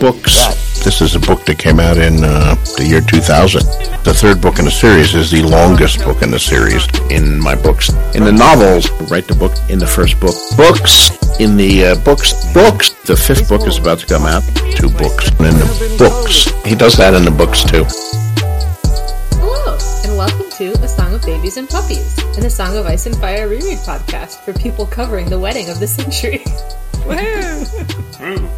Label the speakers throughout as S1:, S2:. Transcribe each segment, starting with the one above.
S1: books. This is a book that came out in uh, the year 2000. The third book in the series is the longest book in the series in my books. In the novels, write the book in the first book. Books in the uh, books. Books. The fifth book is about to come out. Two books. And in the books. He does that in the books too.
S2: Hello, and welcome to A Song of Babies and Puppies, and the Song of Ice and Fire reread podcast for people covering the wedding of the century. Woo!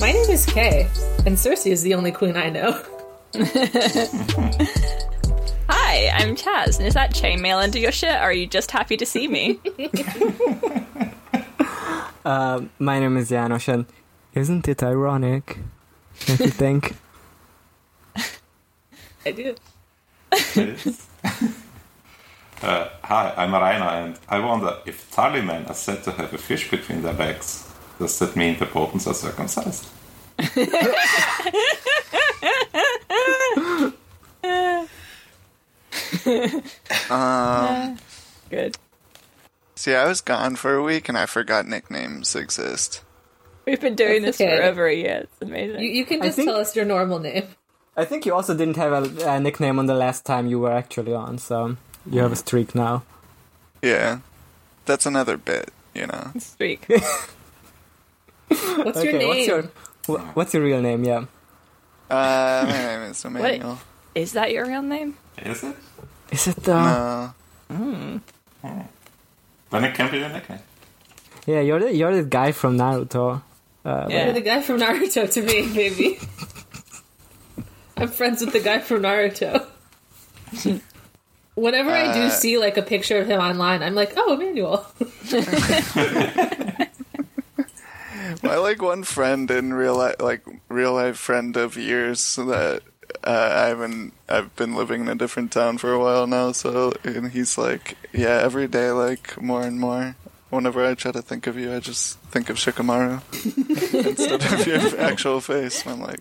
S2: My name is Kay, and Cersei is the only queen I know.
S3: Hi, I'm Chaz, and is that chainmail under your shirt, or are you just happy to see me?
S4: My name is Janosch, and isn't it ironic? Don't you think?
S2: I do.
S5: Uh, hi, I'm Rainer, and I wonder if Tallymen are said to have a fish between their legs. Does that mean the Botans are circumcised?
S3: Good.
S6: See, I was gone for a week and I forgot nicknames exist.
S3: We've been doing
S2: That's
S3: this
S2: okay.
S3: for over a year. It's amazing.
S2: You, you can
S4: I
S2: just
S4: think-
S2: tell us your normal name.
S4: I think you also didn't have a, a nickname on the last time you were actually on, so you have a streak now.
S6: Yeah. That's another bit, you know.
S3: Streak.
S2: What's your name?
S4: what's your wh- what's your real name? Yeah,
S6: Uh, my name is Emmanuel.
S3: Is that your real name?
S5: Is it?
S4: is it? Uh,
S6: Uh,
S5: Then it can be the nickname.
S4: Yeah, you're the, you're the guy from Naruto.
S2: You're the guy from Naruto to me, baby. I'm friends with the guy from Naruto. Whenever I do
S6: Uh,
S2: see like a picture of him online, I'm like, oh, Emmanuel.
S6: my like one friend in real life, like real life friend of years that uh, I haven't. I've been living in a different town for a while now, so and he's like, yeah, every day, like more and more. Whenever I try to think of you, I just think of Shikamaru instead of your actual face. And I'm like,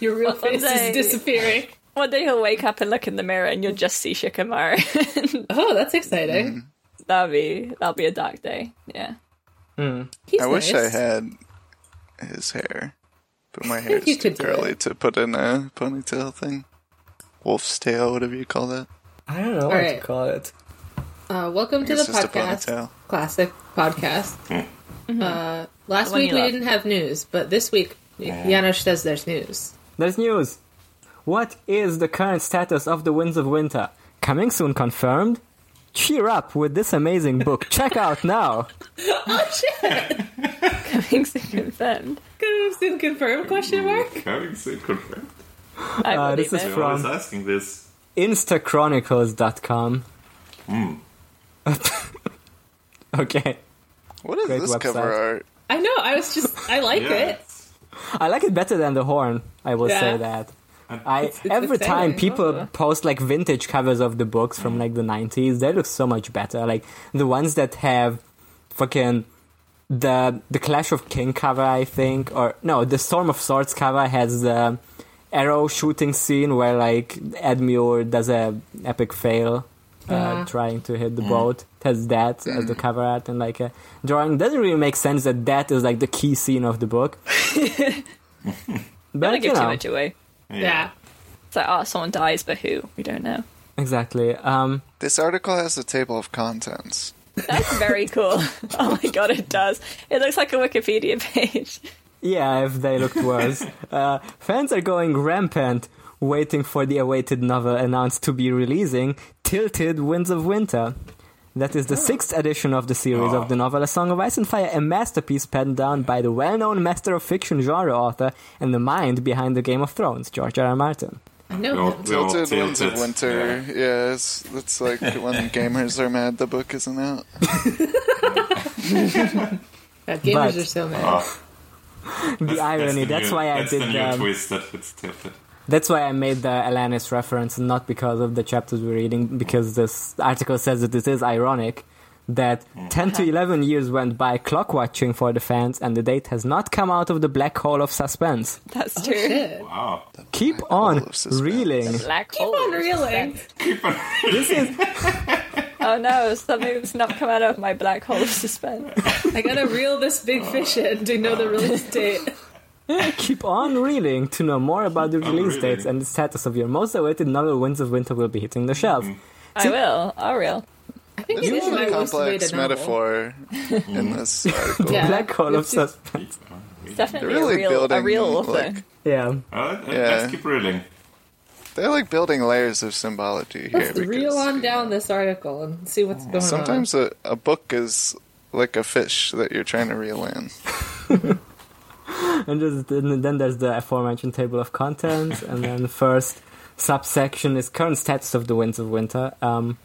S2: Your real
S3: Well,
S2: face
S3: they-
S2: is disappearing.
S3: One day you'll wake up and look in the mirror, and you'll just see Shikamaru.
S2: Oh, that's exciting.
S3: that'll be that'll be a dark day. Yeah.
S2: He's
S6: I wish I
S2: nice.
S6: had his hair, but my hair
S2: You
S6: is too
S2: could do
S6: curly to put in a ponytail thing. Wolf's tail, whatever you call that.
S4: I don't know what
S2: Alright.
S4: to call it.
S2: Uh, welcome to the
S6: It's just a
S2: podcast,
S6: ponytail.
S2: classic podcast. Uh, last
S3: one
S2: week
S3: you
S2: we
S3: love.
S2: didn't have news, but this week Janos says there's news.
S4: There's news. What is the current status of the Winds of Winter? Coming soon, confirmed. Cheer up with this amazing book. Check out now.
S2: Oh shit!
S3: Things are confirmed.
S2: Could have been confirmed? Question
S6: Mm.
S2: mark.
S5: Having said confirmed.
S3: I
S4: Uh,
S3: believe
S4: this is
S3: it.
S5: We're always
S4: From-
S5: asking this.
S4: Instachronicles.com. okay.
S6: What is
S4: Great
S6: this cover
S4: website.
S6: art?
S2: I know. I was just. I like
S5: Yeah.
S2: it.
S5: it's-
S4: I like it better than the horn. I will
S2: Yeah.
S4: say that. I
S2: it's
S4: every time
S2: exciting.
S4: people
S3: Oh.
S4: post like vintage covers of the books
S2: Hmm.
S4: from like the nineties, they look so much better. Like the ones that have fucking the the Clash of King cover, I think, or no, the Storm of Swords cover has the arrow shooting scene where like Edmure does a epic fail. Uh,
S2: Yeah.
S4: trying to hit the boat It has that as the cover art and like a drawing doesn't really make sense that that is like the key scene of the book but
S3: Don't
S4: you
S3: give too
S4: know,
S3: much away.
S2: Yeah.
S3: It's like, oh, someone dies, but who? We don't know.
S4: exactly um
S6: This article has a table of contents.
S3: That's very cool. oh my god, it does. It looks like a Wikipedia page.
S4: Yeah, if they looked worse. uh, fans are going rampant, waiting for the awaited novel announced to be releasing, Tilted Winds of Winter. That is the
S5: Oh.
S4: sixth edition of the series of the novel A Song of Ice and Fire, a masterpiece penned down by the well known master of fiction genre author and the mind behind the Game of Thrones, George R. R. Martin.
S2: I know.
S5: We're all- we're all
S6: Tilted Winds of
S5: tilted.
S6: Winter.
S5: Yeah.
S6: Yes, that's like when gamers are mad the book isn't out.
S2: God, Uh, gamers
S4: But-
S2: are so
S6: Oh.
S2: mad.
S4: The irony,
S5: the
S4: that's
S5: new-
S4: why I
S5: that's the
S4: did
S5: new
S4: um,
S5: twist that it's tilted.
S4: That's why I made the Alanis reference, not because of the chapters we're reading, because this article says that this is ironic. That
S6: Mm.
S4: 10 to 11 years went by clock watching for the fans, and the date has not come out of the black hole of suspense.
S3: That's true.
S2: Oh, Shit.
S5: Wow.
S4: Keep
S6: Black hole
S4: on
S6: of suspense.
S4: reeling.
S3: Black
S2: Keep
S3: hole.
S2: on reeling.
S4: This is
S3: Oh no, something's not come out of my black hole of suspense.
S6: Oh.
S2: I gotta reel this big fish in to know the release date.
S4: Keep on reading to know more about the
S5: on
S4: release
S5: reading.
S4: dates and the status of your most awaited novel, Winds of Winter, will be hitting the shelves.
S6: Mm-hmm.
S3: I will. I will.
S2: I think it
S6: There's
S2: is
S6: a
S2: my
S6: really
S2: worst way
S6: complex
S2: to novel.
S6: metaphor in this article.
S2: Yeah.
S4: Black Hole of
S2: It's just-
S4: Suspense.
S3: It's definitely
S6: really
S3: a real, a
S6: building,
S3: real author.
S6: like-
S4: Yeah.
S5: Uh, let-
S6: Yeah.
S5: Let's keep reading.
S6: They're like building layers of symbology here.
S2: Let's reel
S6: because
S2: on down this article and see what's going
S6: Sometimes a, a book is like a fish that you're trying to reel in.
S4: And just, then then there's the aforementioned table of contents, and then the first subsection is current status of the Winds of Winter. Um,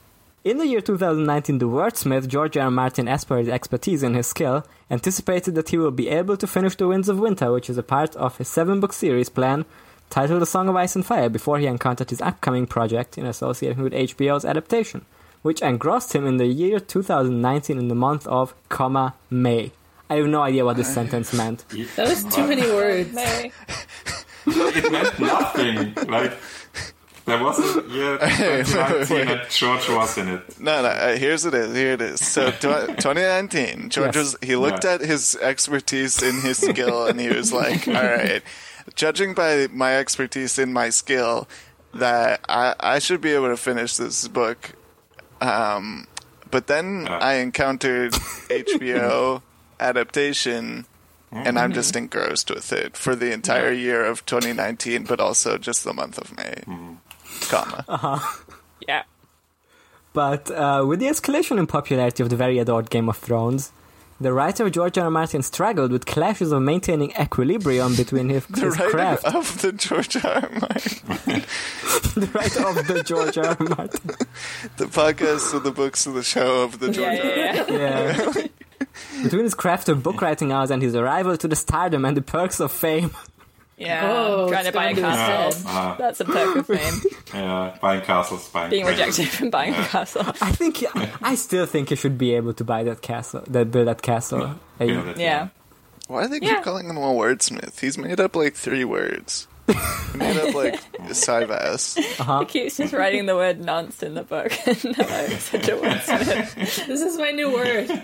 S4: in the year 2019, the wordsmith George R. R. Martin Asperger's expertise and his skill anticipated that he will be able to finish The Winds of Winter, which is a part of his seven book series plan titled The Song of Ice and Fire, before he encountered his upcoming project in association with HBO's adaptation, which engrossed him in the year 2019 in the month of, comma, May. I have no idea what this sentence meant.
S2: on. That was too many words.
S3: May.
S5: it meant nothing. Like there was a year 2019 that George was in it.
S6: No, no. Uh, here's it is. Here it is. So, tw- 2019. George
S4: Yes.
S6: was. He looked
S5: Yeah.
S6: at his expertise in his skill, and he was like, "All right, judging by my expertise in my skill, that I I should be able to finish this book." Um, but then
S5: Yeah.
S6: I encountered HBO adaptation. And I'm just engrossed with it for the entire year of 2019, but also just the month of May, comma.
S3: Yeah.
S4: But uh, with the escalation in popularity of the very adored Game of Thrones, the writer George R. R. Martin struggled with clashes of maintaining equilibrium between his,
S6: The
S4: his
S6: writing
S4: craft,
S6: of the George R. R. Martin.
S4: the writer of the George R. R. Martin.
S6: the podcast of the books of the show of the
S3: Yeah, yeah,
S6: George
S3: yeah.
S4: Yeah. between his craft of book writing hours and his arrival to the stardom and the perks of fame.
S3: yeah.
S2: Oh,
S3: trying to
S2: it's
S3: buy a
S2: gonna be
S3: castle. That's a perk of fame.
S5: Ah, Yeah, buying castles, buying
S3: Being
S5: castles.
S3: rejected from buying a castle.
S4: I think, he, I still think he should be able to buy that castle, that build that castle. Uh,
S5: You know that,
S3: Yeah.
S6: Why do they keep
S3: Yeah.
S6: calling him a wordsmith? He's made up like three words. He made up like Syvas.
S3: He keeps just writing the word nonce in the book. no, I'm such a wordsmith.
S2: This is my new word.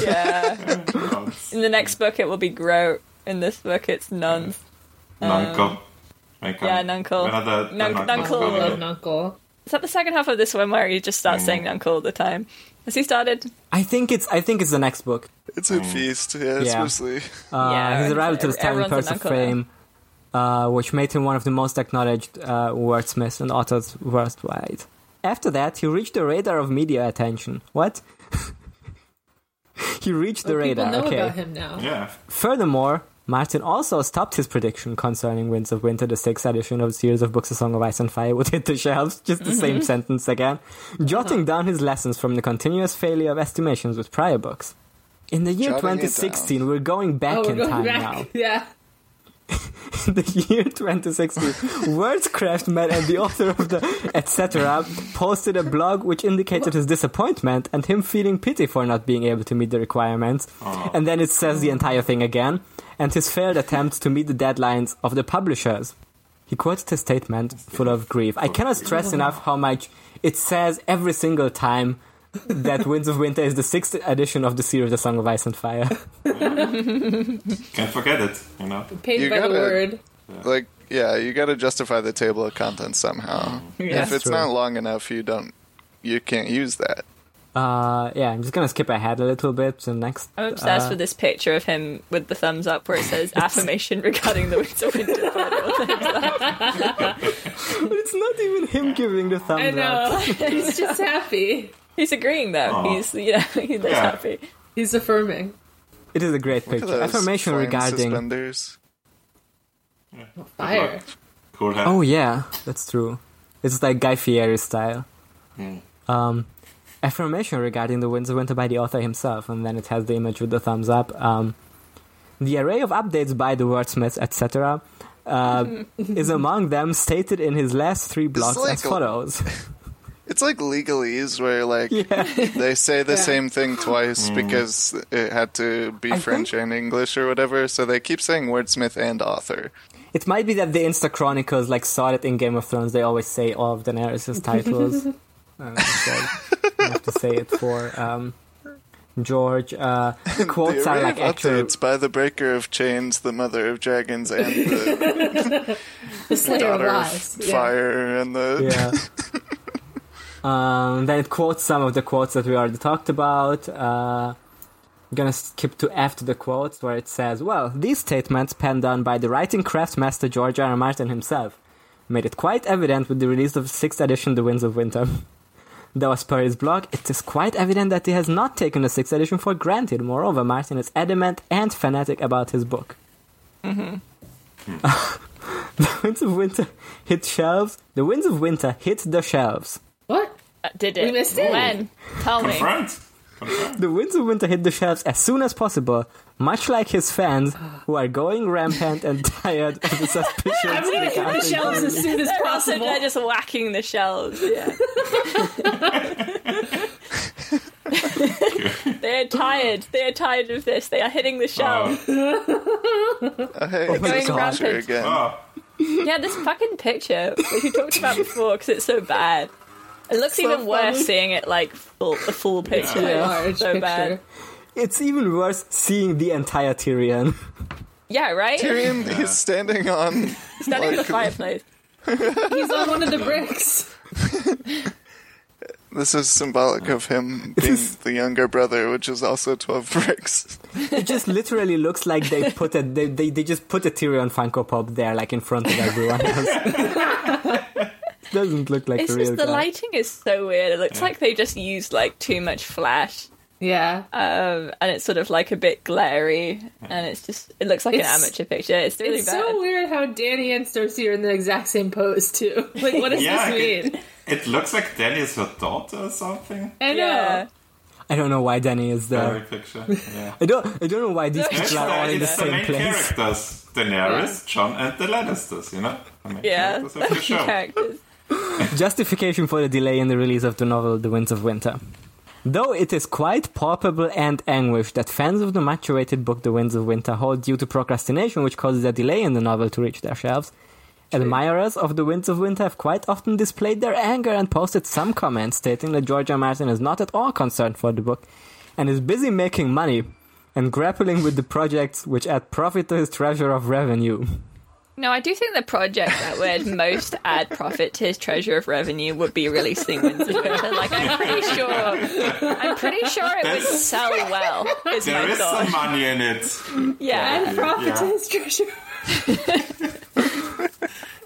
S3: Yeah.
S5: yeah.
S3: In the next book, it will be groat. In this book, it's nonce.
S5: Nuncle. Like,
S3: yeah,
S5: um,
S3: Nuncle.
S5: When are the, the
S3: Nun-
S5: Nuncles
S3: Nuncle.
S2: I
S5: coming?
S2: love Nunkle.
S3: Is that the second half of this one where he just
S6: Mm.
S3: starts saying nuncle all the time? Has he started?
S4: I think it's, I think it's the next book.
S6: It's a feast, yeah,
S4: Yeah.
S6: seriously.
S4: Uh,
S3: Yeah,
S4: his arrival
S3: everyone's-
S4: to the starting
S3: everyone's
S4: Perks
S3: an
S4: of
S3: uncle now.
S4: Fame, uh, which made him one of the most acknowledged uh, wordsmiths and authors worldwide. After that, he reached the radar of media attention. What? he reached the radar.
S2: People know
S4: okay.
S2: about him now.
S5: Yeah.
S4: Furthermore, Martin also stopped his prediction concerning Winds of Winter, the sixth edition of the series of books A Song of Ice and Fire would hit the shelves, just the same
S2: Mm-hmm.
S4: sentence again,
S2: Uh-huh.
S4: jotting down his lessons from the continuous failure of estimations with prior books. In the year
S6: Jotting it down.
S4: 2016, we're going back
S2: Oh, we're
S4: in
S2: going
S4: time
S2: back.
S4: now.
S2: Yeah.
S4: In the year 2016, Wordscraft man and the author of the etc. posted a blog which indicated his disappointment and him feeling pity for not being able to meet the requirements. And then it says the entire thing again and his failed attempts to meet the deadlines of the publishers. He quoted his statement full of grief. I cannot stress enough how much it says every single time that Winds of Winter is the sixth edition of the series The Song of Ice and Fire.
S5: Can't forget it, you know?
S2: Paid
S6: You
S2: by the
S6: gotta-
S2: word.
S6: Like, yeah, you gotta justify the table of contents somehow.
S3: Yeah.
S6: if it's
S4: true.
S6: not long enough, you don't, you can't use that.
S4: Uh, yeah, I'm just gonna skip ahead a little bit to the next.
S3: I'm obsessed
S4: uh,
S3: with this picture of him with the thumbs up where it says affirmation regarding the Winds of Winter.
S4: But it's not even him giving the thumbs
S2: I
S4: up.
S2: know. He's just happy.
S3: He's agreeing though.
S5: Aw.
S3: He's you know he looks
S5: Yeah.
S3: happy.
S2: He's affirming.
S4: It is a great
S6: Look at
S4: picture.
S6: those
S4: Affirmation
S6: flame
S4: regarding.
S6: suspenders.
S2: Fire.
S5: Cool hat.
S4: Oh yeah, that's true. It's like Guy Fieri style.
S2: Hmm.
S4: Um, affirmation regarding the Winds of Winter by the author himself, and then it has the image with the thumbs up. Um, the array of updates by the wordsmiths, etc., uh, is among them stated in his last three blogs
S6: like
S4: as
S6: a-
S4: follows.
S6: It's like legalese where like they say the same thing twice because it had to be
S4: think-
S6: French and English or whatever, so they keep saying wordsmith and author.
S4: It might be that the Insta Chronicles like saw it in Game of Thrones. They always say all of Daenerys' titles. uh, so I have to say it for. Um, George. Uh, quotes
S6: the
S4: are
S6: array
S4: like
S6: of
S4: actual.
S6: updates by the Breaker of Chains, the Mother of Dragons, and the
S2: The Slayer of
S6: Daughter of
S2: Lies. Yeah.
S6: Fire, and the
S4: Yeah. um, then it quotes some of the quotes that we already talked about. Uh, I'm gonna skip to after the quotes where it says, "Well, these statements, penned down by the writing craft master George R. R. Martin himself, made it quite evident with the release of sixth edition, The Winds of Winter." Though as per his blog, it is quite evident that he has not taken the sixth edition for granted. Moreover, Martin is adamant and fanatic about his book. the Winds of Winter hit shelves. The Winds of Winter hit the shelves.
S2: What?
S3: Uh, Did it?
S2: We missed it.
S3: When? Tell me.
S5: Confront. Confront.
S4: The Winds of Winter hit the shelves as soon as possible, much like his fans, who are going rampant and tired of the
S2: I'm
S4: suspicions.
S2: gonna hit the shelves as soon as
S3: They're also
S2: possible.
S3: they're just whacking the shelves. Yeah. they are tired. They are tired of this. They are hitting the shelves.
S5: Oh,
S6: oh, hey,
S4: my
S6: it's
S4: God.
S6: Vulture again.
S5: oh,
S3: Yeah, this fucking picture which we talked about before because it's so bad. It looks even worse
S2: funny.
S3: seeing it like full, the full picture.
S2: Quite large
S3: so
S2: picture.
S3: bad.
S4: It's even worse seeing the entire Tyrion.
S3: Yeah, right.
S6: Tyrion, he's standing on
S3: Standing in the
S6: like-
S3: fireplace.
S2: He's on one of the bricks.
S6: This is symbolic of him being the younger brother, which is also 12 bricks.
S4: It just literally looks like they put a they, they, they just put a Tyrion Funko Pop there, like in front of everyone else. Doesn't look like
S3: It's
S4: a real
S3: just the
S4: guy.
S3: lighting is so weird. It looks like they just used like too much flash,
S2: Yeah.
S3: um, and it's sort of like a bit glary, and it's just it looks like
S2: It's-
S3: an amateur picture. It's really
S2: It's
S3: bad.
S2: so weird how Danny and Cersei are in the exact same pose too. Like, what does
S5: Yeah,
S2: this mean?
S5: it looks like Danny is her daughter or something.
S2: I know.
S3: yeah,
S4: I don't know why Danny is
S5: Every
S4: there.
S5: picture. Yeah.
S4: I don't I don't know why these
S3: It's
S5: It's,
S4: people are
S5: the-
S4: all in the
S5: it's the
S4: same
S5: main
S4: place.
S5: characters: Daenerys, John, and the Lannisters. You know, the main
S3: yeah.
S5: characters of the show.
S3: Characters.
S4: Justification for the delay in the release of the novel The Winds of Winter. Though it is quite palpable and anguish that fans of the much awaited book The Winds of Winter hold due to procrastination, which causes a delay in the novel to reach their shelves, admirers of The Winds of Winter have quite often displayed their anger and posted some comments stating that George R. R. Martin is not at all concerned for the book and is busy making money and grappling with the projects which add profit to his treasure of revenue.
S3: No, I do think the project that would most add profit to his treasure of revenue would be releasing Winds of Winter. Like, I'm pretty sure, I'm pretty sure it would
S5: That's-
S3: sell well. Is
S5: There
S3: my
S5: is
S3: thought.
S5: some money in it.
S3: Yeah,
S2: And profit to
S5: Yeah.
S2: his treasure.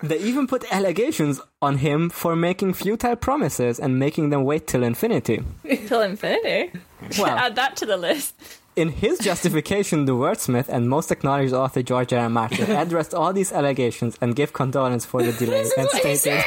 S4: They even put allegations on him for making futile promises and making them wait till infinity.
S3: till infinity.
S4: Well,
S3: Add that to the list.
S4: in his justification, the wordsmith and most acknowledged author George R. R. Martin addressed all these allegations and gave condolence for the delay
S2: This is
S4: and
S2: what he
S4: stated,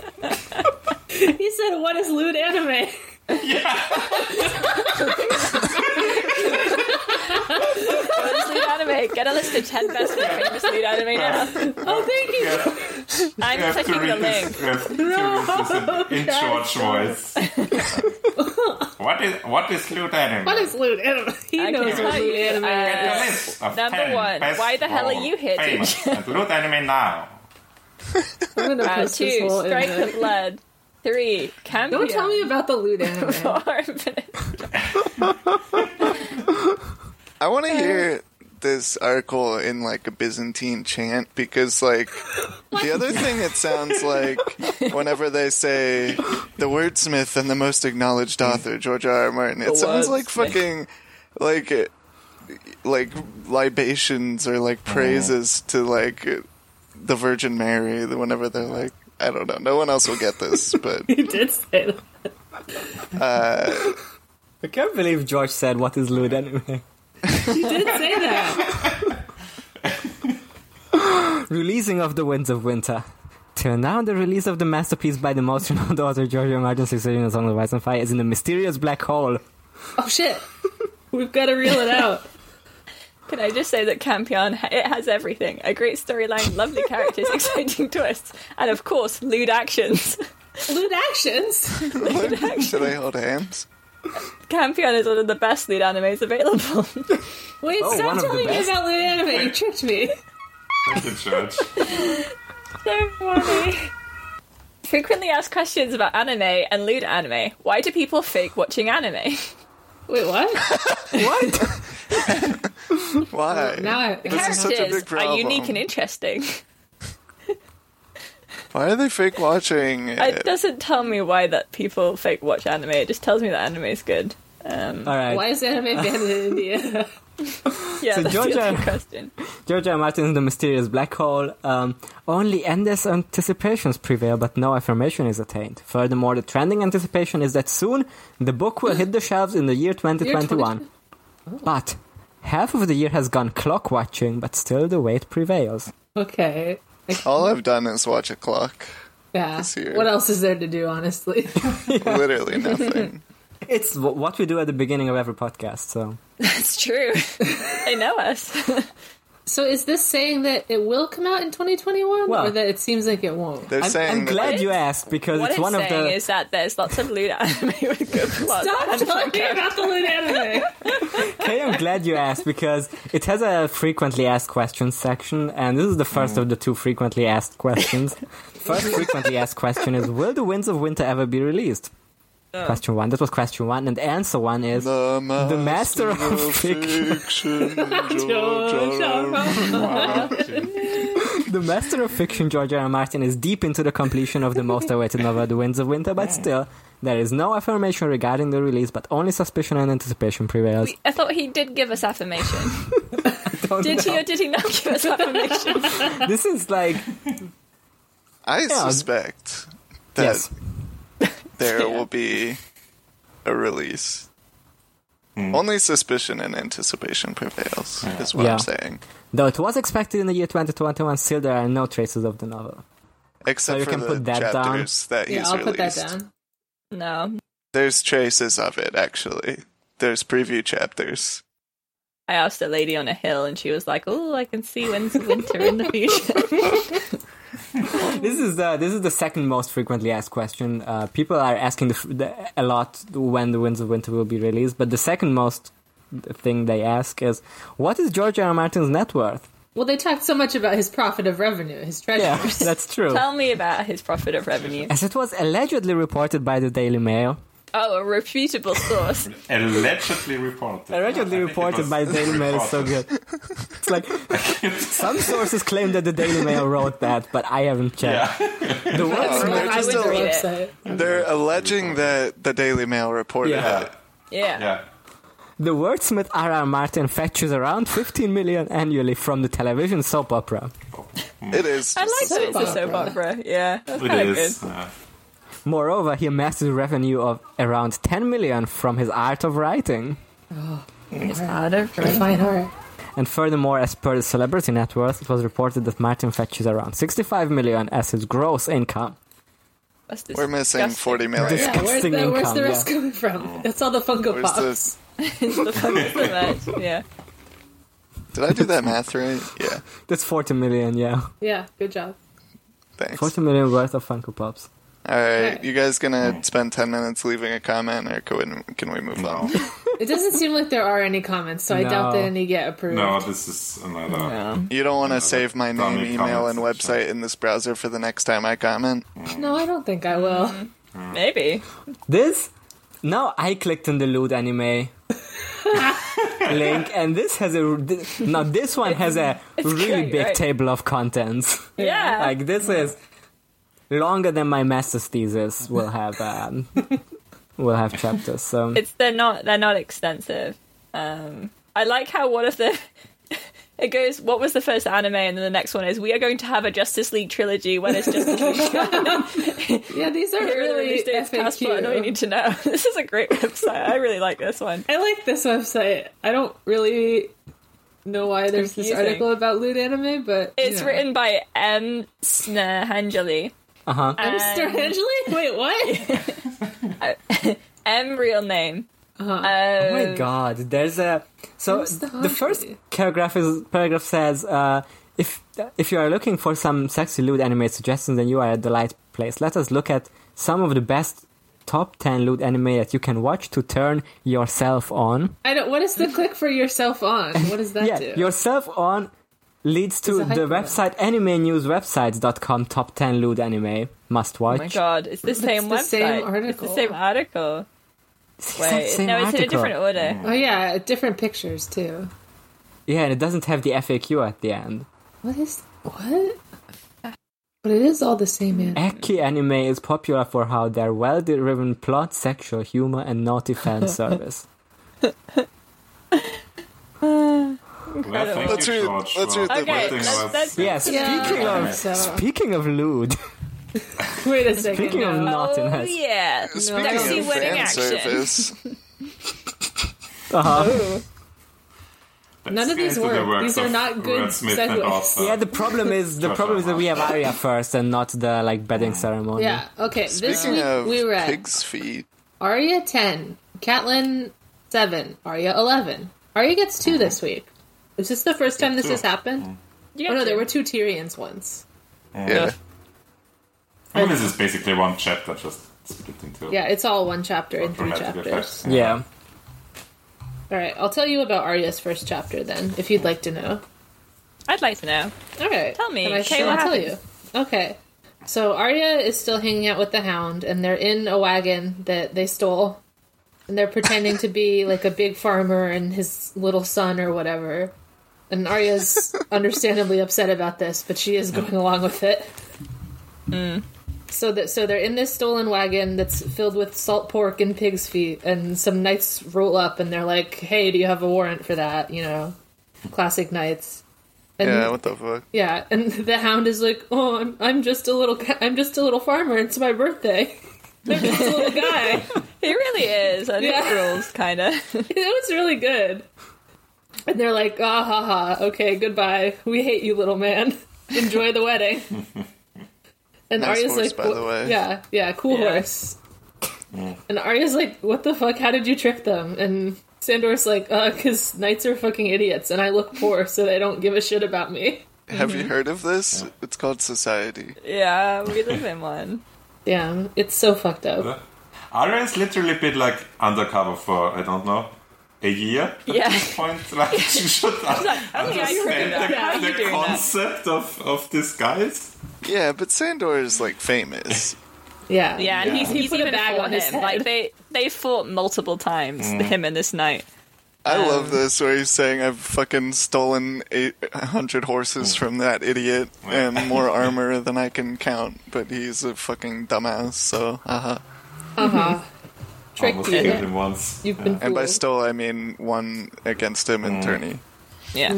S2: said. he said, "What is lewd anime?"
S3: Mislead anime. Get a list of ten best fucking mislead anime now.
S2: Oh, thank you.
S5: You
S3: I'm
S5: have to
S3: clicking the
S5: read
S3: link.
S5: this. You have to read this in, in George voice. what is what is lewd anime?
S2: What is lewd anime? He
S3: I
S2: knows
S3: can
S2: what
S3: tell
S2: lewd
S3: you,
S2: anime
S5: The
S3: uh,
S2: is.
S5: list of
S3: Number
S5: 10
S3: one,
S5: best
S3: why the hell are
S5: or
S3: you here,
S5: famous and lewd anime now.
S2: I'm gonna
S3: uh,
S2: post this
S3: two.
S2: whole
S3: Strike
S2: internet.
S3: the blood. Three. Cambion.
S2: Don't tell me about the lewd anime.
S3: Four. infinite.
S6: I want to hear this article in like a Byzantine chant because, like, the other thing it sounds like whenever they say the wordsmith and the most acknowledged author, George R. R. Martin, it sounds like fucking like uh, like libations or like praises to like uh, the Virgin Mary. Whenever they're like, I don't know, no one else will get this, but
S2: he did say that.
S4: I can't believe George said what is lewd anyway.
S2: He did say that.
S4: Releasing of the Winds of Winter. Till now, the release of the masterpiece by the most renowned author George R. R. Martin's succession of Song of Ice and Fire is in a mysterious black hole.
S2: Oh shit. We've got to reel it out.
S3: Can I just say that Campion, it has everything. A great storyline, lovely characters, exciting twists, and of course, lewd actions.
S2: Lewd actions.
S6: should I hold hands?
S3: Campion is one of the best lead animes available.
S2: Wait,
S4: Oh, one
S2: stop
S4: of the
S2: telling me
S4: best.
S2: about lewd anime. You tricked me.
S5: The church.
S3: so funny. Frequently asked questions about anime and lewd anime. Why do people fake watching anime?
S2: Wait, what?
S4: What?
S6: Why?
S2: now I.
S3: The
S6: This is such a
S3: characters
S6: big
S3: are unique
S6: problem.
S3: and interesting.
S6: Why are they fake watching?
S3: It
S6: It?
S3: doesn't tell me why that people fake watch anime. It just tells me that anime is good. Um,
S4: All right.
S2: Why is anime banned in India?
S3: yeah,
S4: So
S3: that's
S4: Georgia-
S3: the other question.
S4: Georgia Martin's The Mysterious Black Hole. Um, only endless anticipations prevail, but no affirmation is attained. Furthermore, the trending anticipation is that soon the book will hit the shelves in the year 2021. But half of the year has gone clock watching, but still the wait prevails.
S2: Okay.
S6: All I've done is watch a clock.
S2: Yeah.
S6: year.
S2: What else is there to do, honestly?
S6: Literally nothing.
S4: It's w- what we do at the beginning of every podcast, so.
S3: That's true. they know us.
S2: so is this saying that it will come out in 2021,
S4: Well-
S2: or that it seems like it won't?
S6: They're
S4: I'm,
S6: saying
S4: I'm
S6: that-
S4: glad you asked because
S3: what
S4: it's
S3: it's
S4: one of
S3: saying
S4: the.
S3: is that there's lots of lewd anime with good plots.
S2: Stop
S3: and
S2: talking
S3: fuck
S2: about the lewd anime.
S4: Okay, I'm glad you asked because it has a frequently asked questions section, and this is the first of the two frequently asked questions. first frequently asked question is Will the Winds of Winter ever be released? Question one. That was question one, and answer one is
S6: The master,
S4: master of fiction.
S6: fiction,
S2: George R.
S6: George
S4: The master of fiction, George R. R. Martin, is deep into the completion of the most awaited novel, The Winds of Winter, but still, there is no affirmation regarding the release, but only suspicion and anticipation prevails.
S3: I thought he did give us affirmation. did he or did he not give us affirmation?
S4: This is like.
S6: I suspect that
S4: Yes.
S6: there will be a release. Only suspicion and anticipation prevails, is what
S4: Yeah.
S6: I'm saying.
S4: Though it was expected in the year 2021, still there are no traces of the novel.
S6: Except
S4: you
S6: for
S4: can
S6: the
S4: put that down.
S6: chapters that he's
S2: Yeah, I'll
S6: released.
S2: put that down.
S3: No,
S6: There's traces of it, actually. There's preview chapters.
S3: I asked a lady on a hill, and she was like, "Oh, I can see when's winter in the future."
S4: This is the this is the second most frequently asked question. Uh, people are asking the, f- the, a lot when the Winds of Winter will be released, but the second most thing they ask is, "What is George R. R. Martin's net worth?"
S2: Well, they talked so much about his profit of revenue, his treasure.
S4: Yeah, that's true.
S3: Tell me about his profit of revenue.
S4: As it was allegedly reported by the Daily Mail,
S3: Oh, a reputable source.
S5: Allegedly reported.
S4: allegedly
S5: I think it
S4: reported
S5: was
S4: by the Daily Mail is so good.
S5: reported.
S4: It's like some sources claim that the Daily Mail wrote that, but I haven't checked.
S5: Yeah.
S4: The
S2: That's
S4: words
S2: wrong.
S6: they're
S2: I
S6: just
S2: went to
S6: a-
S2: the website.
S6: They're alleging that the Daily Mail reported
S4: Yeah.
S6: it.
S3: Yeah.
S5: Yeah.
S4: The wordsmith R.R. Martin fetches around 15 million annually from the television soap opera.
S6: It is.
S3: I like that it's a soap opera. Yeah, that's
S5: It
S3: kind of good.
S5: is. yeah.
S4: Moreover, he amasses revenue of around 10 million from his art of writing.
S3: It's harder.
S2: Fine art.
S4: And furthermore, as per the celebrity net worth, it was reported that Martin fetches around 65 million as his gross income.
S3: That's
S6: We're missing
S3: disgusting.
S6: 40 million.
S2: Yeah, where's the, where's
S4: Disgusting
S2: the
S4: income,
S2: rest
S4: yeah.
S2: coming from? That's all the Funko
S6: Where's
S2: Pops.
S6: the
S3: the fuck's the match? Yeah.
S6: Did I do that math right? Yeah.
S4: That's 40 million, yeah.
S2: Yeah, good job.
S6: Thanks.
S4: 40 million worth of Funko Pops.
S6: All right, you guys gonna spend ten minutes leaving a comment, or can we, can we move on?
S2: It doesn't seem like there are any comments, so I doubt
S4: No.
S2: that any get approved.
S5: No, this is another.
S6: You don't want to save my
S5: Dummy
S6: name, email, and
S5: comments,
S6: website in this browser for the next time I comment.
S2: No, I don't think I will.
S3: Maybe.
S4: This? Now I clicked on the lewd anime link, and this has a. th- Now this one has a really
S3: great,
S4: big
S3: right?
S4: table of contents.
S3: Yeah.
S4: Like, this is longer than my master's thesis will have. Um, will have chapters, so.
S3: it's they're not they're not extensive. Um, I like how one of the it goes. What was the first anime, and then the next one is we are going to have a Justice League trilogy when it's Justice League
S2: Yeah, these are really
S3: release dates, passport, and all you
S2: FAQ.
S3: need to know. This is a great website. I really like this one.
S2: I like this website. I don't really know why there's this
S3: confusing.
S2: article about lewd anime, but you
S3: It's
S2: know.
S3: written by M. Snehanjali.
S4: Uh huh.
S2: I'm Star Angeli? Wait, what?
S3: Uh, M real name. Uh,
S4: Oh my god, there's a so
S2: Who's the
S4: the first
S2: hungry?
S4: paragraph is paragraph says uh, if if you are looking for some sexy lewd anime suggestions, then you are at the right place. Let us look at some of the best top ten lewd anime that you can watch to turn yourself on.
S2: I don't. What is the click for yourself on? What does that
S4: yeah,
S2: do?
S4: yourself on leads to
S2: a
S4: the
S2: hyperlink.
S4: website animenewswebsites.com top ten lewd anime must
S3: Oh my
S4: watch.
S3: god, it's the same
S2: the
S3: website.
S2: same
S3: It's
S2: article.
S3: the same article.
S4: exact
S3: Wait,
S4: same
S3: no, it's in a
S4: article.
S3: different order.
S2: Oh yeah, different pictures too.
S4: Yeah, and it doesn't have the FAQ at the end.
S2: What is what? But it is all the same, man.
S4: Eki anime is popular for how their well-driven plot, sexual humor, and naughty fan service.
S5: Well, thank
S6: Let's
S5: you,
S6: read-
S5: George,
S6: let's
S5: for
S6: read the
S3: Okay,
S5: letting
S3: let's,
S5: us-
S3: let's
S4: Yeah, speaking
S2: Yeah,
S4: of
S2: so-
S4: speaking of lewd,
S2: Wait a second.
S4: Speaking of
S2: no.
S4: not-
S3: Oh
S4: Naughtiness.
S3: yeah,
S6: Speaking
S3: Sexy
S6: of
S3: wedding
S6: fan
S3: action.
S6: service,
S4: uh,
S5: let's
S2: None of
S5: get
S2: these
S5: into the
S2: work.
S5: works
S2: These are
S5: of
S2: not good
S5: wordsmith and
S2: segues.
S5: author.
S4: yeah, the problem is the
S5: Sure,
S4: problem is
S5: sure.
S4: that we have Arya first and not the like bedding ceremony.
S2: yeah. Okay. this
S6: speaking
S2: week
S6: of
S2: we read
S6: pig's feet,
S2: Arya ten, Catelyn seven, Arya eleven. Arya gets two this week. Is this the first time this
S5: Two.
S2: has happened?
S3: You
S2: Oh no,
S3: have
S2: there
S3: to-
S2: were two Tyrions once.
S6: yeah,
S5: I mean, this is basically one chapter just split into
S2: Yeah, it's all one chapter in three
S5: dramatic
S2: chapters.
S5: effects.
S4: yeah.
S2: All right, I'll tell you about Arya's first chapter then, if you'd like to know.
S3: I'd like to know.
S2: All right.
S3: Tell me,
S2: Then I
S3: okay,
S2: shall
S3: what
S2: tell you.
S3: happens?
S2: Okay. So Arya is still hanging out with the Hound, and they're in a wagon that they stole, and they're pretending to be like a big farmer and his little son or whatever. And Arya's understandably upset about this, but she is going along with it.
S3: Mm.
S2: So that so they're in this stolen wagon that's filled with salt pork and pig's feet, and some knights roll up, and they're like, "Hey, do you have a warrant for that?" You know, classic knights. And
S6: yeah. What the fuck?
S2: yeah, and the hound is like, "Oh, I'm, I'm just a little, ca- I'm just a little farmer. It's my birthday. I'm just a little guy."
S3: It really is. I think
S2: Yeah.
S3: it rules, kind of.
S2: it was really good. And they're like, "Ah, ha, ha. Okay, goodbye. We hate you, little man. Enjoy the wedding." And
S6: Nice
S2: Arya's
S6: horse,
S2: like,
S6: by
S2: "What-
S6: the way." Mm.
S2: "Yeah, yeah, cool
S3: Yeah.
S2: horse." And Arya's like, "What the fuck? How did you trick them?" And Sandor's like, "Uh, because knights are fucking idiots, and I look poor, so they don't give a shit about me."
S6: Have you heard of this? It's called Society.
S3: yeah, we live in one.
S2: Damn, it's so fucked up.
S5: Arya has literally been like undercover for I don't know a year at
S3: Yeah.
S5: this point. Like she should
S3: yeah, you heard
S5: understand
S3: of that.
S5: the,
S3: How are you
S5: the
S3: doing that?
S5: concept of of disguise.
S6: Yeah, but Sandor is like famous.
S2: Yeah,
S3: Yeah, and he's,
S2: He
S3: he's
S2: put a
S3: even
S2: bag
S3: fought
S2: on
S3: him.
S2: his head.
S3: Like they they fought multiple times him and this knight.
S6: I love this where he's saying I've fucking stolen 800 horses from that idiot and more armor than I can count, but he's a fucking dumbass, so haha.
S2: Uh-huh. Tricked
S5: Almost
S2: you.
S5: killed him once.
S2: You've been
S6: Uh,
S2: fooled.
S6: And by stole, I mean one against him in tourney.
S3: Yeah,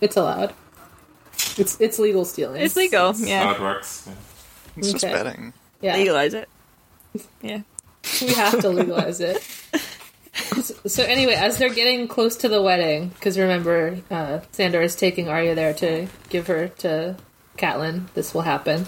S2: it's allowed. It's it's legal stealing.
S3: it's legal. Yeah,
S5: How it works. Yeah.
S6: It's just
S2: Okay.
S6: betting.
S2: yeah,
S3: legalize it. Yeah.
S2: we have to legalize it. So anyway, as they're getting close to the wedding, because remember, uh, Sandor is taking Arya there to give her to Catelyn. This will happen.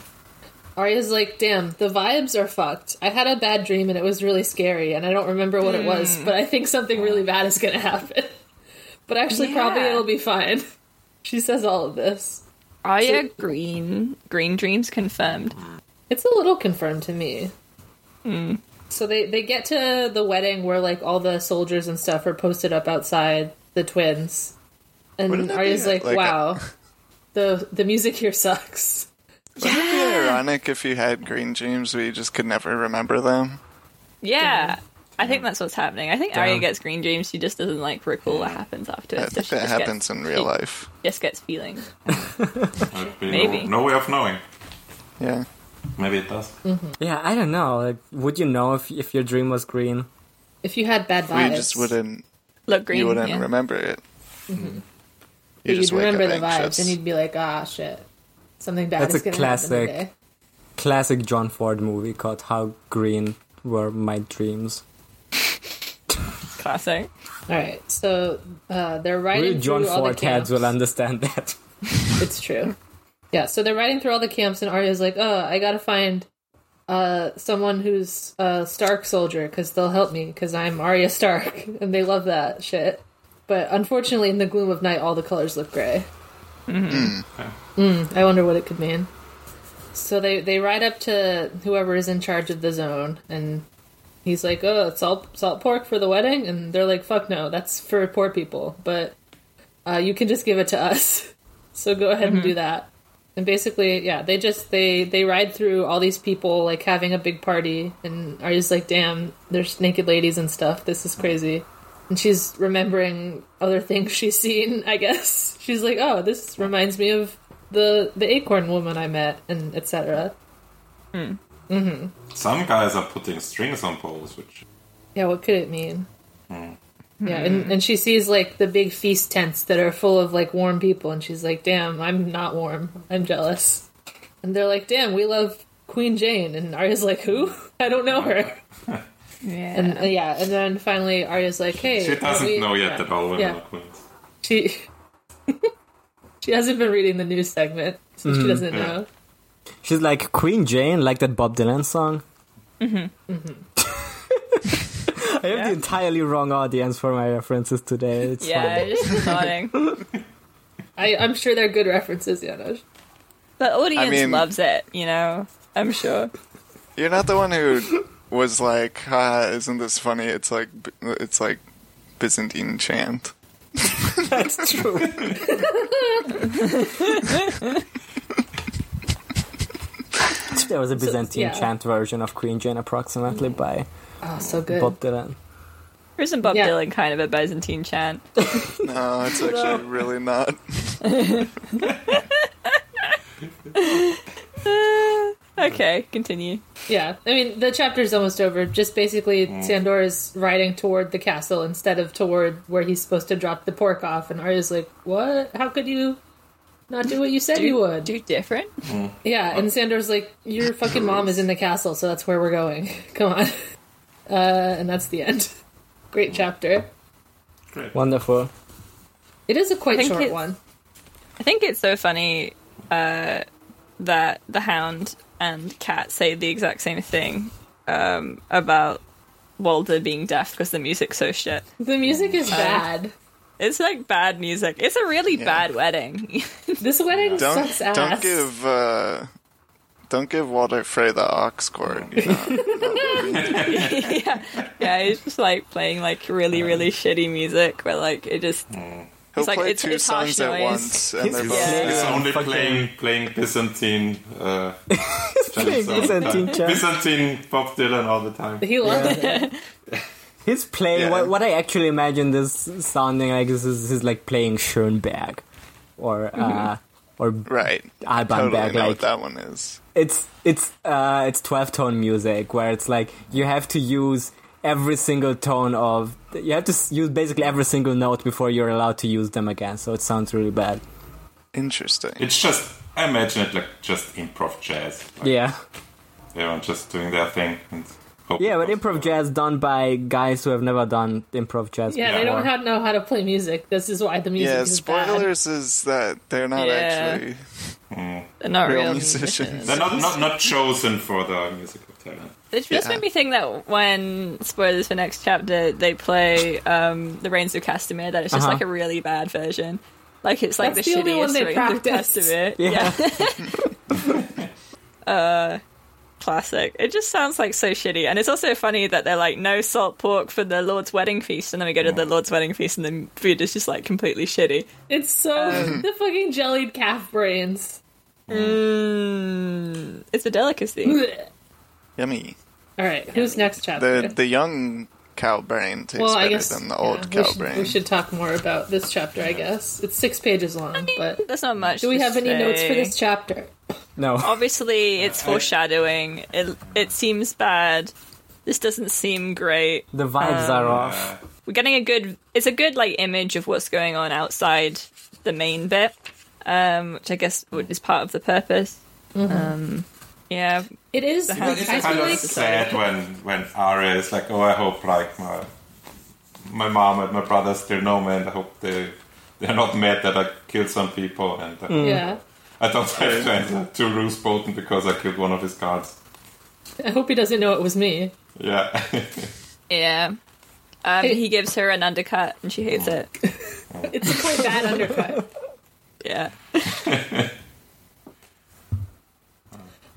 S2: Arya's like, "Damn, the vibes are fucked. I had a bad dream and it was really scary, and I don't remember what it
S3: Hmm.
S2: was, but I think something really bad is going to happen. but actually, probably
S3: Yeah.
S2: it'll be fine." She says all of this.
S3: Arya Green Green Dreams confirmed.
S2: It's a little confirmed to me. So they they get to the wedding where like all the soldiers and stuff are posted up outside the twins,
S6: Wouldn't
S2: and
S6: that be
S2: Arya's
S6: a-
S2: like,
S6: like a-
S2: "Wow, the the music here sucks."
S6: Wouldn't it be
S2: Ah.
S6: ironic if you had green dreams but you just could never remember them?
S3: Yeah. I think that's what's happening. I think Arya
S4: Damn.
S3: gets green dreams. She just doesn't like recall what happens after.
S6: I think that happens in real life.
S3: Just gets feelings.
S5: There'd be
S3: Maybe.
S5: No, no way of knowing.
S6: Yeah.
S5: Maybe it does.
S3: Mm.
S4: Yeah, I don't know. Like, would you know if if your dream was green?
S2: If you had bad
S6: Well,
S2: vibes,
S6: you just wouldn't,
S3: Look green.
S6: you wouldn't
S3: yeah.
S6: remember it. You
S2: Mm-hmm. you'd
S6: just wake
S2: remember
S6: up
S2: the
S6: anxious.
S2: vibes, and you'd be like, "Ah, shit, something bad
S4: That's
S2: is
S4: a
S2: going to happen
S4: classic.
S2: today."
S4: Classic John Ford movie called "How Green Were My Dreams."
S3: Classic.
S2: All right, so uh, they're
S4: Real
S2: riding
S4: John
S2: through all the
S4: Ford
S2: camps.
S4: heads will understand that.
S2: It's true. Yeah, so they're riding through all the camps, and Arya's like, "Oh, I gotta find uh, someone who's a Stark soldier because they'll help me because I'm Arya Stark, and they love that shit." But unfortunately, in the gloom of night, all the colors look gray. Mm, I wonder what it could mean. So they they ride up to whoever is in charge of the zone, and he's like, "Oh, salt salt pork for the wedding," and they're like, "Fuck no, that's for poor people." But uh, you can just give it to us. So go ahead and do that. And basically, yeah, they just they they ride through all these people like having a big party and are just like, "Damn, there's naked ladies and stuff. This is crazy." And she's remembering other things she's seen, I guess. She's like, "Oh, this reminds me of the the acorn woman I met and etc."
S5: Some guys are putting strings on poles, which
S2: Yeah, what could it mean? Hmm. Yeah, and, and she sees like the big feast tents that are full of like warm people, and she's like, "Damn, I'm not warm. I'm jealous." And they're like, "Damn, we love Queen Jane," and Arya's like, "Who? I don't know her."
S3: Yeah.
S2: And uh, yeah, and then finally Arya's like, "Hey,
S5: she doesn't
S2: we-
S5: know yet at all.
S2: Yeah.
S5: Yeah. Queens.
S2: She she hasn't been reading the news segment, so
S5: Mm-hmm.
S2: she doesn't know."
S4: She's like Queen Jane, like that Bob Dylan song. Mm-hmm. I have the entirely wrong audience for my references today. It's
S3: yeah, just nodding.
S2: I, I'm sure they're good references, Janusz.
S3: The audience
S6: I mean-
S3: loves it, you know. I'm sure.
S6: You're not the one who was like, "Ha, isn't this funny?" It's like it's like Byzantine chant.
S4: That's true. there was a Byzantine
S2: yeah.
S4: chant version of Queen Jane, approximately by
S2: Oh, so good.
S4: Bob Dylan.
S3: Isn't Bob
S2: Yeah.
S3: Dylan kind of a Byzantine chant?
S6: No, it's actually really not.
S3: okay, continue.
S2: Yeah, I mean the chapter's almost over. Just basically, Sandor is riding toward the castle instead of toward where he's supposed to drop the pork off, and Arya's like, "What? How could you not do what you said you would?"
S3: Do different.
S2: Yeah, and Sandor's like, "Your fucking mom is in the castle, so that's where we're going. Come on." Uh, and that's the end. Great chapter.
S4: Wonderful.
S2: It is a quite
S3: think
S2: short
S3: it's-
S2: one.
S3: I think it's so funny uh, that the hound and cat say the exact same thing um, about Walder being deaf because the music's so shit.
S2: The music is bad.
S3: It's like bad music. It's a really bad wedding.
S2: This wedding
S6: Don't
S2: sucks ass.
S6: don't give uh, don't give Walter Frey the ox cord. You know?
S3: yeah, it's just like playing like really, really shitty music where like it just
S6: He'll
S3: It's like-
S6: play
S3: it's-
S6: two
S3: it's harsh
S6: songs at
S3: noise.
S6: once, and they're
S4: He's-
S6: both
S3: Yeah.
S5: It's only
S4: fucking-
S5: playing playing Byzantine. Uh,
S4: playing
S5: chants all the time.
S4: Byzantine chants.
S5: Byzantine Bob Dylan all the time.
S2: He loved it.
S4: He's playing
S6: Yeah.
S4: what, what I actually imagine this sounding like is is he's like playing Schoenberg or uh or
S6: right.
S4: Alban
S6: Mm-hmm. Totally
S4: Berg
S6: know
S4: like
S6: what that one is.
S4: it's it's uh it's 12 tone music where it's like you have to use every single tone of you have to s- use basically every single note before you're allowed to use them again so it sounds really bad
S6: Interesting.
S5: It's just I imagine it like just improv jazz. Like
S4: yeah
S5: Everyone just doing their thing and hope
S4: yeah
S5: it
S4: but
S5: goes
S4: improv
S5: well.
S4: jazz done by guys who have never done improv jazz
S2: Yeah, they
S4: before.
S2: don't have, know how to play music. This is why the music
S6: Yeah,
S2: is bad.
S6: spoilers is that they're not
S3: Yeah.
S6: actually
S3: they're not
S6: real
S3: real.
S6: musicians.
S5: They're not, not not chosen for the musical talent.
S3: It just
S6: Yeah.
S3: made me think that when spoilers for next chapter, they play um, the Reigns of Castamere. That it's just
S4: Uh-huh.
S3: like a really bad version. Like it's like
S2: That's
S3: the,
S2: the only
S3: shittiest
S2: one they
S3: Reigns
S2: practiced.
S3: of Castamere.
S4: Yeah.
S3: uh, classic. It just sounds like so shitty, and it's also funny that they're like no salt pork for the Lord's wedding feast, and then we go to the Lord's wedding feast, and the food is just like completely shitty.
S2: It's so
S6: Um,
S2: the fucking jellied calf brains.
S3: Mm, it's a delicacy.
S2: Blech.
S6: yummy.
S2: All right, who's next chapter?
S6: The the young cow brain tastes
S2: well,
S6: better
S2: I guess
S6: than the
S2: yeah,
S6: old
S2: we
S6: cow
S2: should,
S6: brain.
S2: We should talk more about this chapter, I guess. It's six pages long, but
S3: That's not much.
S2: do we
S3: to
S2: have any notes for
S3: say.
S2: this chapter?
S4: no
S3: Obviously, it's foreshadowing. It it seems bad. This doesn't seem great.
S4: the vibes
S5: Uh,
S4: are off
S3: we're getting a good it's a good like image of what's going on outside the main bit um which i guess w- is part of the purpose um yeah
S2: It is.
S3: hell
S2: Like,
S3: is
S2: I
S3: it?
S5: kind
S2: feel
S5: of
S2: like
S5: sad when when Arya is like, oh, I hope like my my mom and my brother still know me, and I hope they they're not mad that I killed some people, and uh,
S4: Mm.
S2: yeah.
S5: I don't have to answer to Roose Bolton because I killed one of his guards.
S2: I hope he doesn't know it was me.
S5: Yeah,
S3: yeah um
S2: Hey.
S3: he gives her an undercut and she hates it
S2: It's a quite bad undercut.
S3: yeah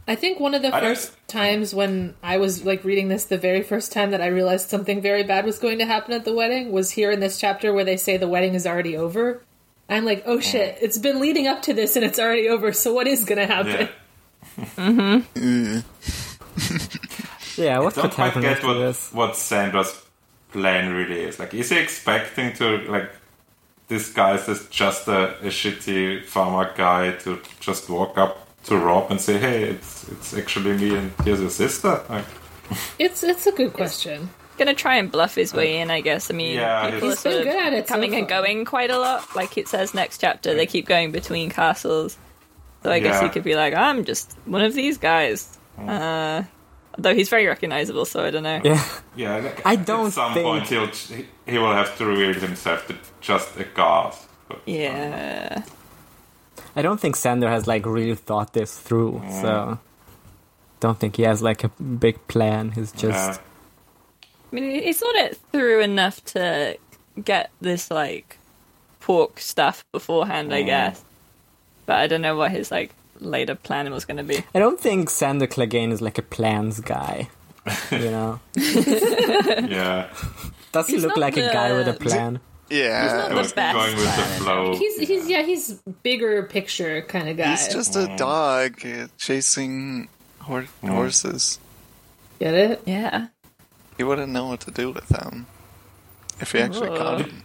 S2: I think one of the
S5: I don't-
S2: first times when I was like reading this, the very first time that I realized something very bad was going to happen at the wedding was here in this chapter where they say the wedding is already over. I'm like, oh shit, it's been leading up to this and it's already over, so what is gonna happen?
S5: Yeah.
S4: Yeah, what
S5: Don't
S4: could
S5: quite
S4: happen
S5: get
S4: after
S5: what
S4: this?
S5: what Sandra's plan really is. Like, is he expecting to like disguise as just a, a shitty farmer guy to just walk up to Rob and say, "Hey, it's it's actually me, and here's your sister." Like,
S2: It's it's a good question.
S3: Gonna try and bluff his way in, I guess. I mean,
S5: Yeah,
S3: people are
S5: he's-
S3: sort
S2: He's
S3: of
S2: been good at it so
S3: coming and
S2: far.
S3: going quite a lot. Like it says next chapter, they keep going between castles. So I guess
S5: Yeah. Hmm.
S3: he could be like, I'm just one of these guys. Uh, though he's very recognizable, so I don't know.
S4: Yeah,
S5: yeah, like,
S4: I don't
S5: At some
S4: think-
S5: point, he'll he, he will have to reveal himself to just a guard. But,
S3: Yeah.
S4: I don't think Sander has like really thought this through, so don't think he has like a big plan. He's
S5: yeah.
S4: just
S3: I mean, he thought it through enough to get this like pork stuff beforehand,
S5: Hmm.
S3: I guess. But I don't know what his like later plan was going to be.
S4: I don't think Sander Clegane is like a plans guy. You know,
S5: yeah.
S4: does he
S3: He's
S4: look
S3: not
S4: like a guy with a
S3: the-
S4: plan?
S3: He's
S6: Yeah.
S3: not
S5: Going,
S3: the best
S5: going with the
S3: plan.
S5: flow.
S2: He's he's yeah, he's bigger picture kind of guy.
S6: He's just a dog uh, chasing hor-
S5: Mm.
S6: horses.
S2: Get it?
S3: Yeah.
S6: He wouldn't know what to do with them if he actually
S3: Whoa.
S6: caught him.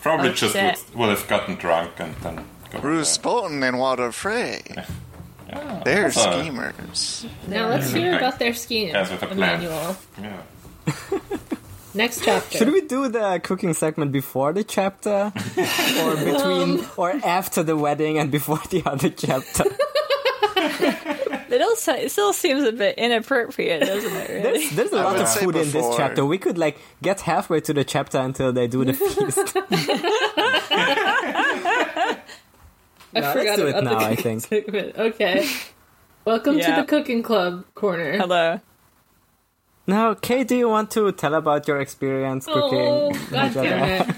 S5: Probably
S3: Oh,
S5: just
S3: shit.
S5: would, would have gotten drunk and then. got
S6: Bruce
S5: there.
S6: Bolton and Walter Frey.
S5: Yeah.
S6: They're
S5: That's a-
S6: schemers.
S2: Now let's hear about their scheme,
S5: Guys with a plan.
S2: Emmanuel.
S5: Yeah.
S2: Next chapter.
S4: Should we do the cooking segment before the chapter, or between, or after the wedding and before the other chapter?
S3: It also it still seems a bit inappropriate, doesn't it? Really?
S4: There's, there's a
S6: I
S4: lot
S6: would
S4: of
S6: say
S4: food in this
S6: before.
S4: chapter. We could like get halfway to the chapter until they do the feast.
S2: I
S4: let's
S2: forgot
S4: do it
S2: about
S4: now,
S2: the
S4: I think.
S2: segment. Okay. Welcome
S3: Yeah.
S2: to the cooking club corner.
S3: Hello.
S4: Now, Kay, do you want to tell about your experience
S2: Oh,
S4: cooking?
S2: god damn it.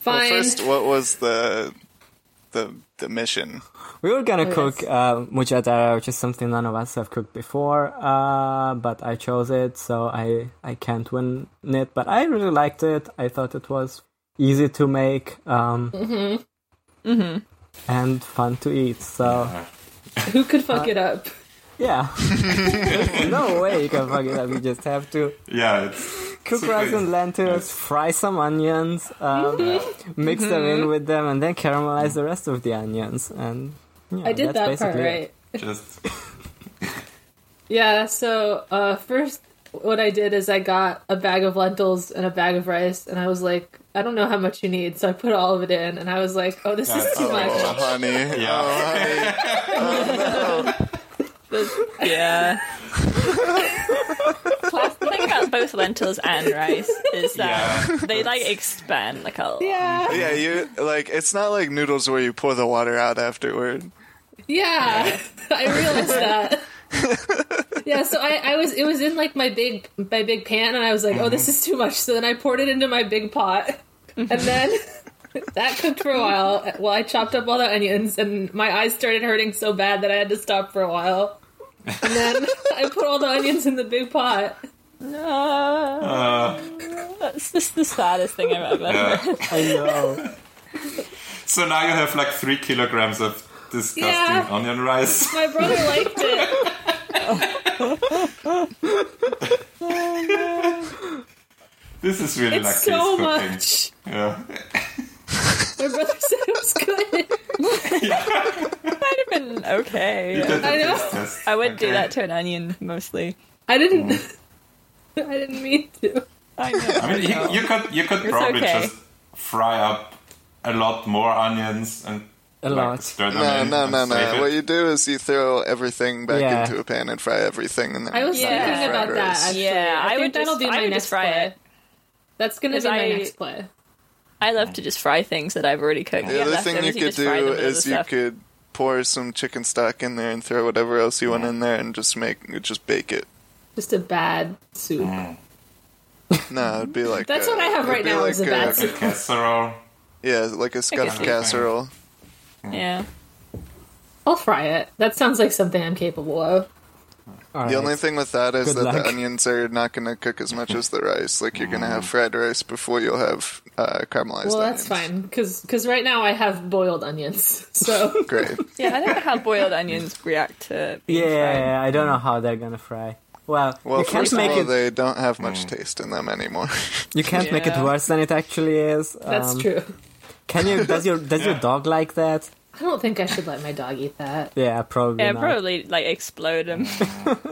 S2: Fine.
S6: Well, first, what was the the the mission?
S4: We were gonna
S2: Oh,
S4: cook
S2: yes.
S4: uh, mujadara, which is something none of us have cooked before, uh, but I chose it, so I I can't win it. But I really liked it. I thought it was easy to make um,
S2: Mm-hmm.
S4: and fun to eat. So
S2: Who could fuck it up?
S4: yeah, There's no way you can fuck it up. You just have to
S5: Yeah, it's
S4: cook rice and lentils, fry some onions, um,
S2: Mm-hmm.
S4: mix them in with them, and then caramelize the rest of the onions. And yeah,
S2: I did that
S4: that's
S2: part
S4: basically it.
S2: right.
S5: just
S2: Yeah, so uh, first, what I did is I got a bag of lentils and a bag of rice, and I was like, I don't know how much you need, so I put all of it in, and I was like, oh, this is too
S6: Oh,
S2: much.
S6: honey.
S5: Yeah.
S6: Oh, honey.
S3: Yeah. Plus, the thing about both lentils and rice is that they like expand like a lot.
S2: Yeah.
S6: Yeah, you like it's not like noodles where you pour the water out afterward.
S2: Yeah, I realized that. yeah, so I, I was it was in like my big my big pan, and I was like, oh, this is too much. So then I poured it into my big pot, and then that cooked for a while. While I chopped up all the onions, and my eyes started hurting so bad that I had to stop for a while. And then I put all the onions in the big pot.
S3: Ah,
S5: uh,
S3: that's just the saddest thing I've ever.
S5: yeah.
S4: I know.
S5: So now you have like three kilograms of disgusting
S2: Yeah.
S5: onion rice.
S2: My brother liked it.
S5: This is really
S2: It's
S5: like
S2: so
S5: his cooking.
S2: much.
S5: Yeah.
S2: My brother said it was good.
S3: Might have been okay.
S2: I know.
S5: Yes.
S3: I would do
S5: Okay.
S3: that to an onion mostly.
S2: I didn't. I didn't mean to.
S3: I know.
S5: I mean, you, you could you could probably
S3: okay.
S5: just fry up a lot more onions and
S4: A
S5: like,
S4: lot.
S5: stir them
S6: No,
S5: in
S6: no,
S5: and
S6: no,
S5: save
S6: no.
S5: it.
S6: What you do is you throw everything back
S4: Yeah.
S6: into a pan and fry everything, and then
S2: I was
S6: you
S3: Yeah.
S2: thinking
S6: fry
S2: about that.
S6: rice.
S2: Actually.
S3: Yeah,
S2: I,
S3: I
S2: think
S3: would
S2: that'll
S3: just-
S2: be
S3: I
S2: my
S3: would
S2: next
S3: just fry
S2: play.
S3: it.
S2: That's gonna
S3: Because
S2: be my
S3: I-
S2: next play.
S3: I love to just fry things that I've already cooked.
S6: The other thing you could do is you could pour some chicken stock in there and throw whatever else you want in there and just make just bake it.
S2: Just a bad soup.
S6: No, it'd be like
S2: Mm-hmm. That's
S6: a-
S2: what I have
S6: it'd
S2: right
S6: be
S2: now is a bad soup.
S5: casserole.
S6: Yeah, like a
S3: I
S6: scuffed
S3: see.
S6: casserole.
S3: Yeah.
S2: I'll fry it. That sounds like something I'm capable of.
S4: All
S6: The
S4: right.
S6: only thing with that is
S4: Good
S6: that
S4: luck.
S6: the onions are not going to cook as much as the rice. Like you're going to
S4: Mm.
S6: have fried rice before you'll have uh, caramelized.
S2: Well, that's
S6: onions.
S2: fine because right now I have boiled onions. So
S6: Great.
S3: Yeah, I don't know how boiled onions react to. Being
S4: Yeah, I don't know how they're gonna fry. Well,
S6: Well,
S4: you can't
S6: first of
S4: make
S6: all,
S4: it. Mm.
S6: they don't have much taste in them anymore.
S4: You can't make it
S3: Yeah.
S4: worse than it actually is.
S2: that's
S4: Um,
S2: true.
S4: Can you? Does your does your dog like that?
S2: I don't think I should let my dog eat that.
S4: Yeah, probably.
S3: Yeah,
S4: not.
S3: probably like explode them.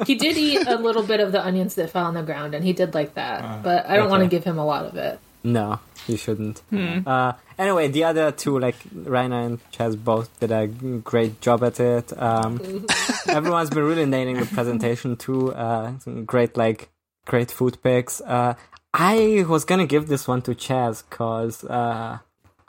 S2: He did eat a little bit of the onions that fell on the ground, and he did like that. But I don't want to give
S4: okay.
S2: him a lot of it.
S4: No, you shouldn't.
S3: Hmm.
S4: Uh, anyway, the other two, like Raina and Chaz, both did a great job at it. Um, everyone's been really nailing the presentation too. Uh, some great, like, great food picks. Uh, I was gonna give this one to Chaz because uh,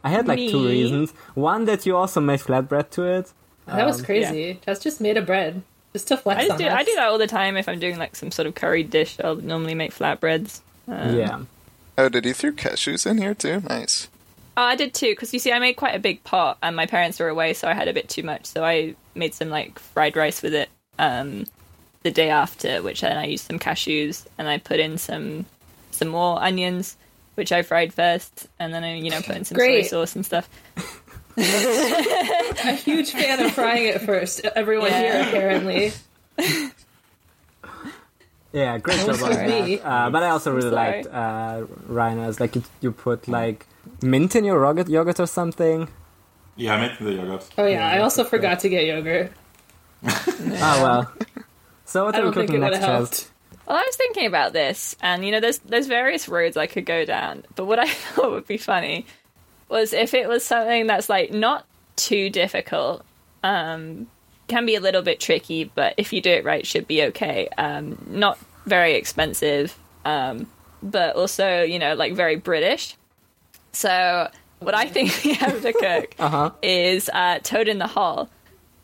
S4: I had like two
S3: Me?
S4: reasons. One that you also made flatbread to it.
S2: That was crazy. That's just made of bread. Just to flex
S3: I just
S2: on
S3: do.
S2: us.
S3: I do that all the time if I'm doing like some sort of curry dish. I'll normally make flatbreads. Uh.
S4: yeah.
S6: oh, did you throw cashews in here too? Nice.
S3: Oh, I did too, because you see, I made quite a big pot, and my parents were away, so I had a bit too much. So I made some like fried rice with it um, the day after, which then I used some cashews and I put in some some more onions, which I fried first, and then I you know put in some
S2: Great.
S3: soy sauce and stuff.
S2: A huge fan of frying it first. Everyone
S3: Yeah.
S2: here apparently.
S4: Yeah, great job on
S2: sorry.
S4: that. Uh, but I also really
S3: Oh, sorry.
S4: liked uh, Rhino's. Like, you, you put, like, mint in your yogurt, yogurt or something.
S5: Yeah, I'm into the yogurt.
S2: Oh yeah, I also forgot to get yogurt.
S4: Oh well. So what
S2: I
S4: are we
S2: don't think it
S4: cooking
S2: would
S4: next,
S2: have
S4: Chaz?
S2: helped.
S3: Well, I was thinking about this, and you know, there's there's various roads I could go down, but what I thought would be funny was if it was something that's like not too difficult, um, can be a little bit tricky, but if you do it right, should be okay. Um, not very expensive, um, but also you know, like very British. So what I think we have to cook is uh, toad in the hole,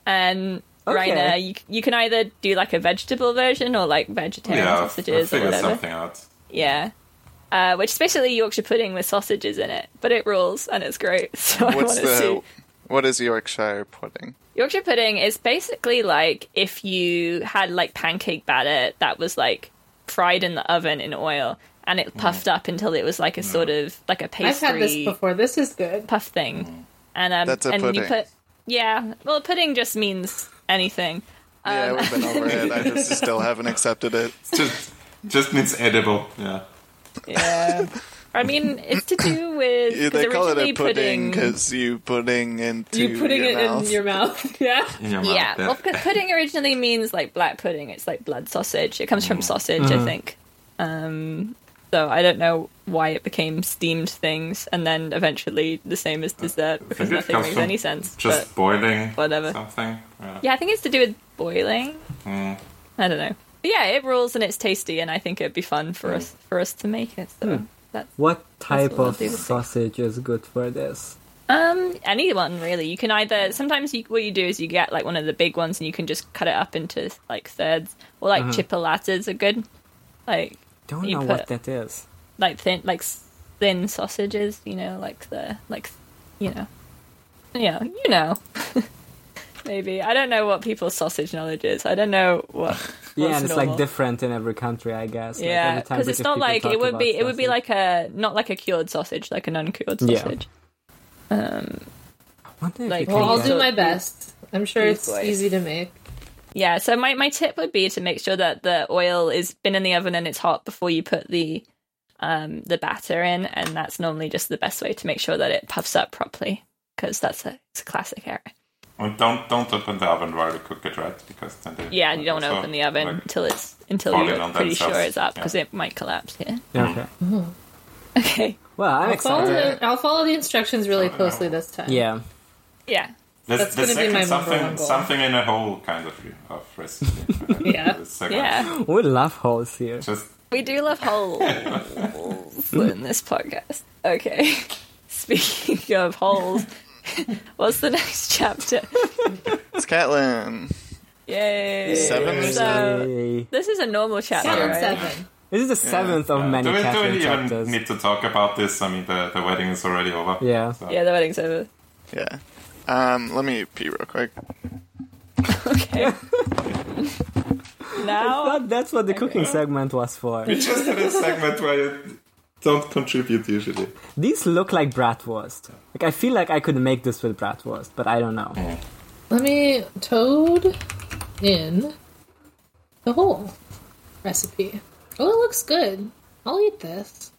S3: and.
S4: Okay.
S3: Raina, you, you can either do like a vegetable version or like vegetarian
S5: Yeah, I've, i
S3: sausages or
S5: figured
S3: whatever.
S5: something out.
S3: Yeah. Uh, which is basically Yorkshire pudding with sausages in it, but it rules and it's great. So I want
S6: What's
S3: to
S6: the
S3: see.
S6: what is Yorkshire pudding?
S3: Yorkshire pudding is basically like if you had like pancake batter that was like fried in the oven in oil and it puffed up until it was like a sort
S6: Mm.
S3: of like a
S2: I've
S3: pastry
S2: had this before. This is good.
S3: puff thing. And um,
S6: That's a
S3: and
S6: pudding.
S3: you put yeah, well, pudding just means anything.
S6: yeah, we've been over it. I just still haven't accepted it.
S5: Just, just means edible. Yeah.
S3: Yeah. I mean, it's to do with
S6: Yeah,
S3: 'cause
S6: they call it a
S3: originally
S6: pudding because you putting into
S2: You putting
S6: your
S2: it
S6: mouth.
S2: in your mouth. Yeah.
S5: In your
S3: Yeah,
S5: mouth.
S3: well, because pudding originally means like black pudding. It's like blood sausage. It comes
S5: Mm.
S3: from sausage,
S5: Mm-hmm.
S3: I think. Um, so I don't know why it became steamed things, and then eventually the same as dessert
S5: I think
S3: because
S5: it
S3: nothing
S5: comes
S3: makes
S5: from
S3: any sense.
S5: Just
S3: but
S5: boiling
S3: whatever.
S5: something. Yeah.
S3: yeah, I think it's to do with boiling.
S5: Mm.
S3: I don't know. But yeah, it rules and it's tasty, and I think it'd be fun
S5: Mm.
S3: for us for us to make it. So
S5: Hmm.
S3: that's
S4: What type
S3: what I'll
S4: of
S3: do with it.
S4: sausage is good for this?
S3: Um, anyone really. You can either sometimes you, what you do is you get like one of the big ones and you can just cut it up into like thirds, or
S4: Uh-huh.
S3: like chipolatas are good, like
S4: Don't
S3: You
S4: know
S3: put-
S4: what that is.
S3: like thin like s- thin sausages. You know, like the like you know, yeah, you know. Maybe I don't know what people's sausage knowledge is. I don't know what.
S4: yeah,
S3: what's
S4: and it's
S3: normal.
S4: like different in every country, I guess. Like,
S3: Yeah,
S4: every time
S3: because it's
S4: British
S3: not
S4: people
S3: like
S4: talk
S3: it would
S4: about
S3: be. It would be
S4: sausage.
S3: like a not like a cured sausage, like an uncured
S4: Yeah.
S3: sausage. Um,
S4: Wonder if
S3: like-
S4: you
S2: Well,
S4: can
S2: I'll
S4: get-
S2: do my best. I'm sure
S3: These
S2: it's
S3: boys.
S2: easy to make.
S3: Yeah, so my, my tip would be to make sure that the oil is been in the oven and it's hot before you put the um the batter in, and that's normally just the best way to make sure that it puffs up properly because that's a it's a classic error.
S5: And don't don't open the oven while you cook it, right? Because then they,
S3: Yeah, and you don't want to
S5: so,
S3: open the oven
S5: like,
S3: until it's until
S5: Boil it
S3: you're
S5: on
S3: pretty
S5: themselves,
S3: sure it's up
S5: yeah.
S3: because it might collapse. Yeah.
S4: Okay.
S3: Okay.
S4: Well, I'm
S2: Follow
S4: excited.
S2: the, I'll follow the instructions really closely this time.
S4: Yeah.
S3: Yeah.
S2: That's
S5: That's, the
S2: gonna be
S5: second
S2: my number one
S5: something
S2: goal.
S5: something in a hole kind of, of recipe. Uh,
S2: Yeah.
S5: The second-
S3: Yeah.
S4: We love holes here.
S5: Just
S3: We do love holes in this podcast. Okay. Speaking of holes, what's the next chapter?
S6: It's Catlin.
S3: Yay.
S6: Seven or
S3: So-
S4: Yay.
S3: This is a normal chapter,
S2: Seven,
S3: right?
S2: seven.
S4: This is the seventh of
S5: yeah.
S4: many
S5: do we, do
S4: Catherine
S5: we even
S4: chapters.
S5: need to talk about this? I mean, the, the wedding is already over.
S4: Yeah.
S5: So-
S3: Yeah, the wedding's over.
S6: Yeah. Um, let me pee real quick.
S3: Okay. now.
S4: But that's what the cooking segment was for.
S5: It's just in a segment where you don't contribute usually.
S4: These look like bratwurst. Like I feel like I could make this with bratwurst, but I don't know.
S2: Let me toad in the whole recipe. Oh, it looks good. I'll eat this.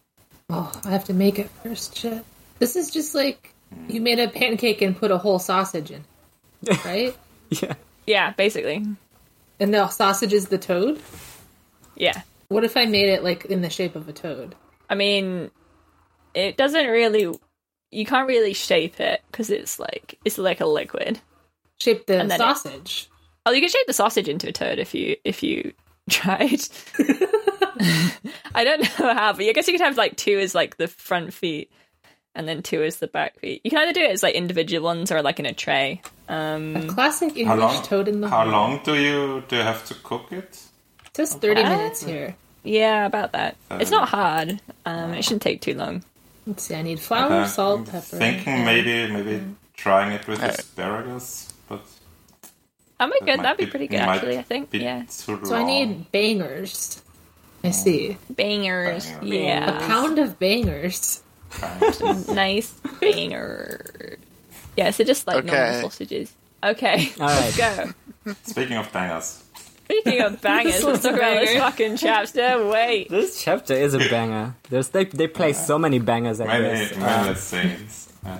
S2: Oh, I have to make it first. Shit. This is just like you made a pancake and put a whole sausage in, it, right?
S4: Yeah.
S3: Yeah, basically.
S2: and the sausage is the toad.
S3: Yeah.
S2: What if I made it like in the shape of a toad?
S3: I mean, it doesn't really. You can't really shape it because it's like it's like a liquid.
S2: Shape the
S3: And then it-
S2: sausage.
S3: Oh, you can shape the sausage into a toad if you if you tried. I don't know how, but I guess you could have like two is like the front feet, and then two is the back feet. You can either do it as like individual ones or like in a tray. Um,
S2: Classic
S5: Mm. How
S2: English
S5: long?
S2: toad in the
S5: how
S2: hole.
S5: long do you do you have to cook it?
S2: It says 30
S3: Ah.
S2: minutes here.
S3: yeah, about that. it's not hard. Um, it shouldn't take too long.
S2: Let's see. I need flour,
S5: Uh,
S2: Oh, salt,
S5: I'm
S2: pepper.
S5: Thinking maybe maybe trying it with
S6: Uh,
S5: asparagus, but
S3: That might
S5: that
S3: good.
S5: might
S3: That'd be pretty good,
S5: might
S3: actually. I think.
S5: be
S3: Yeah,
S5: too
S2: So I
S5: long.
S2: need bangers. I see.
S3: bangers.
S2: A
S5: Banger.
S3: Yeah,
S2: pound of bangers.
S3: nice banger. Yeah, so just like
S6: Okay.
S3: normal sausages. Okay,
S4: All
S3: let's
S4: right.
S3: go.
S5: Speaking of bangers,
S3: Speaking of bangers, let's talk about this fucking chapter. Wait.
S4: This chapter is a banger. There's they they play so many bangers at
S5: many
S4: this.
S5: many things. Uh,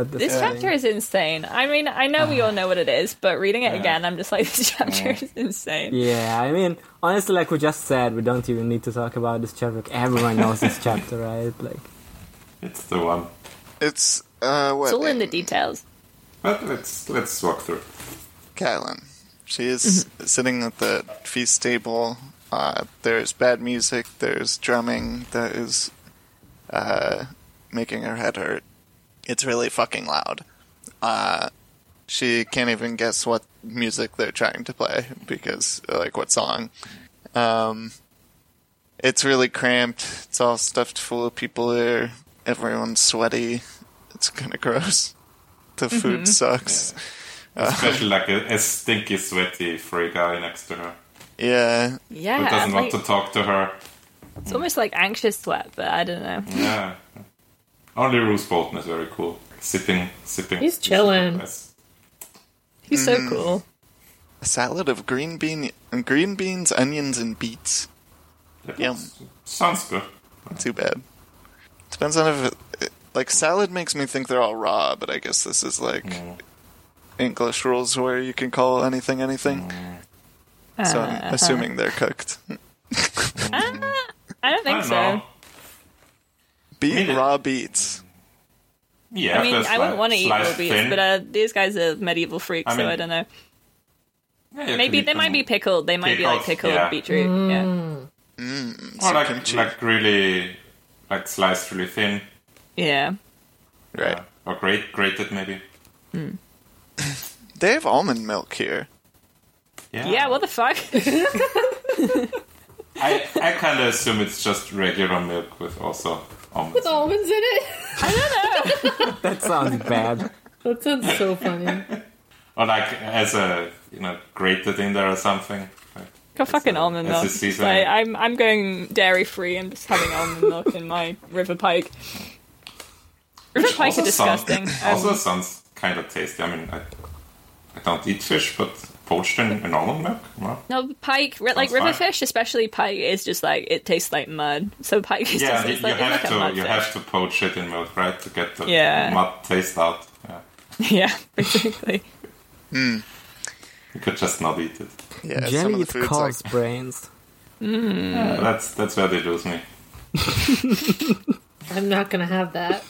S4: At this,
S3: This chapter is insane. I mean, I know we all know what it is, but reading it again, I'm just like, this chapter is insane.
S4: yeah, I mean, honestly, like we just said, we don't even need to talk about this chapter. Like, everyone knows this chapter, right? Like,
S5: It's the one.
S6: It's uh what
S3: It's all in the details.
S5: But let's let's walk through.
S6: Catelyn. She is sitting at the feast table. Uh, there's bad music. There's drumming that is uh, making her head hurt. It's really fucking loud. Uh, she can't even guess what music they're trying to play because, like, what song. Um, it's really cramped. It's all stuffed full of people there. Everyone's sweaty. It's kind of gross. The food sucks.
S5: Especially like a, a stinky, sweaty free guy next to her
S6: Yeah,
S5: who
S3: Yeah,
S5: doesn't
S3: Uh-huh, like,
S5: want to talk to her.
S3: it's almost like anxious sweat, but I don't know.
S5: Yeah. Only Bruce Bolton is very cool. Sipping, sipping.
S2: He's chilling.
S5: Yes.
S3: He's so
S5: Mm.
S3: cool.
S6: a salad of green bean, green beans, onions, and beets.
S5: That
S6: Yum.
S5: Sounds good.
S6: Not too bad. Depends on if, it, like, salad makes me think they're all raw, but I guess this is like English rules where you can call anything anything. So I'm assuming they're cooked.
S3: Ah, I don't think
S5: I don't
S3: so.
S5: know.
S6: Beet
S5: Really?
S6: raw beets.
S5: Yeah,
S3: I mean,
S5: there's
S3: I wouldn't
S5: like
S3: want to eat
S5: sliced
S3: raw beets,
S5: thin.
S3: but uh, these guys are medieval freaks,
S5: I mean,
S3: so I don't know.
S5: Yeah, you
S3: Maybe
S5: could eat
S3: they might
S5: them.
S3: be pickled. They might be like
S5: Pickled,
S3: pickled
S5: yeah.
S3: beetroot.
S5: Or like,
S6: kimchi.
S5: like really, like sliced really thin.
S3: Yeah, yeah.
S6: Right.
S5: Or grate, grated maybe.
S6: They have almond milk here.
S5: Yeah.
S3: Yeah, what the fuck?
S5: I, I kind of assume it's just regular milk with also almonds.
S2: With almonds in it?
S4: that sounds bad.
S2: That sounds so funny.
S5: Or like as a you know grated in there or something. Like,
S3: Got fucking
S5: a-
S3: almond
S5: that's
S3: milk.
S5: a season.
S3: Like, I'm I'm going dairy free and just having almond milk in my river pike. River pike are
S5: also sounds-
S3: disgusting.
S5: also
S3: Um,
S5: sounds kind of tasty. I mean, I, I don't eat fish, but poached in, in almond milk. Well,
S3: no pike, ri- like
S5: Sounds
S3: river
S5: fine.
S3: fish, especially pike, is just like it tastes like mud. So pike is
S5: yeah,
S3: just
S5: you,
S3: it's like
S5: you
S3: it's like a
S5: have to
S3: mud
S5: you
S3: fish.
S5: have to poach it in milk, right, to get the
S3: Yeah.
S5: mud taste out. Yeah.
S3: Yeah, basically.
S5: You could just not eat it.
S6: Yeah, some of
S4: Jelly
S6: the
S4: it
S6: food's like
S4: calls brains.
S3: Hmm.
S5: Yeah, that's that's where they lose me.
S2: I'm not gonna have that.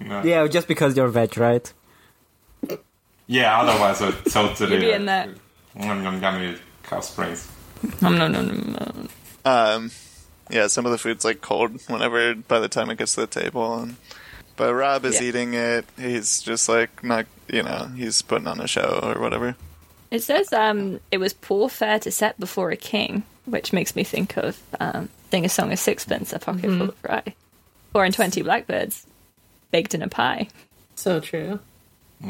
S5: No.
S4: Yeah, just because you're veg, right?
S5: Yeah, otherwise I totally uh, mm,
S3: You'd be in
S5: like,
S3: that.
S5: Yum, yum, yummy cow springs.
S3: Nom, nom, nom, nom, nom.
S6: Um, yeah, some of the food's like cold whenever by the time it gets to the table, and but Rob is
S3: Yeah.
S6: eating it. He's just like not, you know, he's putting on a show or whatever.
S3: It says um, it was poor fare to set before a king, which makes me think of um, Sing a Song of Sixpence, a pocket
S2: Mm-hmm.
S3: full of rye. Four and twenty blackbirds baked in a pie.
S2: So true.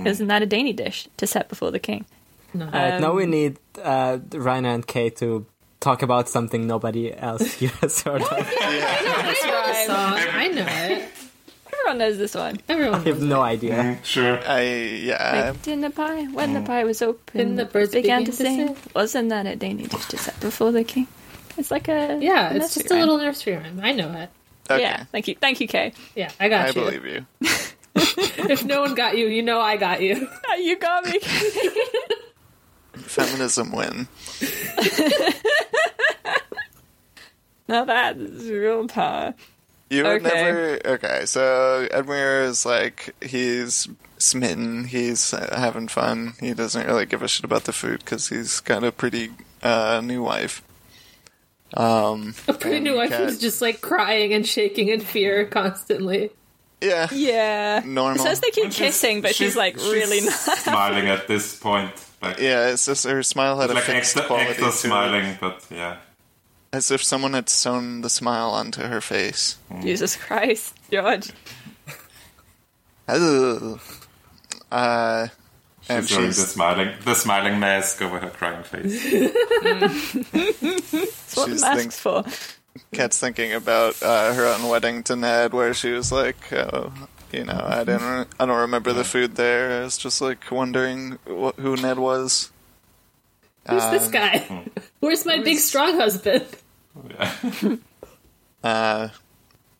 S3: Isn't that a dainty dish to set before the king?
S2: No.
S4: Alright, now we need uh, Rainer and Kay to talk about something nobody else here has heard of.
S2: I know the song. I know it.
S3: Everyone knows this one.
S2: Everyone
S4: I have
S2: knows
S4: no idea.
S5: Mm, sure.
S6: I yeah.
S3: Baked in the pie, when the pie was open,
S2: Then the birds
S3: began,
S2: began
S3: to
S2: to
S3: sing.
S2: sing.
S3: Wasn't that a dainty dish to set before the king? It's like a
S2: it. Yeah,
S3: a
S2: it's just
S3: nursery
S2: a little nursery rhyme. I know it.
S3: rhyme.
S6: Okay.
S3: Yeah, thank you, thank you, Kay.
S2: Yeah, I got
S6: I
S2: you.
S6: believe you.
S2: If no one got you, you know I got you.
S3: Ah, you got me.
S6: Feminism win.
S3: now that's real power.
S6: You would
S3: Okay.
S6: never. Okay, so Edmure is like he's smitten. He's uh, having fun. He doesn't really give a shit about the food because he's got a pretty uh, new wife. Um,
S2: A pretty new wife
S6: cat.
S2: who's just like crying and shaking in fear constantly.
S6: yeah,
S3: Yeah,
S6: Normal.
S3: It says they keep
S5: And she's-
S3: kissing, but she's, like really not.
S5: smiling at this point. Like,
S6: yeah. It's just her smile had a
S5: like
S6: fixed
S5: extra,
S6: quality
S5: extra
S6: to
S5: smiling,
S6: it,
S5: but yeah.
S6: as if someone had sewn the smile onto her face.
S3: Jesus Christ, George.
S6: Ugh. Uh, and
S5: She's wearing the
S6: she's
S5: smiling, the smiling mask over her crying face.
S3: That's what the
S6: She's
S3: mask's
S6: thinks-
S3: for.
S6: Kat's thinking about uh, her own wedding to Ned, where she was like, oh, you know, I didn't, re- I don't remember the food there. I was just like wondering wh- who Ned was.
S2: Who's
S6: Um,
S2: this guy?
S6: hmm.
S2: Where's my big strong husband?
S6: Uh,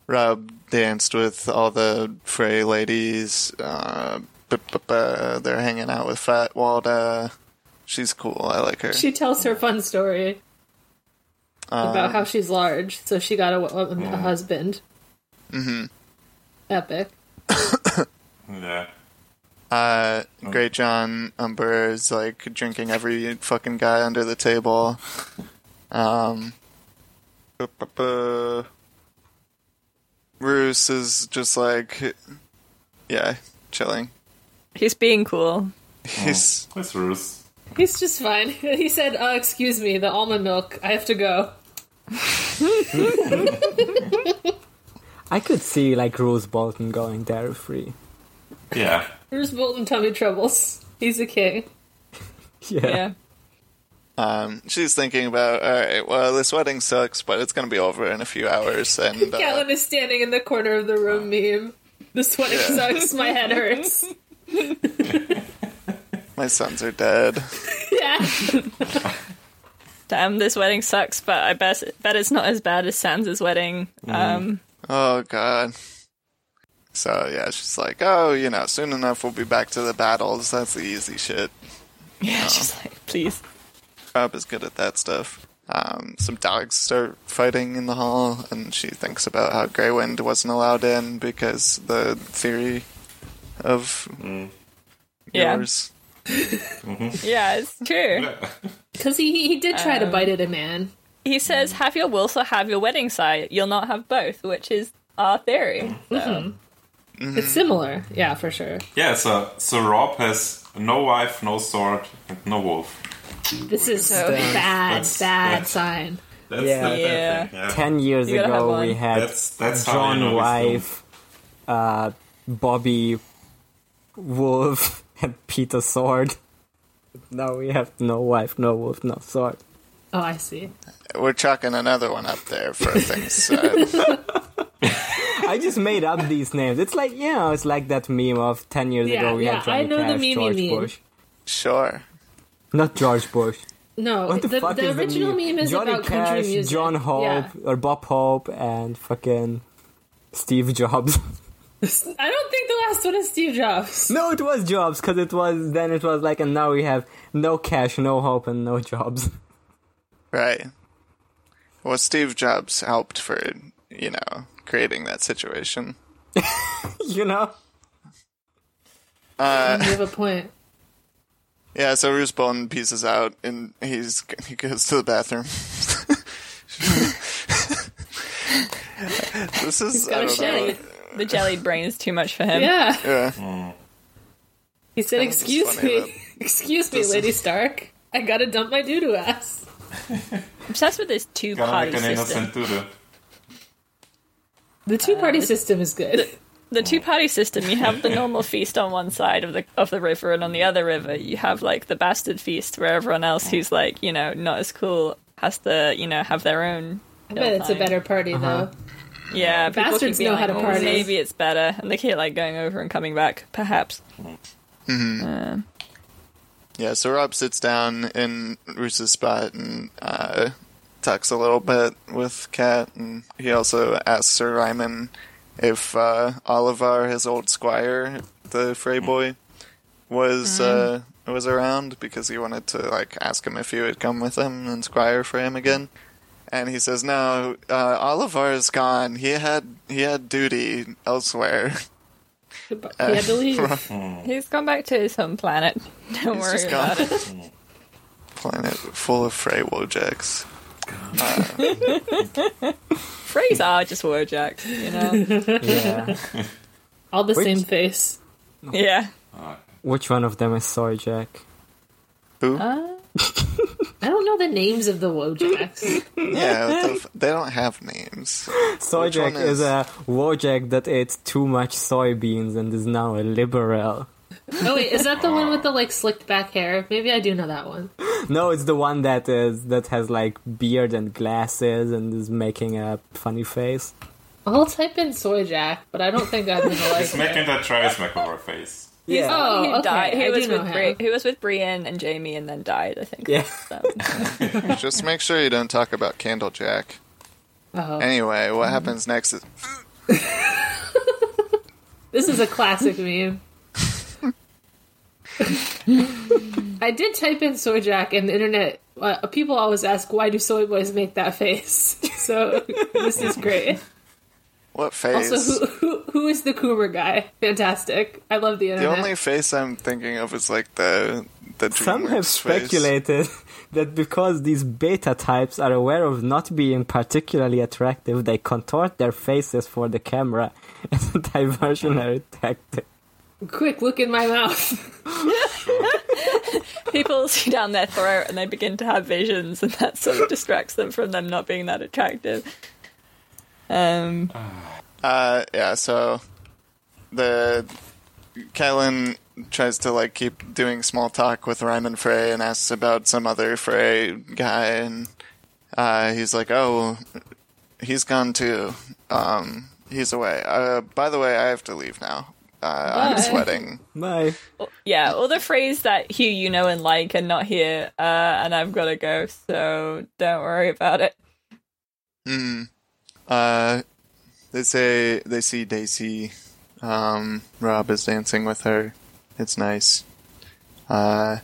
S6: Rob danced with all the Frey ladies. Uh, bu- bu- bu- they're hanging out with Fat Walda. She's cool. I like her.
S2: She tells her fun story
S6: Um,
S2: about how she's large, so she got a, a-
S6: hmm.
S2: a husband. Mm-hmm. Epic.
S5: yeah.
S6: Uh, Great John Umber is like drinking every fucking guy under the table. Um, bu- bu- bu- Roos is just like, yeah, chilling.
S3: He's being cool.
S6: He's
S5: That's Ruth.
S2: He's just fine. He said, uh, "Excuse me, the almond milk. I have to go."
S4: I could see like Rose Bolton going there free.
S5: Yeah.
S2: Here's Bolton tummy troubles. He's a king.
S4: Yeah.
S3: Yeah.
S6: um, she's thinking about all right. Well, this wedding sucks, but it's gonna be over in a few hours, and uh,
S2: Catelyn is standing in the corner of the room. Meme. The sweating sucks. My head hurts.
S6: uh, my sons are dead.
S2: yeah.
S3: Damn, this wedding sucks, but I bet, bet it's not as bad as Sansa's wedding.
S6: Mm.
S3: Um,
S6: Oh god. So yeah, she's like, oh, you know, soon enough we'll be back to the battles. That's the easy shit.
S3: yeah, she's
S6: Oh.
S3: like, please.
S6: Rob is good at that stuff. Um, some dogs start fighting in the hall, and she thinks about how Grey Wind wasn't allowed in because the theory of
S3: Yeah.
S6: yours.
S3: Yeah, it's true.
S2: Because he, he did try to
S6: Um,
S2: bite at a man.
S3: He says, have your will, so have your wedding sigh. You'll not have both, which is our theory.
S2: It's similar. Yeah, for sure.
S5: Yeah, so, so Rob has no wife, no sword, and no wolf.
S2: This is
S3: So-
S2: a bad,
S5: That's-
S2: bad
S5: that's-
S2: sign.
S5: That's
S4: Yeah.
S5: the,
S3: Yeah.
S5: Thing. yeah.
S4: Ten years
S3: You gotta have
S4: ago,
S3: one.
S4: we had
S5: Uh, That's that's how you
S4: John
S5: know Wife.
S4: Wife, uh, Bobby Wolf, and Peter Sword. Now we have no wife, no wolf, no sword.
S2: Oh, I see.
S6: We're chucking another one up there for things. Uh,
S4: I just made up these names. It's like you know, it's like that meme of ten years
S2: Yeah,
S4: ago we
S2: yeah,
S4: had Johnny
S2: I know the
S4: Cash,
S2: meme you
S4: George
S2: mean.
S4: Bush,
S6: sure.
S4: not George Bush.
S2: No,
S4: What the, fuck is the
S2: original
S4: meme?
S2: meme is
S4: Johnny
S2: about
S4: Cash,
S2: country music.
S4: John Hope,
S2: Yeah.
S4: or Bob Hope, and fucking Steve Jobs.
S2: I don't think the last one is Steve Jobs.
S4: no, it was Jobs because it was then it was like, and now we have no cash, no hope, and no jobs.
S6: Right. Well, Steve Jobs helped for, you know, creating that situation.
S4: you know,
S2: You have a point.
S6: Yeah, so Roose Bolton pieces out, and he's he goes to the bathroom. this is I
S2: got a
S6: don't know.
S2: shitty-
S3: The jellied brain is too much for him.
S2: Oh, Yeah.
S6: Yeah,
S2: He said,
S6: was just
S2: "Excuse
S6: funny,
S2: me, excuse me, Lady Stark. I gotta dump my doo doo ass."
S3: Obsessed with this two
S5: Gonna
S3: party
S5: make an
S3: system.
S5: innocent dude.
S2: The
S4: Uh,
S2: two party system is good.
S3: The two party system, you have the normal feast on one side of the of the river and on the other river you have like the bastard feast where everyone else who's like, you know, not as cool has to, you know, have their own.
S2: I bet it's a better party
S4: Uh-huh.
S2: though.
S3: Yeah, people
S2: Bastards
S3: keep being
S2: know how
S3: like,
S2: to
S3: "Oh,
S2: party."
S3: Maybe it's better, and they keep like going over and coming back. Perhaps.
S6: Yeah, so Rob sits down in Roos's spot and uh, talks a little bit with Kat, and he also asks Sir Ryman if uh, Olivar, his old squire, the Frey boy, was
S2: Mm-hmm.
S6: uh, was around because he wanted to like ask him if he would come with him and squire for him again. And he says, "No, uh, Olivar is gone. He had he had duty elsewhere.
S2: He
S4: Uh,
S2: had to leave.
S3: He's gone back to his home planet. Don't
S6: He's
S3: worry
S6: just
S3: about
S6: gone.
S3: it.
S6: Planet full of Frey Wojaks."
S3: Freys are just warjacks, you know.
S4: Yeah.
S2: All the
S4: Wait.
S2: same face.
S3: yeah.
S4: Which one of them is Soy Jack?
S6: Who?
S2: Oh, I don't know the names of the Wojaks.
S6: Yeah, what the f- they don't have names.
S4: Soy
S6: Which
S4: Jack
S6: one
S4: is
S6: is-
S4: a Wojak that ate too much soybeans and is now a liberal.
S2: oh wait, is that the one with the like slicked back hair? Maybe I do know that one.
S4: No, it's the one that is that has like beard and glasses and is making a funny face.
S2: I'll type in soy jack, but I don't think I'm gonna like
S5: It's
S2: it.
S5: making that Travis McAvoy face.
S4: Yeah.
S2: Oh,
S3: who
S2: okay,
S3: died? Who
S2: I
S3: was
S2: do know
S3: with
S2: him.
S3: Bri- who was with Brienne and Jamie and then died? I think.
S4: Yeah.
S3: That was-
S6: Just make sure you don't talk about Candlejack.
S2: Oh.
S6: Anyway, what happens next is
S2: This is a classic meme. I did type in soy jack and the internet. Uh, people always ask why do soy boys make that face. So this is great.
S6: what face?
S2: Also, who, who, who is the Coomer guy? Fantastic. I love the
S6: the
S2: internet.
S6: only face I'm thinking of is like the the
S4: Some have
S6: DreamWorks face.
S4: speculated that because these beta types are aware of not being particularly attractive, they contort their faces for the camera as a diversionary tactic.
S2: Quick, look in my mouth.
S3: people see down their throat and they begin to have visions, and that sort of distracts them from them not being that attractive. Um,
S6: Uh, yeah. So the Kellen tries to like keep doing small talk with Ryman Frey and asks about some other Frey guy, and uh, he's like, "Oh, he's gone too. Um, he's away. Uh, by the way, I have to leave now. Uh, I'm
S2: Bye.
S6: sweating."
S4: My
S3: yeah, all the phrase that Hugh you know and like are not here, uh, and I've got to go, so don't worry about it.
S6: Uh, they say they see Daisy. Um, Rob is dancing with her. It's nice. Uh,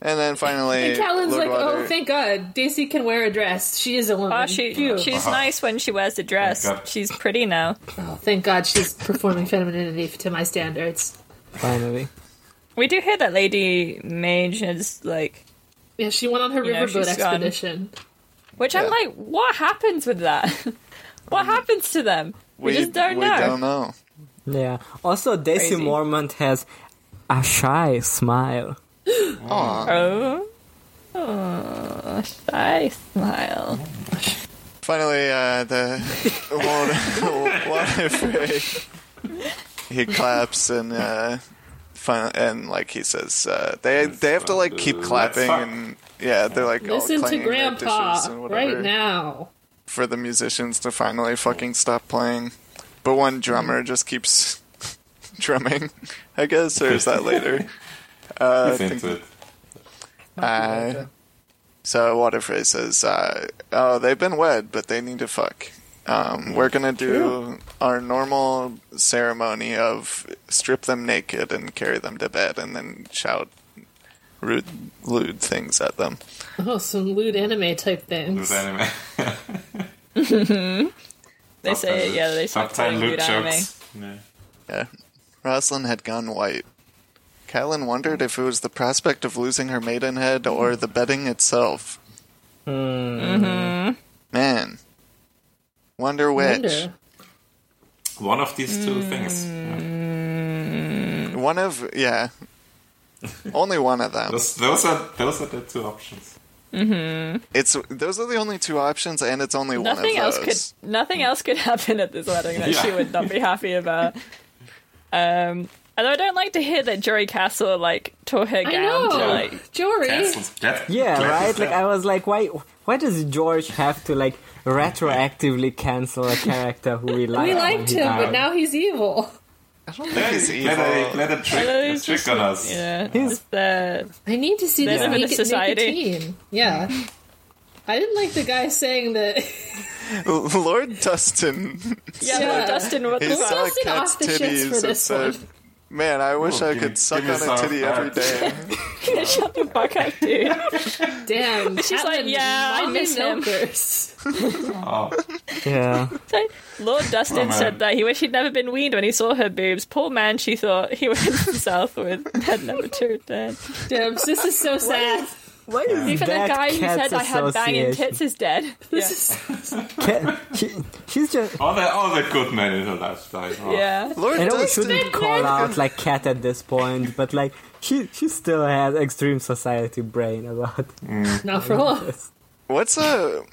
S6: and then finally,
S2: And Callan's like,
S6: Lugwater-
S2: oh, thank God, Daisy can wear a dress. She is a woman.
S3: Oh, she,
S2: Phew.
S3: she's Uh-huh. nice when she wears a dress.
S5: God.
S3: She's pretty now.
S2: Oh, thank God she's performing femininity to my standards.
S4: finally.
S3: We do hear that Lady Mage is like,
S2: Yeah, she went on her
S3: You know,
S2: riverboat
S3: she's gone.
S2: expedition.
S3: which I'm like, what happens with that? what happens to them? We, just don't
S6: Mm. we
S3: know.
S6: don't know.
S4: Yeah. Also Daisy
S3: Crazy.
S4: Mormont has a shy smile.
S3: Oh, oh, shy smile.
S6: Finally, uh, the water, water fairy. He claps and uh, fin- and like he says, uh, they they have to like keep clapping
S5: fuck.
S6: and yeah, they're like all
S2: Listen to
S6: clanging their dishes
S2: Grandpa
S6: and whatever.
S2: right now.
S6: for the musicians to finally fucking stop playing. But one drummer just keeps drumming, I guess, or is that later? Uh,
S5: He's into it.
S6: Uh, so Waterfrey says, uh, "Oh, they've been wed, but they need to fuck. Um, we're gonna do our normal ceremony of strip them naked and carry them to bed, and then shout rude, lewd things at them."
S2: Oh, some lewd anime type things.
S5: This anime.
S3: They say, yeah, they start
S5: Sometimes
S3: telling
S5: Luke
S3: good anime.
S5: jokes. Yeah.
S6: Yeah. Rosalind had gone white. Kylan wondered if it was the prospect of losing her maidenhead or the betting itself. Mm-hmm. Man. Wonder which.
S2: Wonder.
S5: One of these two things.
S3: Mm.
S5: Yeah.
S6: One of, yeah. only one of them.
S5: Those, those are those are the two options.
S6: It's Those are the only two options, and it's only
S3: Nothing
S6: one of
S3: else
S6: those.
S3: could nothing else could happen at this wedding that she
S5: Yeah.
S3: would not be happy about. Um Although I don't like to hear that Jory Castle like tore her
S2: I
S3: gown to
S2: know.
S3: like
S2: Jory.
S5: Cancels. Get,
S4: Yeah,
S5: get
S4: right.
S5: this
S4: Like
S5: out.
S4: I was like, why? Why does George have to like retroactively cancel a character who we liked?
S2: We
S4: when
S2: liked
S4: he
S2: him,
S4: died?
S2: but now he's evil.
S6: I don't think
S5: let
S6: he's
S5: it, let it,
S6: evil.
S5: let it trick,
S3: Although he's
S5: trick
S3: just,
S5: on us.
S3: Yeah, just the
S2: I need to see
S3: There's
S2: this
S3: a bit of
S2: naked,
S3: society.
S2: naked teen. Yeah. I didn't like the guy saying that.
S6: Lord Dustin.
S3: yeah,
S2: Yeah.
S3: Lord Dustin. What
S6: He
S3: the
S6: saw
S3: fuck?
S2: Dustin
S6: cat's
S2: off the shits for
S6: titties and
S2: this
S6: said,
S2: one.
S6: "Man, I wish
S5: Ooh,
S6: I
S5: give me-
S6: could suck
S5: give me
S6: on a
S5: some
S6: titty
S5: of
S6: every
S5: that.
S6: day."
S3: Shut the fuck up, dude.
S2: Damn.
S3: She's
S2: Catelyn,
S3: like, yeah, I
S2: mommy
S3: miss him.
S2: milkers.
S5: Oh,
S4: yeah,
S3: So, Lord Dustin
S5: Oh, man.
S3: said that he wished he'd never been weaned when he saw her boobs. Poor man, she thought he went south with had never to return.
S2: Damn, this is so sad.
S4: why is
S3: Even
S4: that
S3: the guy who
S4: cat's
S3: said I had banging
S4: association-
S3: tits is dead. Yeah.
S4: Cat, she, she's just.
S5: all the all the good men in her lifetime. Oh.
S3: yeah.
S6: Lord
S4: I know we
S6: Dustin.
S4: shouldn't call out like Cat at this point, but like she she still has extreme society brain about.
S2: Not for long.
S6: What's uh,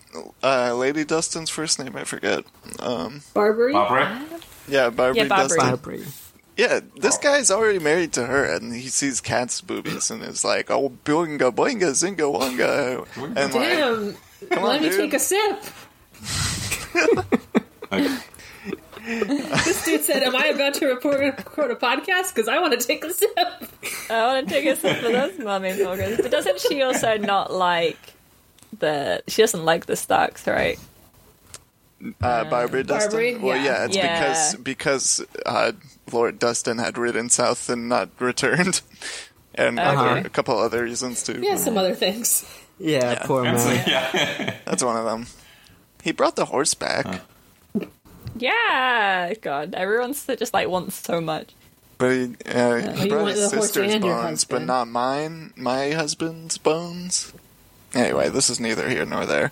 S6: uh, Lady Dustin's first name? I forget. Um,
S2: Barbary.
S5: Barbara.
S6: yeah, Barbary
S3: Yeah, Barbary.
S6: Dustin.
S4: Barbary.
S6: Yeah, this guy's already married to her, and he sees Cat's boobies, and is like, "Oh, boinga, boinga, zinga, wonga," and like,
S2: Damn.
S6: "Come
S2: Let
S6: on,
S2: me
S6: dude."
S2: take a sip.
S5: Like,
S2: This dude said, "Am I about to report record a podcast? Because I want to take a sip."
S3: I want to take a sip of those mummy milkers. But doesn't she also not like the? She doesn't like the Starks, right?
S6: Uh, Barbara Dustin.
S2: Barbary,
S6: Well,
S2: yeah.
S6: yeah, it's
S3: Yeah.
S6: because because uh, Lord Dustin had ridden south and not returned, and other,
S3: Okay.
S6: a couple other reasons too.
S2: Oh, Yeah, some other things.
S4: Yeah, poor
S5: and so,
S4: man.
S5: yeah.
S6: That's one of them. He brought the horse back,
S3: Yeah. God, everyone's just like wants so much.
S6: but he, uh,
S2: you
S6: he brought
S2: want
S6: his
S2: the horse
S6: sister's
S2: and your
S6: bones, but
S2: husband.
S6: not mine. My husband's bones. Anyway, this is neither here nor there.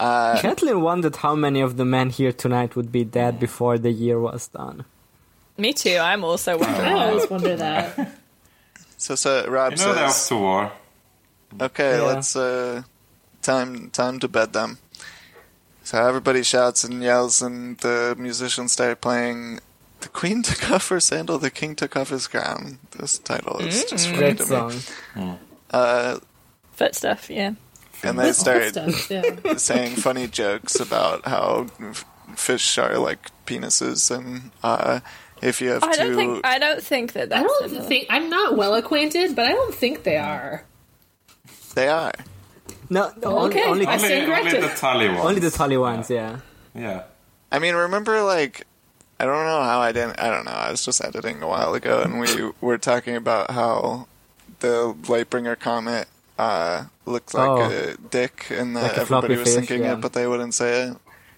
S4: Catelyn wondered how many of the men here tonight would be dead before the year was done.
S3: Me too. I'm also
S2: I
S3: wondering.
S2: always wonder that.
S6: So, so Rob
S5: You know they're off
S6: says,
S5: to war.
S6: "Okay,
S4: Yeah.
S6: let's uh, time time to bed them." So everybody shouts and yells, and the musicians start playing. The queen took off her sandal, the king took off his crown. This title is just funny
S4: Mm. Great
S6: to
S4: song.
S6: me. Uh,
S3: Foot stuff. Yeah.
S6: and they start
S2: Stuff. Yeah.
S6: saying funny jokes about how f- fish are like penises, and uh, if you have
S3: Oh, I don't
S6: two,
S3: think. I don't think that. That's
S2: I don't
S3: similar.
S2: think I'm not well acquainted, but I don't think they are.
S6: they are.
S4: No, no, only,
S2: Okay.
S4: only,
S2: I
S5: Only,
S2: stand
S5: only
S2: corrected.
S5: the Tully ones.
S4: only the Tully ones, yeah.
S5: Yeah.
S6: I mean, remember, like, I don't know how I didn't. I don't know. I was just editing a while ago, and we were talking about how the Lightbringer comet uh, looked like
S4: Oh.
S6: a dick, and that
S4: Like a floppy
S6: everybody was
S4: fish,
S6: thinking
S4: yeah.
S6: it, but they wouldn't say it.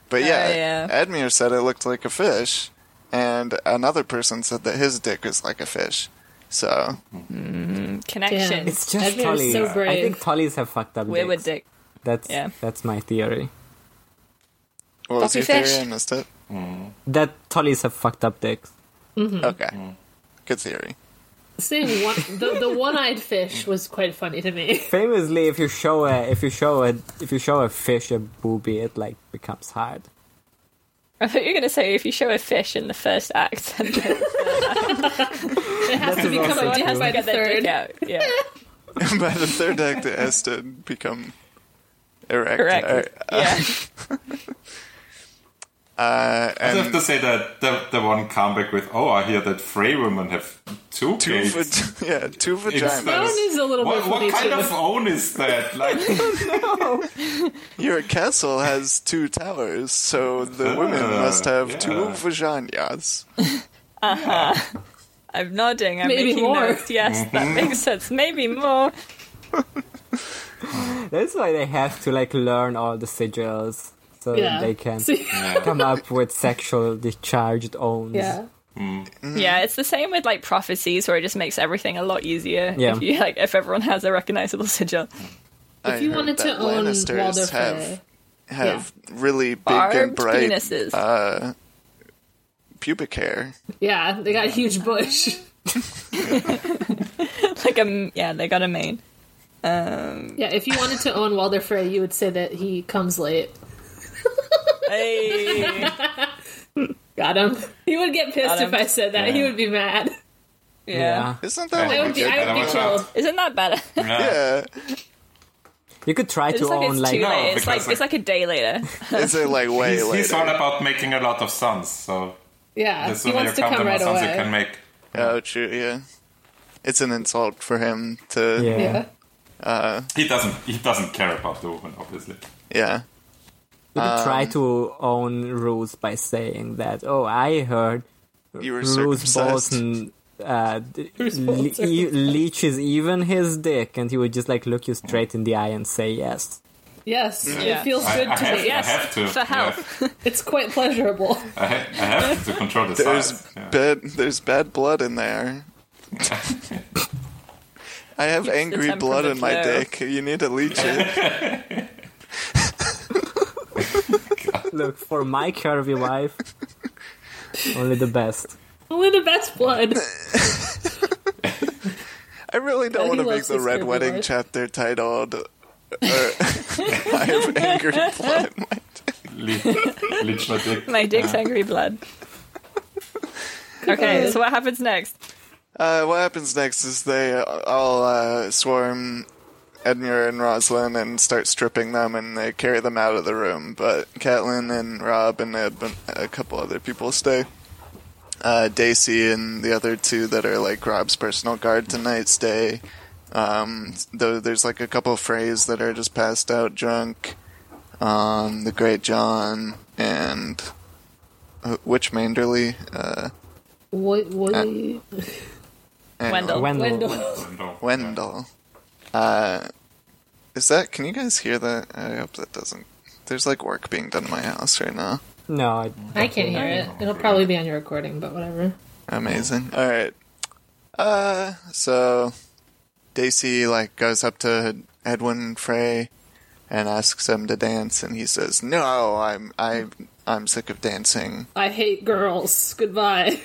S6: But yeah,
S3: Oh, yeah.
S6: Edmure said it looked like a fish, and another person said that his dick was like a fish. So
S3: connection.
S2: Yeah.
S4: It's just
S2: Edmure is
S4: Tullies.
S2: so brave.
S4: I think Tullies have fucked up
S3: Where would
S4: dicks.
S3: Dick?
S4: That's
S3: Yeah.
S4: that's my theory.
S6: what was
S3: Floppy
S6: your theory?
S3: fish.
S6: I missed it.
S4: That Tullies have fucked up dicks.
S3: Hmm.
S6: Okay,
S4: Hmm.
S6: good theory.
S2: Seeing one, the, the one-eyed fish was quite funny to me.
S4: Famously, if you show a if you show a if you show a fish a booby, it like becomes hard.
S3: I thought you were going to say if you show a fish in the first act, and then
S2: It has to become
S4: also
S2: a
S4: true.
S2: death by the
S3: get their dick
S2: third.
S3: out. Yeah.
S6: By the third act, it has to become erect.
S3: Correct. yeah.
S6: Uh,
S5: I
S6: and
S5: have to say that the, the one comeback with, oh, I hear that Frey women have two,
S6: two
S5: gates."
S6: vag- yeah, two
S5: It's-
S6: vaginas.
S2: That one is a little bit
S5: What,
S2: funny
S5: what kind
S2: too.
S5: of own is that? Like,
S6: Your castle has two towers, so the women
S5: Ah,
S6: must have
S5: yeah.
S6: two vaginas.
S3: I'm nodding. I'm
S2: Maybe
S3: making
S2: more.
S3: notes. Yes, that makes sense. Maybe more.
S4: That's why they have to like learn all the sigils so
S2: yeah.
S4: that they can
S2: See-
S4: come up with sexually charged owns.
S2: yeah.
S3: Yeah, it's the same with like prophecies, where it just makes everything a lot easier.
S4: Yeah.
S3: If you like, if everyone has a recognizable sigil.
S6: If
S2: you wanted to own Walder
S6: have
S2: Frey.
S6: have really big and
S3: Barbed
S6: bright
S3: penises.
S5: Uh.
S6: pubic hair.
S2: Yeah, they got a huge bush.
S3: like a yeah, they got a mane.
S2: Yeah, if you wanted to own Walder Frey, you would say that he comes late.
S3: Hey.
S2: Got him. He would get pissed
S3: Got
S2: if
S3: him.
S2: I said that. He
S5: Yeah.
S2: would be mad.
S3: Yeah.
S6: Isn't that
S5: I
S2: I
S6: like a
S2: would be,
S6: good?
S2: I would be
S5: Yeah.
S2: chilled.
S3: Isn't that better?
S6: Yeah.
S4: You could try
S3: It's
S4: to
S3: like
S4: own
S3: it's
S4: like
S3: too
S5: No,
S3: late. It's
S5: because,
S3: like
S5: like-
S3: it's like a day later.
S6: Is it like way
S5: He's,
S6: later?
S5: he's all about making a lot of sons, so
S2: Yeah, Uh,
S5: the
S2: he
S5: sooner you
S2: wants to
S5: come, the
S2: come
S5: more
S2: right
S5: sons you can
S2: away.
S5: make.
S6: Oh, true. Yeah, it's an insult for him to.
S4: yeah.
S2: Yeah.
S5: He doesn't. He doesn't care about the woman, obviously.
S6: Yeah.
S4: You could
S6: Um,
S4: try to own rules by saying that. Oh, I heard
S6: You were
S4: Bruce
S6: circumcised.
S4: Bolton uh, d-
S2: Bolton.
S4: le- e- leeches even his dick, and he would just like look you straight in the eye and say yes.
S2: Yes,
S3: Yeah.
S2: it feels
S5: I,
S2: good
S5: I
S2: to
S5: have,
S2: me.
S5: I
S2: Yes,
S5: have to.
S3: for help.
S5: Yeah,
S2: it's quite pleasurable.
S5: I, ha- I have to control the
S6: There's
S5: size. Yeah.
S6: bad. There's bad blood in there. I have angry
S3: attempt
S6: blood
S3: from
S6: in my
S3: Claire.
S6: dick. You need to leech it.
S4: Look for my curvy wife, only the best.
S2: Only the best blood.
S6: I really don't
S2: Yeah,
S6: want
S2: he
S6: to make
S2: loves
S6: the
S2: his
S6: red
S2: curvy
S6: wedding
S2: blood.
S6: chapter titled. uh, I have angry blood. in my dick.
S5: Le- leech my dick.
S3: My dick's angry blood. Okay, so what happens next?
S6: Uh, what happens next is they all uh, swarm Edmure and Roslyn and start stripping them, and they carry them out of the room. But Catelyn and Rob and Ed- a couple other people stay. Uh, Daisy and the other two that are like Rob's personal guard tonight stay. Um, though there's like a couple of Freys that are just passed out drunk. Um, the Great John and uh, Witch Manderly. Uh,
S2: What, what
S6: and
S3: Wendell.
S4: Wendell,
S2: Wendell.
S5: Wendell.
S6: Oh, Wendell. Uh, is that? Can you guys hear that? I hope that doesn't. There's like work being done in my house right now.
S4: no, I-
S2: I can't hear it. It'll probably be on your recording, but whatever.
S6: Amazing.
S5: Oh.
S6: All right. Uh, so Daisy like goes up to Edwin Frey and asks him to dance, and he says, "No, I'm I I'm sick of dancing."
S2: I hate girls. Goodbye.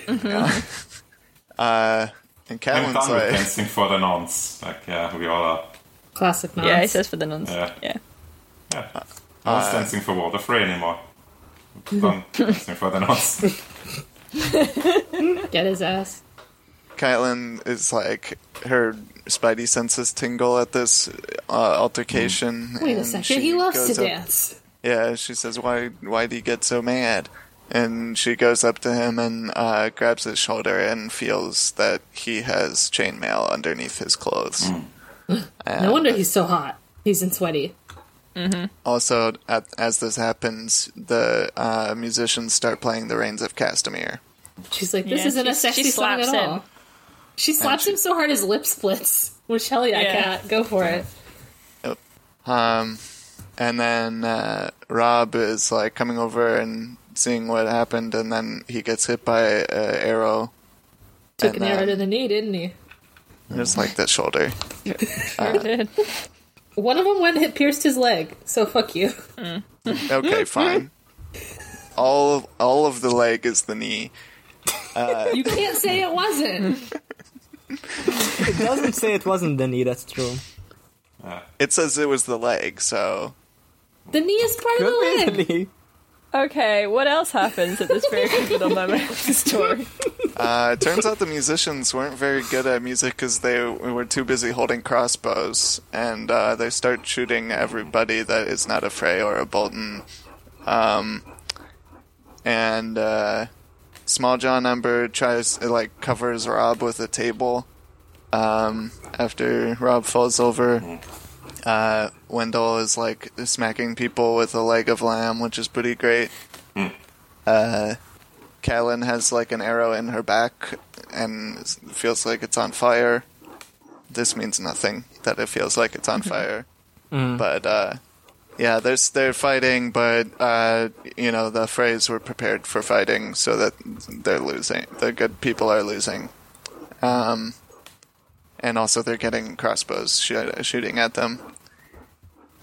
S6: Uh, and
S5: I'm
S6: Catelyn's
S5: done with
S6: like,
S5: dancing for the nonce. Like, yeah, we all are.
S2: Classic nonce.
S3: Yeah, he says for the nuns.
S5: Yeah.
S3: Yeah.
S5: Yeah. No
S6: Uh,
S5: one's dancing for Water Free anymore. Done dancing for the nonce.
S2: Get his ass.
S6: Caitlin is like her spidey senses tingle at this uh, altercation.
S2: Wait a
S6: and
S2: second.
S6: she
S2: He loves to
S6: goes up-
S2: dance.
S6: Yeah, she says, "Why? Why do you get so mad?" And she goes up to him and uh, grabs his shoulder and feels that he has chainmail underneath his clothes.
S2: No wonder he's so hot. He's in sweaty.
S6: Also, at, as this happens, the uh, musicians start playing the Reigns of Castamere.
S2: She's like, this
S3: Yeah,
S2: isn't
S3: she-
S2: a sexy
S3: she
S2: song at
S3: slaps him.
S2: all. She slaps him so hard his lip splits. Which hell yeah,
S3: Yeah.
S2: cat, go for it.
S6: Um, and then uh, Rob is like coming over and seeing what happened, and then he gets hit by an arrow.
S2: Took
S6: And,
S2: an arrow
S6: uh,
S2: to the knee, didn't he?
S6: Just like that shoulder.
S3: Sure did.
S2: One of them went and hit pierced his leg. So fuck you.
S6: Okay, fine. All of, all of the leg is the knee.
S2: You can't say it wasn't.
S4: it doesn't say it wasn't the knee. That's true.
S6: It says it was the leg, so
S2: The knee is part of
S4: Could
S2: the
S4: be
S2: leg.
S4: the knee.
S3: Okay, what else happens at this very pivotal moment of the story?
S6: uh, it turns out the musicians weren't very good at music because they were too busy holding crossbows, and uh, they start shooting everybody that is not a Frey or a Bolton. Um, and uh, Small John Ember tries like covers Rob with a table. Um, after Rob falls over, uh, Wendell is like smacking people with a leg of lamb, which is pretty great. Catelyn has like an arrow in her back and s- feels like it's on fire. This means nothing that it feels like it's on fire, but uh, yeah, there's they're fighting, but uh, you know the Freys were prepared for fighting, so that they're losing. The good people are losing, um, and also they're getting crossbows sh- shooting at them.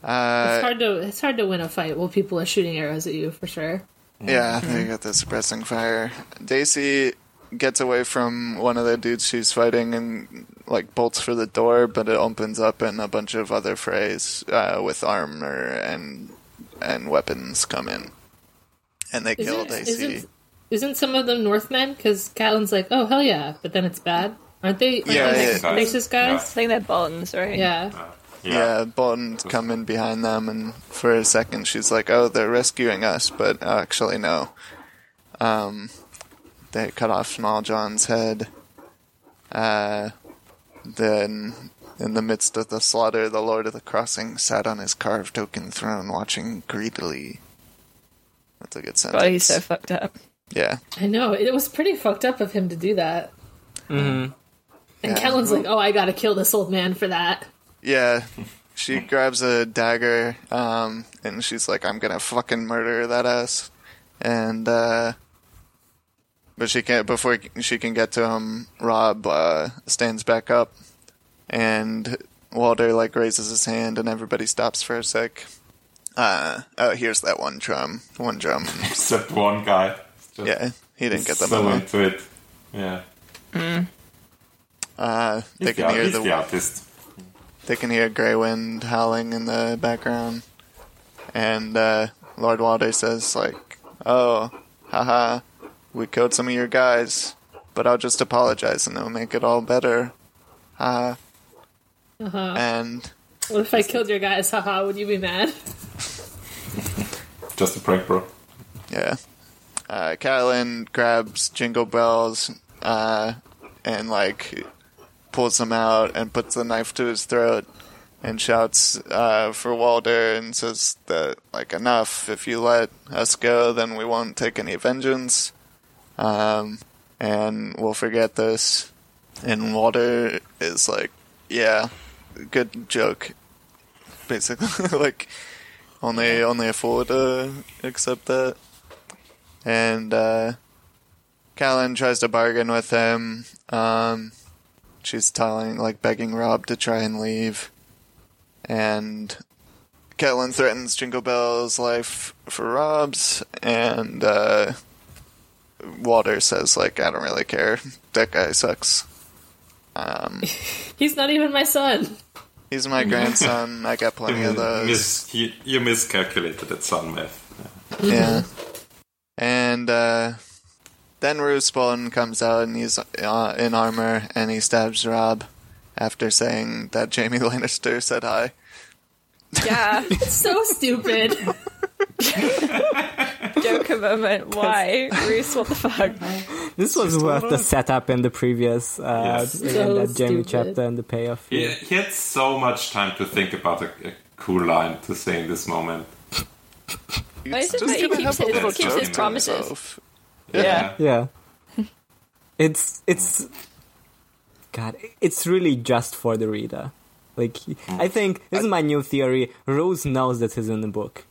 S6: Uh,
S2: It's hard to it's hard to win a fight while people are shooting arrows at you for sure.
S6: Yeah, they got the suppressing fire. Daisy gets away from one of the dudes she's fighting and like bolts for the door, but it opens up and a bunch of other Freys uh, with armor and and weapons come in, and they kill
S2: Isn't
S6: Daisy.
S2: isn't, isn't some of them Northmen? Because Catelyn's like, oh hell yeah, but then it's bad. Aren't they like,
S6: Yeah,
S2: the
S6: yeah.
S2: next closest
S3: I
S2: guys?
S3: think they're bonds, right?
S2: Yeah.
S6: Yeah, Bond come in behind them, and for a second she's like, "Oh, they're rescuing us," but actually no. Um, they cut off Small John's head. Uh, then, in the midst of the slaughter, the Lord of the Crossing sat on his carved oaken throne, watching greedily. That's a good sentence.
S3: God, he's so fucked up.
S6: yeah,
S2: I know. It was pretty fucked up of him to do that. Mm-hmm. And
S6: Yeah.
S2: Kellen's like, oh, I gotta kill this old man for that.
S6: yeah. She grabs a dagger, um, and she's like, "I'm gonna fucking murder that ass," and uh, but she can not before she can get to him. Rob uh, stands back up, and Walter like raises his hand, and everybody stops for a sec. Uh, oh, here's that one drum. One drum.
S5: Except one guy. It's just
S6: Yeah, he didn't get the
S5: so
S6: memo.
S5: into it. Yeah.
S6: Uh, they
S5: He's
S6: can hear
S5: he's
S6: the
S5: the artist.
S6: They can hear Grey Wind howling in the background. And uh, Lord Walder says, like, oh, haha, we killed some of your guys, but I'll just apologize and it'll make it all better. Ha. uh And
S2: What if I killed your guys? Haha, would you be mad?
S5: Just a prank, bro.
S6: Yeah. Uh, Catelyn grabs Jingle Bells uh, and, like, pulls him out and puts the knife to his throat and shouts uh, for Walder and says that, like, enough. If you let us go, then we won't take any vengeance. Um, and we'll forget this. And Walder is like, yeah, good joke. Basically, like, only only a fool would uh, accept that. And uh, Callan tries to bargain with him. Um, she's telling, like, begging Rob to try and leave. And Catelyn threatens Jingle Bell's life for Rob's, and uh, Walter says, like, I don't really care. That guy sucks.
S2: He's not even my son.
S6: He's my grandson. I got plenty of those.
S5: Mis- you, you miscalculated at sun math.
S6: Yeah. And uh, then Roosbone comes out and he's uh, in armor and he stabs Rob after saying that Jamie Lannister said hi.
S3: Yeah.
S2: So stupid.
S3: Joke a moment. Why? Reese, what the fuck?
S4: This was worth the setup in the previous uh,
S5: Yes.
S4: in
S2: So
S4: that Jamie
S2: stupid.
S4: chapter and the payoff.
S5: He, he had so much time to think about a, a cool line to say in this moment.
S3: Why is it that he
S6: gonna
S3: keeps
S6: have a
S3: his,
S6: little
S3: keeps
S6: joke
S3: his
S6: to
S3: promises?
S6: himself.
S3: Yeah.
S4: Yeah. It's it's God, it's really just for the reader. Like he- I think this is my new theory. Rose knows that he's in the book.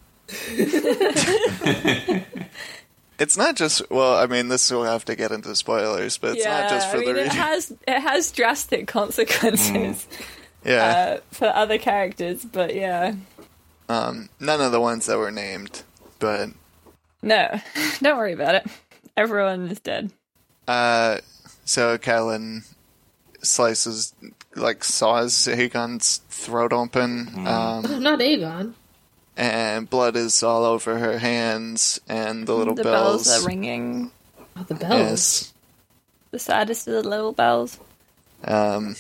S6: It's not just, well, I mean, this will have to get into spoilers, but it's not just for
S3: I mean,
S6: the
S3: it
S6: reading.
S3: has it has drastic consequences
S6: yeah.
S3: uh, for other characters, but yeah,
S6: um, none of the ones that were named, but
S3: no, don't worry about it. Everyone is dead.
S6: Uh, so Catelyn slices, like saws Hagon's throat open, um,
S2: not Aegon.
S6: and blood is all over her hands and the little
S3: The
S6: bells.
S3: bells. are ringing.
S2: Not Oh, the bells.
S6: yes.
S3: The saddest of the little bells.
S6: Um,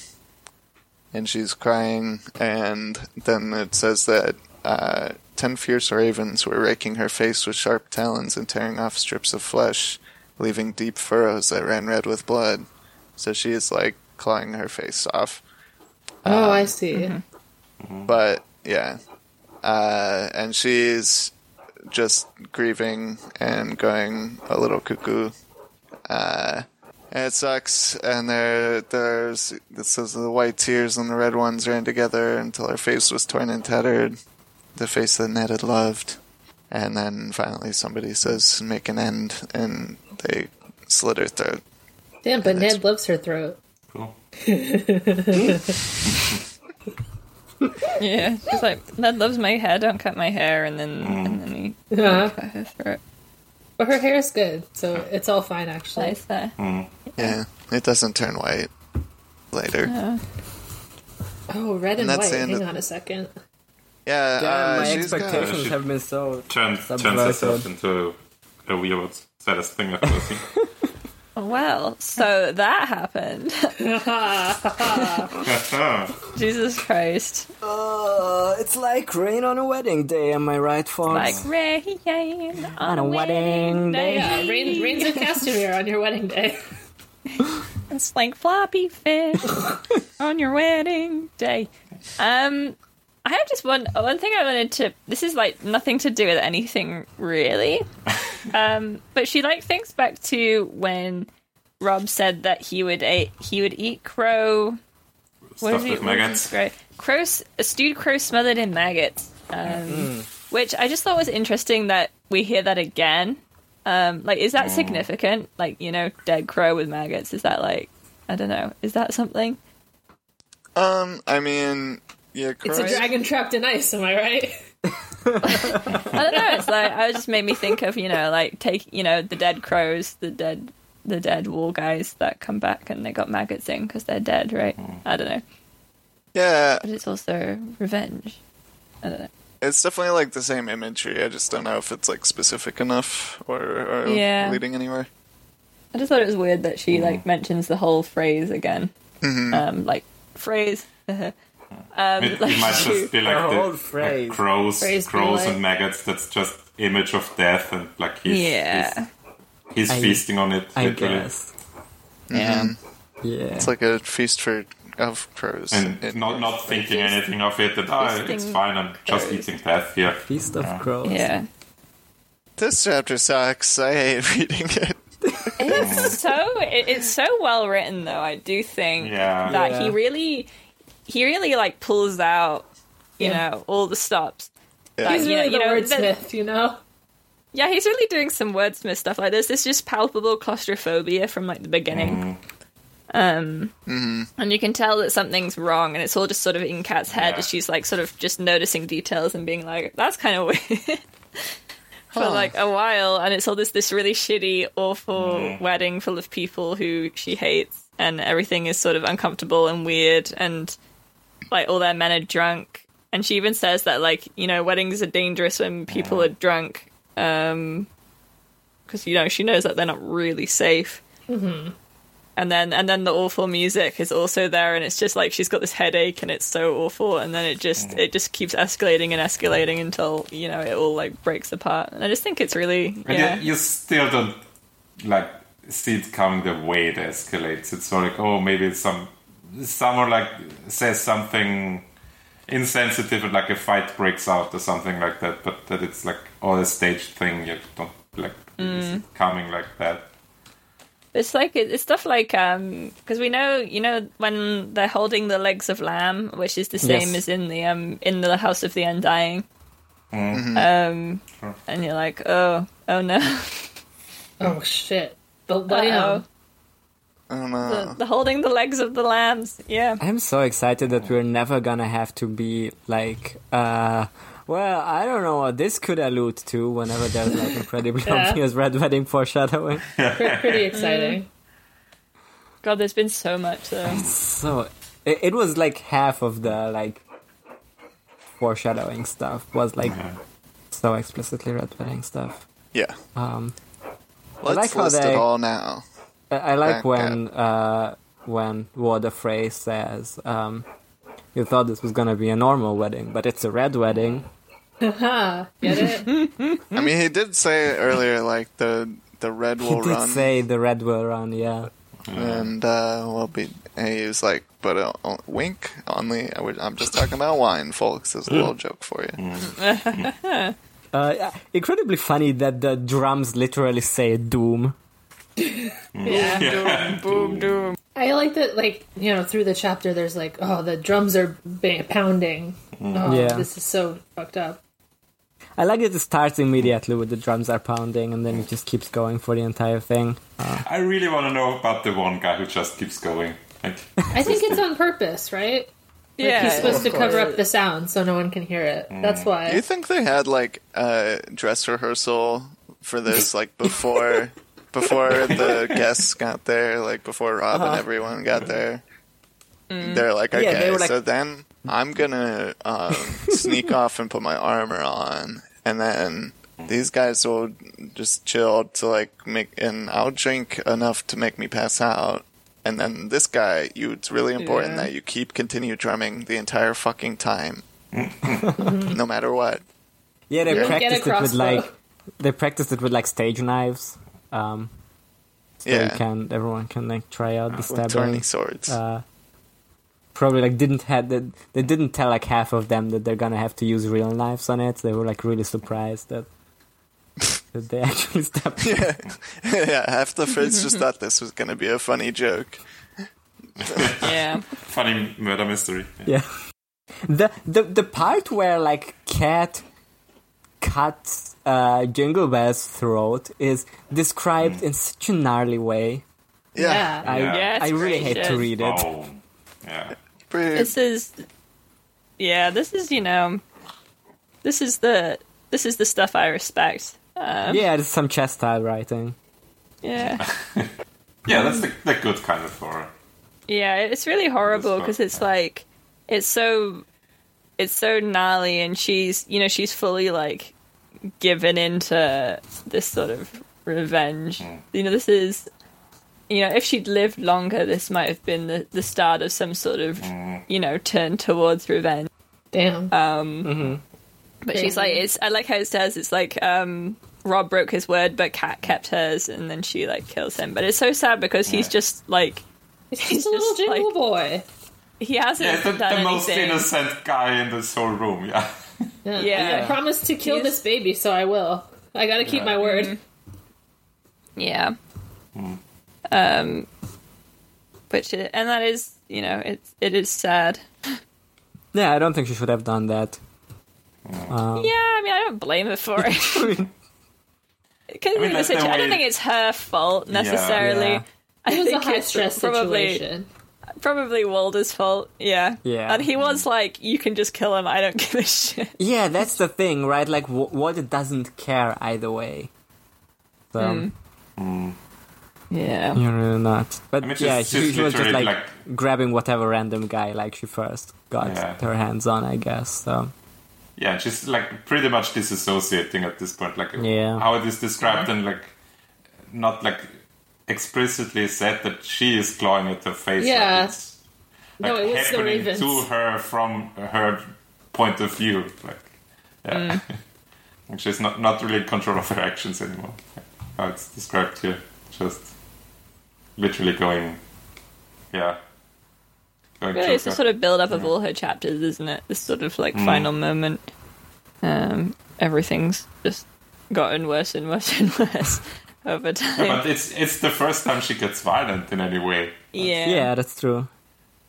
S6: and she's crying, and then it says that uh, ten fierce ravens were raking her face with sharp talons and tearing off strips of flesh, leaving deep furrows that ran red with blood. So she is like clawing her face off. Uh,
S2: Oh, I see.
S3: mm-hmm.
S6: but yeah uh, and she's just grieving and going a little cuckoo uh, and it sucks and there there's it says the white tears and the red ones ran together until her face was torn and tattered the face that ned had loved and then finally somebody says make an end and they slit her throat
S2: Damn, but
S6: that's-
S2: Ned loves her throat.
S5: Cool.
S3: Yeah, she's like Ned loves my hair. Don't cut my hair, and then and then he
S2: Uh-huh.
S3: cut her throat.
S2: But her hair's good, so it's all fine actually.
S3: Nice there.
S6: yeah it doesn't turn white later
S2: Oh, red and,
S6: And that's
S2: white.
S6: the end
S2: Hang
S6: of-
S2: on a second.
S6: yeah, uh,
S4: my
S6: she's got-
S4: expectations
S5: she-
S4: have been so
S5: Turn, turns
S4: Subverted.
S5: herself into a weird saddest thing I've ever seen.
S3: Well, so that happened. Jesus Christ.
S4: Uh, it's like rain on a wedding day, am I right,
S3: Like
S4: Fox?
S3: rain on a
S4: a wedding
S3: wedding day.
S4: day.
S2: Yeah, Uh, rain, rains of Castamere on your wedding day.
S3: It's like floppy fish on your wedding day. Um, I have just one one thing I wanted to. This is like nothing to do with anything really. Um, but she like thinks back to when Rob said that he would eat, he would eat crow. What
S5: Stuffed
S3: did he-
S5: with
S3: what did he
S5: maggots.
S3: describe? Crow, s- a stewed crow smothered in maggots. Um, Which I just thought was interesting that we hear that again. Um, like, is that significant? Like, you know, dead crow with maggots. Is that like, I don't know, is that something?
S6: Um, I mean, yeah,
S2: It's a
S6: Crow-
S2: dragon trapped in ice, am I right?
S3: I don't know. It's like I just made me think of you know like take you know the dead crows, the dead the dead wall guys that come back and they got maggots in because they're dead, right?
S5: Hmm.
S3: I don't know,
S6: yeah,
S3: but it's also revenge. I don't know.
S6: it's definitely like the same imagery. I just don't know if it's like specific enough or, or
S3: Yeah.
S6: leading anywhere.
S3: I just thought it was weird that she
S5: Hmm.
S3: like mentions the whole phrase again, um, like phrase. um,
S5: It, it
S3: like
S5: might
S3: she-
S5: just be like
S4: Her whole
S5: the, like
S4: phrase.
S5: crows,
S2: Phrase
S5: crows
S2: below.
S5: and maggots. That's just image of death, and like he's
S3: yeah,
S5: he's, he's
S4: I-
S5: feasting on it.
S4: I
S5: literally.
S4: guess.
S3: yeah.
S4: Yeah.
S6: It's like a feast for of crows.
S5: and
S6: It-
S5: not not thinking anything of it. That oh, it's
S3: Feasting
S5: fine. I'm just
S3: crows.
S5: eating death here.
S4: Feast of Crows.
S3: yeah.
S6: this chapter sucks. I hate reading it.
S3: It's so it, it's so well written though. I do think
S5: Yeah.
S3: that
S4: Yeah.
S3: he really he really like pulls out you
S2: Yeah.
S3: know all the stops.
S6: Yeah.
S3: That,
S2: He's
S3: you know-
S2: really
S3: Uh, you know,
S2: the wordsmith, you know?
S3: yeah, he's really doing some wordsmith stuff like this. There's just palpable claustrophobia from like the beginning. Um, and you can tell that something's wrong, and it's all just sort of in Cat's head
S5: Yeah.
S3: as she's like sort of just noticing details and being like, "That's kind of weird." For like a while, and it's all this this really shitty, awful wedding full of people who she hates, and everything is sort of uncomfortable and weird, and like all their men are drunk. And she even says that like you know weddings are dangerous when people are drunk um because you know she knows that they're not really safe and then and then the awful music is also there and it's just like she's got this headache and it's so awful and then it just it just keeps escalating and escalating until you know it all like breaks apart and i just think it's really
S5: And
S3: yeah
S5: you, you still don't like see it coming the way it escalates. It's sort of like oh maybe it's some someone like says something insensitive and like a fight breaks out or something like that. But that it's like oh a staged thing. You don't like it's coming like that.
S3: It's like it- it's stuff like um because we know you know when they're holding the legs of lamb, which is the same
S4: Yes.
S3: as in the um in the House of the Undying.
S2: Mm-hmm.
S3: Um, and you're like, oh, oh no,
S2: Oh shit. The lamb.
S3: Uh-oh.
S6: I don't know.
S2: Uh-huh.
S3: the, the holding the legs of the lambs. Yeah,
S4: I'm so excited that we're never gonna have to be like, uh, well, I don't know what this could allude to whenever there's like incredibly
S2: Yeah.
S4: obvious red wedding foreshadowing.
S2: Pre-
S3: Mm.
S2: pretty exciting.
S3: God, there's been so much though.
S2: Mm.
S4: So it, it was like half of the like foreshadowing stuff was like so explicitly red wedding stuff.
S6: yeah.
S4: Um,
S6: Let's
S4: like how
S6: list
S4: they-
S6: it all now.
S4: I, I like
S6: Back
S4: when uh, when Water Frey says, um, "You thought this was gonna be a normal wedding, but it's a red wedding."
S2: Haha. Get it?
S6: I
S2: Hmm?
S6: mean, he did say earlier, like the the red will
S4: Did
S6: run,
S4: say the red will run, yeah.
S6: and uh, will be. And he was like, but uh, uh, wink only. I would- I'm just talking about wine, folks. It's a little joke for you.
S4: Uh, yeah, incredibly funny that the drums literally say doom.
S2: yeah.
S3: Boom, doom.
S2: I like that, like, you know, through the chapter, there's like, oh, the drums are ba- pounding.
S6: Mm.
S2: Oh,
S4: Yeah.
S2: this is so fucked up.
S4: I like that it starts immediately with the drums are pounding and then it just keeps going for the entire thing.
S5: I really want to know about the one guy who just keeps going. Like,
S2: I think it's on purpose, right?
S3: Yeah,
S2: He's supposed to cover up the sound so no one can hear it.
S4: Mm.
S2: That's why.
S6: Do you think they had like a dress rehearsal for this, like before before the guests got there, like before Rob and everyone got there? They're like, okay,
S4: Uh-huh. Mm-hmm. Yeah, they were like-
S6: so then I'm gonna um, sneak off and put my armor on, and then These guys will just chill to like make, and I'll drink enough to make me pass out. And then this guy, you, it's really important
S3: Yeah.
S6: that you keep continue drumming the entire fucking time, no matter what.
S4: Yeah, they
S6: Yeah.
S2: Get a
S4: practiced it with
S2: crossbow.
S4: like they practiced it with like stage knives. Um, so you
S6: Yeah,
S4: can everyone can like try out the
S6: with
S4: stabbing.
S6: turning swords.
S4: Uh, probably like didn't had that they didn't tell like half of them that they're gonna have to use real knives on it. They were like really surprised that that they actually stabbed.
S6: yeah, half the friends just thought this was gonna be a funny joke.
S3: Yeah.
S5: Funny murder mystery. Yeah.
S4: Yeah. The the the part where like cat cuts uh Jingle Bell's throat is described in such a gnarly way.
S6: Yeah,
S4: I
S5: Yeah.
S3: Yes,
S4: I really hate to
S3: gracious.
S4: read it.
S5: Oh, yeah.
S6: pretty-
S3: This is Yeah, this is, you know this is the this is the stuff I respect. Um,
S4: Yeah, there's some chest style writing.
S3: yeah.
S5: Yeah, that's the, the good kind of horror.
S3: Yeah, it's really horrible because it's like it's so it's so gnarly, and she's you know she's fully like given into this sort of revenge. You know, this is you know if she'd lived longer, this might have been the the start of some sort of you know turn towards revenge.
S2: Damn.
S3: Uh, But she's like, it's I like how it says it's like um Rob broke his word, but Kat kept hers, and then she like kills him. But it's so sad because he's just like
S2: He's a little
S3: just
S2: jingle
S3: like-
S2: boy.
S3: he hasn't
S5: Yeah, the,
S3: done
S5: the most
S3: anything.
S5: innocent guy in this whole room. Yeah.
S2: Yeah.
S3: Yeah.
S2: I promised to kill this
S3: He's- Mm-hmm.
S2: baby, so I will. I gotta keep
S5: Yeah.
S2: my word.
S3: Yeah. Um,
S5: Hmm.
S3: which i- and that is you know it's it is sad.
S4: Yeah, I don't think she should have done that.
S5: Oh.
S4: Um,
S3: Yeah, I mean I don't blame her for it.
S4: I mean,
S3: Because
S5: mean, that's the
S3: I
S5: way-
S3: don't think it's her fault necessarily.
S4: Yeah.
S3: I
S2: It was a
S3: think
S2: high
S3: it's
S2: stress
S3: probably,
S2: situation.
S3: Probably Walder's fault. Yeah.
S4: Yeah.
S3: And
S2: Mm.
S3: he was like, "You can just kill him. I don't give a shit."
S4: yeah, that's the thing, right? Like w- Walter doesn't care either way. So
S3: Yeah.
S4: you're really not. But
S5: I mean,
S4: yeah,
S5: she's-
S4: she,
S5: she's
S4: she was just
S5: literally,
S4: like,
S5: like-
S4: grabbing whatever random guy like she first got
S5: Yeah.
S4: her hands on, I guess. So
S5: Yeah, and she's like pretty much disassociating at this point, like
S4: Yeah.
S5: how it is described,
S2: Mm-hmm.
S5: and like not like explicitly said that she is clawing at her face.
S2: Yeah.
S5: like, it's, like,
S2: No, it was the
S5: happening
S2: ravens.
S5: to her from her point of view. Like,
S2: Mm.
S5: yeah, Like, she's not not really in control of her actions anymore. Like, how it's described here, just literally going, yeah. Going
S3: Really, it's a
S5: Joker.
S3: sort of build up of all her chapters, isn't it? This sort of like final moment. Um, everything's just gotten worse and worse and worse over time.
S5: But it's it's the first time she gets violent in any way.
S3: Yeah.
S4: yeah, that's true.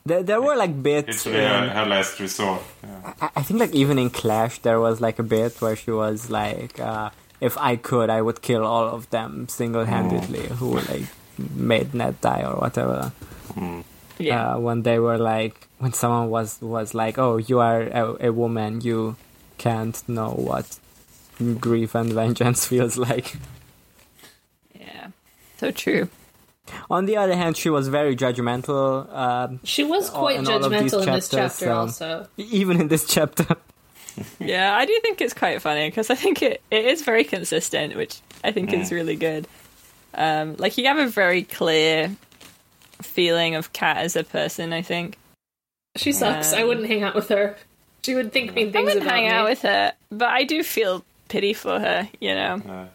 S4: There, there were like
S5: It's uh,
S4: bits.
S5: really
S4: in-
S5: her, her last resort. Yeah.
S4: I I think like even in Clash there was like a bit where she was like, uh, "If I could, I would kill all of them single-handedly who like made Ned die or whatever."
S3: Yeah.
S4: Uh, when they were like, when someone was was like, "Oh, you are a, a woman, you can't know what grief and vengeance feels like."
S3: yeah. So true.
S4: On the other hand, she was very judgmental, um,
S2: She was
S4: all-
S2: quite
S4: in all of these
S2: judgmental in this
S4: chapters,
S2: chapter,
S4: so-
S2: also.
S4: even in this chapter.
S3: Yeah, I do think it's quite funny because I think it, it is very consistent, which I think is really good. Um, like you have a very clear feeling of Kat as a person. I think
S2: She sucks. I
S3: Um,
S2: wouldn't hang out with her. She would think mean
S3: I
S2: things
S3: wouldn't
S2: about
S3: hang
S2: me.
S3: out with her, but I do feel pity for her. You know.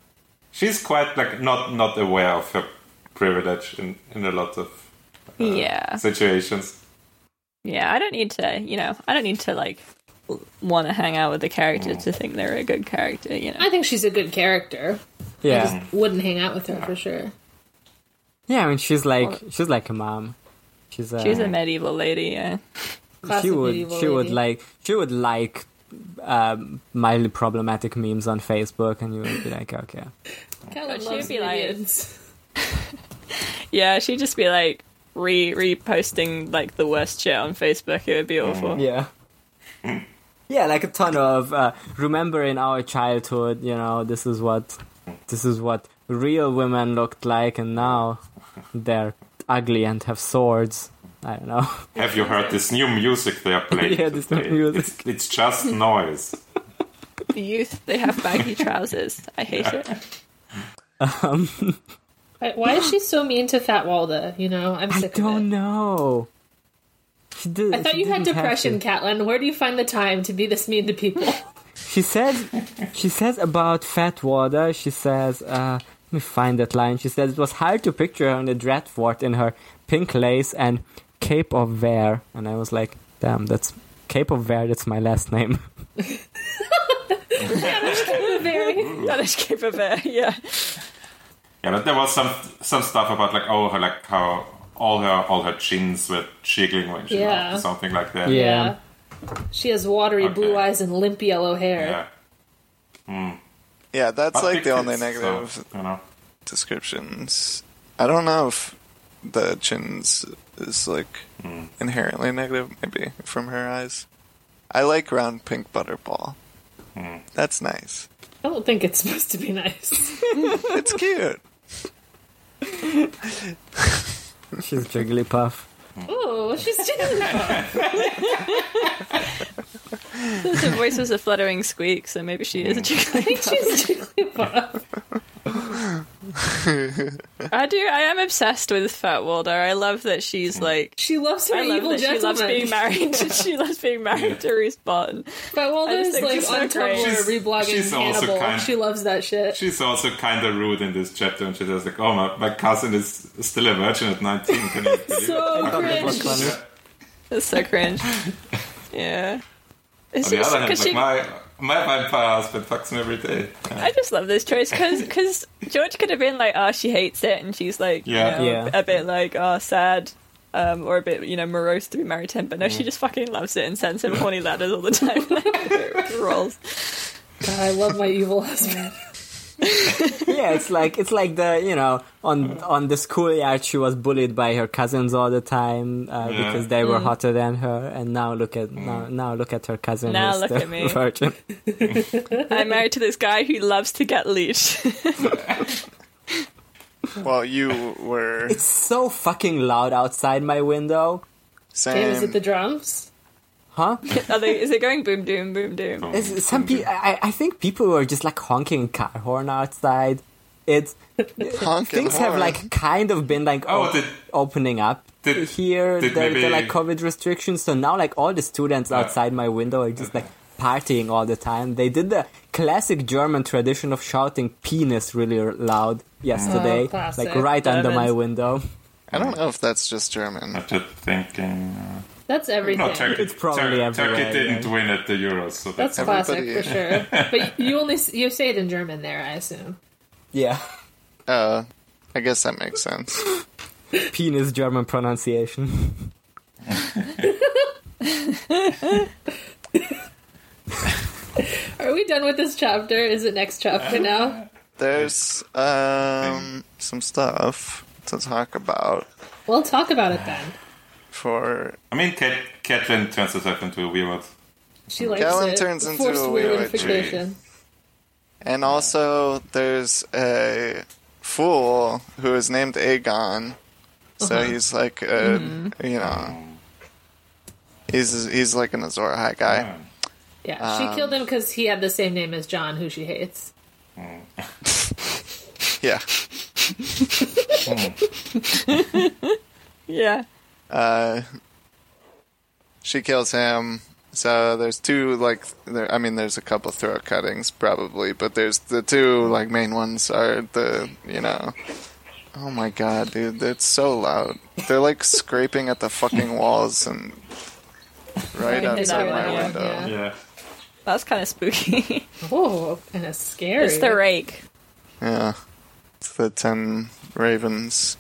S5: She's quite like not not aware of her privilege in, in a lot of uh,
S3: Yeah.
S5: situations.
S3: Yeah, I don't need to, you know, I don't need to like want to hang out with the character to think they're a good character, you know.
S2: I think she's a good character.
S4: Yeah,
S2: Wouldn't hang out with her for sure.
S4: yeah. I mean, she's like she's like a mom. She's a,
S3: Oh. She's a medieval lady, yeah.
S4: she
S2: Classic
S4: would she
S2: medieval
S4: would
S2: lady.
S4: like she would like um, mildly problematic memes on Facebook, and you would be like, okay,
S2: Callum
S3: She
S2: loves
S3: would Oh, be like-
S2: minions.
S3: Yeah, she'd just be like re reposting like the worst shit on Facebook. It would be awful.
S4: yeah, yeah, like a ton of uh, remember in our childhood, you know, this is what this is what real women looked like, and now they're ugly and have swords. I don't know.
S5: Have you heard this new music they are playing?
S4: Yeah, this new
S5: today?
S4: music.
S5: It's, it's just noise.
S3: Yeah. the youth. They have baggy trousers. I hate it.
S2: Why- Why is she so mean to Fat Walda? You know, I'm
S4: I
S2: sick of it.
S4: don't know. She did,
S2: I thought
S4: she
S2: you had
S4: didn't have
S2: depression,
S4: to.
S2: Catelyn. Where do you find the time to be this mean to people?
S4: She said, she says about Fat Water. She says, uh, let me find that line. She says it was hard to picture her in the Dreadfort in her pink lace and cape of Vare. And I was like, damn, that's cape of Vare. That's my last name.
S2: Very.
S3: Danish cape of it. Yeah.
S5: Yeah, but there was some some stuff about like oh, her, like how all her all her chins were jiggling when she
S2: Yeah.
S5: laughed or something like that.
S4: Yeah.
S2: Yeah. She has watery
S5: Okay.
S2: blue eyes and limp yellow hair.
S5: yeah.
S6: Yeah, that's
S5: But
S6: like
S5: big
S6: the only
S5: tits, so,
S6: negative
S5: you know.
S6: descriptions. I don't know if the chins is like inherently negative, maybe from her eyes. I like round pink butterball. That's nice.
S2: I don't think it's supposed to be nice.
S6: It's cute.
S4: She's Jigglypuff.
S2: Oh, she's Jigglypuff.
S3: Her voice was a fluttering squeak, so maybe she is a
S2: I think
S3: jigglypuff.
S2: she's Jigglypuff.
S3: I do. I am obsessed with Fat Waldo. I love that she's like.
S2: She loves her
S3: I love
S2: evil
S3: that she
S2: gentleman.
S3: loves being married. To, she loves being married to Roose Bolton.
S2: But Waldo
S3: I just
S2: is
S3: think
S2: like
S3: she's so
S2: on
S3: great.
S2: Tumblr
S5: She's-
S2: reblogging
S5: she's also
S2: Hannibal.
S5: kind-
S2: She loves that shit.
S5: She's also kind of rude in this chapter, and she does like, "Oh, my, my cousin is still a virgin at 19. Can you believe
S2: So
S5: it?
S2: cringe.
S5: Yeah.
S3: It's so cringe. Yeah. It's
S5: On the
S3: just
S5: other hand,
S3: because
S5: like
S3: she.
S5: my my vampire husband fucks me every day.
S3: I just love this choice because George could have been like, "Oh, she hates it," and she's like,
S5: Yeah.
S3: you know,
S4: Yeah.
S3: a bit like, "Oh, sad." Um, or a bit, you know, morose to be married to him, but no, she just fucking loves it and sends him horny letters all the time. Like, rolls.
S2: God, I love my evil husband.
S4: yeah, it's like it's like the you know on on the schoolyard she was bullied by her cousins all the time uh,
S5: Yeah.
S4: because they
S3: Mm.
S4: were hotter than her, and now look at now now look at her cousin.
S3: Now
S4: who's
S3: look
S4: the
S3: at me.
S4: virgin.
S3: I'm married to this guy who loves to get leashed.
S6: Well, you were
S4: It's so fucking loud outside my window,
S2: James is it
S6: saying
S2: the drums?
S4: huh?
S3: Are they, is it going boom, doom, boom,
S5: Oh.
S3: doom?
S4: It's- some pe- I, I think people were just like honking car horn outside. It's
S6: honking
S4: things have
S6: horn.
S4: like kind of been like
S5: Oh,
S4: op-
S5: did-
S4: opening up
S5: did-
S4: here.
S5: did
S4: there, there are
S5: maybe-
S4: like COVID restrictions, so now like all the students outside my window are just like partying all the time. They did the classic German tradition of shouting "penis" really r- loud yesterday,
S2: classic.
S4: like right under my
S3: Germans.
S4: window.
S6: I don't know if that's just German.
S5: I'm just thinking. Uh,
S2: That's everything.
S5: no, Turkey.
S4: It's probably
S5: Tur-
S4: everywhere,
S5: Turkey didn't
S4: yeah.
S5: win at the Euros, so
S2: That's
S5: that's,
S2: classic
S6: everybody-
S2: for sure. But you only s- you say it in German there, I assume.
S4: Yeah,
S6: Uh, I guess that makes sense.
S4: penis German pronunciation.
S2: Are we done with this chapter? Is it next chapter
S5: Uh,
S2: now?
S6: There's um some stuff to talk about
S2: We'll talk about it then.
S6: for
S5: I mean, Cat- Catelyn turns herself into a weird
S2: She likes
S6: Callum
S2: it.
S6: turns into
S2: Forced
S6: a
S2: weirdification.
S6: And also, there's a fool who is named Aegon. So he's like a, you know, he's he's like an Azor High guy.
S2: Yeah,
S6: Um,
S2: she killed him because he had the same name as John, who she hates.
S6: Yeah.
S3: Yeah.
S6: Uh, she kills him. So there's two like, there, I mean, there's a couple throat cuttings probably, but there's the two like main ones are the you know. Oh my god, dude, that's so loud. They're like scraping at the fucking walls and right
S3: I did
S6: outside
S3: that
S6: my
S3: one, yeah.
S6: window.
S5: Yeah.
S3: That's kind of spooky.
S2: Oh, kind of scary.
S3: it's the rake.
S6: Yeah. It's the ten ravens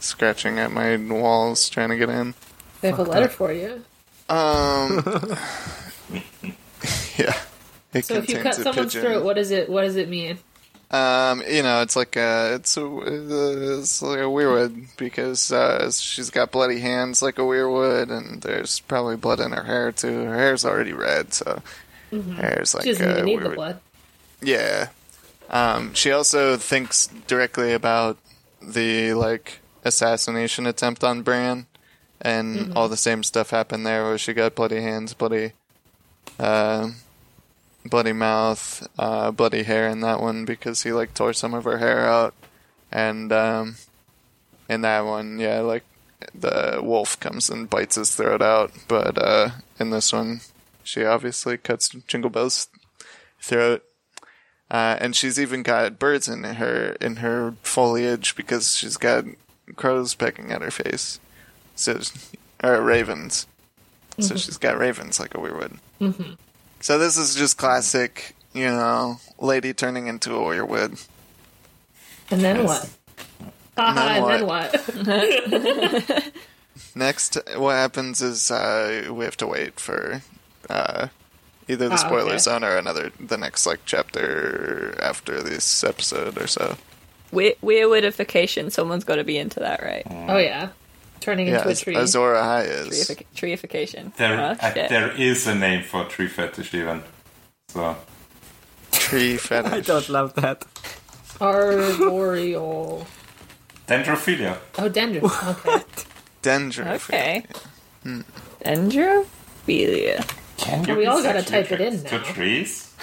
S6: scratching at my walls trying to get in.
S2: They have a letter for you.
S6: Um Yeah. It
S2: So if you cut
S6: a
S2: someone's
S6: pigeon.
S2: throat, what does it what does it mean?
S6: Um, you know, it's like a it's a it's like a weirwood because uh, she's got bloody hands like a weirwood, and there's probably blood in her hair too. Her hair's already red, so her hair's like
S2: Mm-hmm. She doesn't
S6: uh,
S2: even need the
S6: weirwood.
S2: blood.
S6: Yeah. Um, she also thinks directly about the like assassination attempt on Bran, and all the same stuff happened there, where she got bloody hands, bloody, um, bloody mouth, uh, bloody hair in that one because he like tore some of her hair out, and um, in that one, yeah, like the wolf comes and bites his throat out, but uh, in this one, she obviously cuts Jingle Bell's throat, uh, and she's even got birds in her in her foliage because she's got crows pecking at her face, so or ravens, so she's got ravens like a weirwood. So this is just classic, you know, lady turning into a weirwood.
S2: And then what? Haha, and then
S6: And then
S2: what?
S6: Next, what happens is uh, we have to wait for uh, either the
S2: Ah,
S6: spoiler
S2: okay.
S6: zone or another the next like chapter after this episode or so.
S3: We- weirwoodification. Someone's got to be into that, right?
S2: oh, yeah. Turning
S6: yeah,
S2: into a
S6: Az-
S2: tree.
S6: Azora High is.
S3: Treeific- treeification.
S5: There,
S3: oh,
S5: I-
S3: shit.
S5: there is a name for tree fetish even. So
S6: tree fetish.
S4: I don't love that.
S2: Arboreal.
S5: dendrophilia.
S2: Oh, dendron. Okay.
S6: Dendro.
S3: okay. Dendrophilia.
S5: Can you
S2: we all gotta
S5: sexually
S2: type it in
S5: attracted to
S2: now.
S5: trees?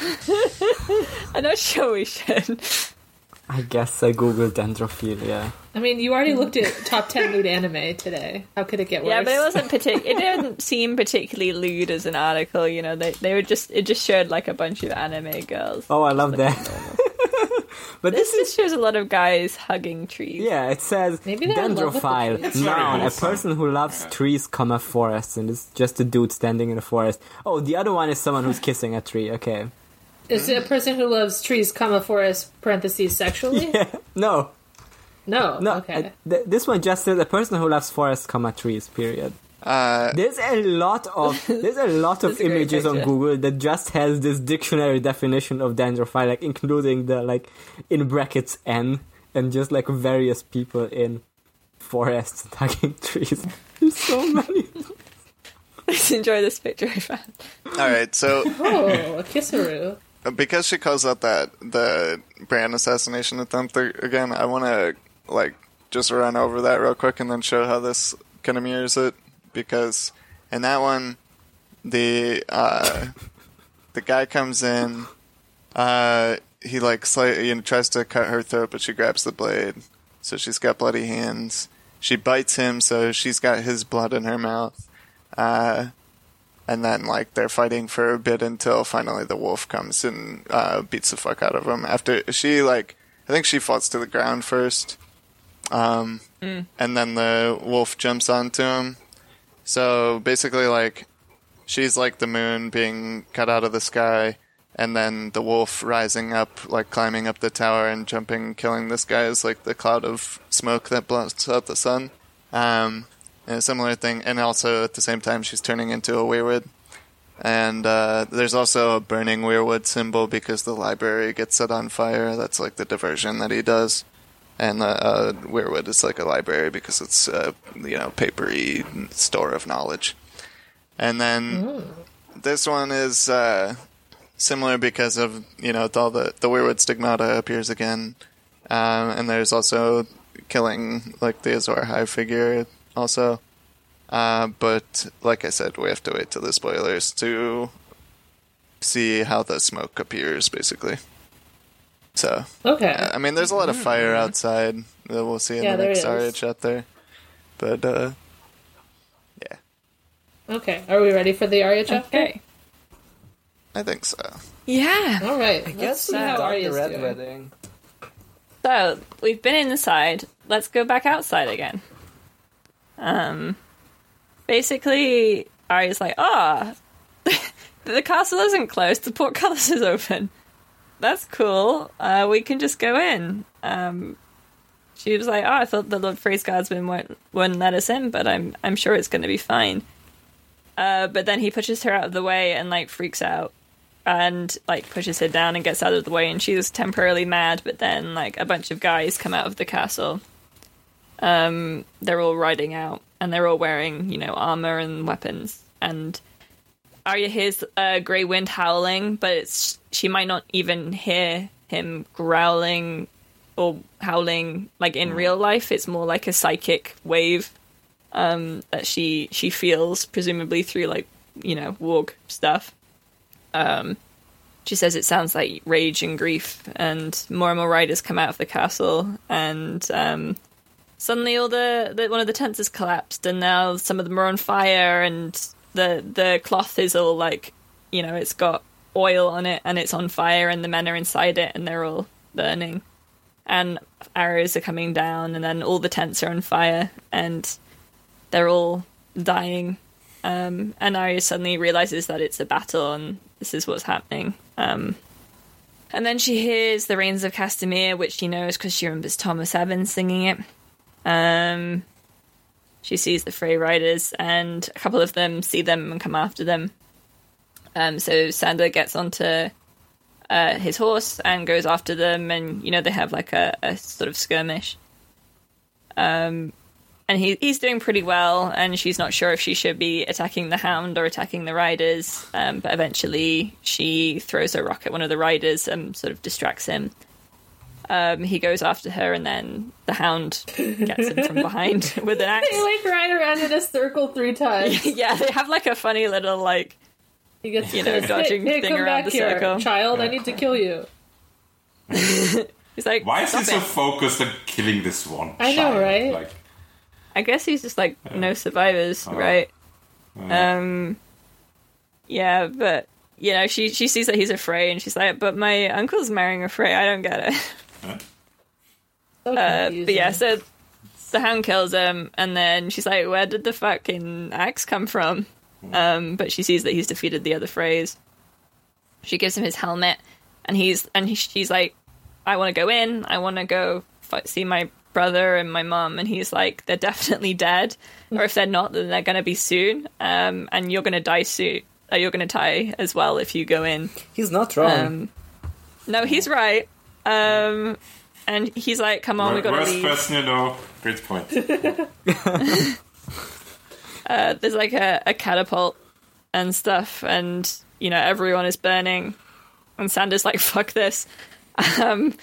S3: I'm not sure we should.
S4: I guess I googled dendrophilia.
S2: I mean, you already looked at top 10 lewd anime today. How could it get worse?
S3: Yeah, but it wasn't partic- It didn't seem particularly lewd as an article. You know, they they were just it just showed like a bunch of anime girls.
S4: Oh, I love that. but
S3: This
S4: this is
S3: just shows a lot of guys hugging trees.
S4: yeah. It says
S2: Maybe they're in love with the
S4: dendrophile,
S2: trees.
S5: very
S4: noun, a
S5: wholesome.
S4: person who loves trees, comma forests, and it's just a dude standing in a forest. Oh, the other one is someone who's kissing a tree. Okay,
S2: Is it a person who loves trees, comma, forest, parentheses, sexually?
S4: no,
S2: No.
S4: no.
S2: Okay.
S4: I- th- this one just says a person who loves forests, comma trees. Period.
S6: Uh,
S4: There's a lot of there's a lot of
S3: a great
S4: images on
S3: picture.
S4: Google that just has this dictionary definition of dendrophile, like including the like in brackets n and just like various people in forests hugging trees. There's so many.
S3: Let's enjoy this picture I found.
S6: all right, so
S2: oh, a kissaru.
S6: because she calls out that the brand assassination attempt there, again, I want to like just run over that real quick and then show how this kind of mirrors it because in that one, the uh, the guy comes in, uh, he like slightly you know, tries to cut her throat, but she grabs the blade, so she's got bloody hands. She bites him, so she's got his blood in her mouth. Uh, and then like they're fighting for a bit until finally the wolf comes and uh, beats the fuck out of him. After she like, I think she falls to the ground first, um, and then the wolf jumps onto him. So basically, like she's like the moon being cut out of the sky, and then the wolf rising up, like climbing up the tower and jumping, killing this guy is like the cloud of smoke that blots out the sun. Um, and a similar thing, and also at the same time, she's turning into a weirwood. And uh, there's also a burning weirwood symbol because the library gets set on fire. That's like the diversion that he does. And uh, uh, weirwood is like a library because it's uh, you know papery store of knowledge. And then this one is uh, similar because of you know all the the weirwood stigmata appears again, um, and there's also killing like the Azor High figure also. Uh, but like I said, we have to wait till the spoilers to see how the smoke appears, basically. So
S2: Okay.
S6: I mean, there's a lot of
S3: Hmm.
S6: fire outside that we'll see in
S2: Yeah,
S6: the
S2: there
S6: next
S2: is.
S6: RH out there, but uh, yeah,
S2: Okay. Are we ready for the Arya chapter?
S3: Okay.
S6: I think so.
S3: Uh, Yeah.
S2: All right. I Let's see how Arya's doing.
S4: Wedding.
S3: So we've been inside. Let's go back outside again. Um, basically, Arya's like, ah, the castle isn't closed. The portcullis is open. That's cool. Uh, we can just go in. Um, she was like, oh, I thought the Lord Freeze Guardsman won't, wouldn't let us in, but I'm I'm sure it's going to be fine. Uh, but then he pushes her out of the way and like freaks out and like pushes her down and gets out of the way and she's temporarily mad but then like a bunch of guys come out of the castle um they're all riding out and they're all wearing you know armor and weapons and Arya hears uh, Grey Wind howling, but it's, she might not even hear him growling or howling like in real life. It's more like a psychic wave um, that she she feels, presumably through like you know warg stuff She says it sounds like rage and grief, and more and more riders come out of the castle, and um, suddenly all the, the one of the tents has collapsed, and now some of them are on fire, and the the cloth is all like, you know, it's got oil on it, and it's on fire, and the men are inside it, and they're all burning, and arrows are coming down, and then all the tents are on fire, and they're all dying. Um, and Arya suddenly realizes that it's a battle and this is what's happening. Um, and then she hears the Reigns of Castamere, which she knows because she remembers Thomas Evans singing it. Um, she sees the Frey Riders, and a couple of them see them and come after them. Um, so Sander gets onto uh, his horse and goes after them, and you know they have like a, a sort of skirmish. Um, and he, he's doing pretty well and she's not sure if she should be attacking the hound or attacking the riders um, but eventually she throws a rock at one of the riders and sort of distracts him um, he goes after her and then the hound gets him from behind with an axe
S2: They like ride around in a circle three times.
S3: yeah they have like a funny little like
S2: You get
S3: You know,
S2: this,
S3: dodging
S2: hey, hey,
S3: thing
S2: come
S3: around
S2: back
S3: the
S2: here,
S3: circle."
S2: child. I need to kill you.
S3: he's like
S5: Why is
S3: "Stop
S5: he so
S3: it."
S5: focused on killing this one?
S2: I know,
S5: child?
S2: right?
S5: Like,
S3: I guess he's just like no survivors,
S5: Oh.
S3: right? Um, yeah, but you know, she she sees that he's a Frey, and she's like, "But my uncle's marrying a Frey. I don't get it."
S2: So
S3: Uh,
S2: confusing.
S3: but yeah, so the hound kills him, and then she's like, "Where did the fucking axe come from?"
S5: Hmm.
S3: Um, but she sees that he's defeated the other Freys. She gives him his helmet, and he's and he, she's like, "I want to go in. I want to go f- see my brother and my mum." And he's like, "They're definitely dead, or if they're not, then they're going to be soon. Um, and you're going to die soon. Uh, you're going to die as well if you go in."
S4: He's not wrong.
S3: Um, no, he's
S5: Hmm.
S3: right. Um, and he's like, "Come on, we got
S5: wor-
S3: to
S5: worst
S3: leave."
S5: person you know. Great point.
S3: uh, there's like a, a catapult and stuff, and you know everyone is burning, and Sander's like, "Fuck this, um,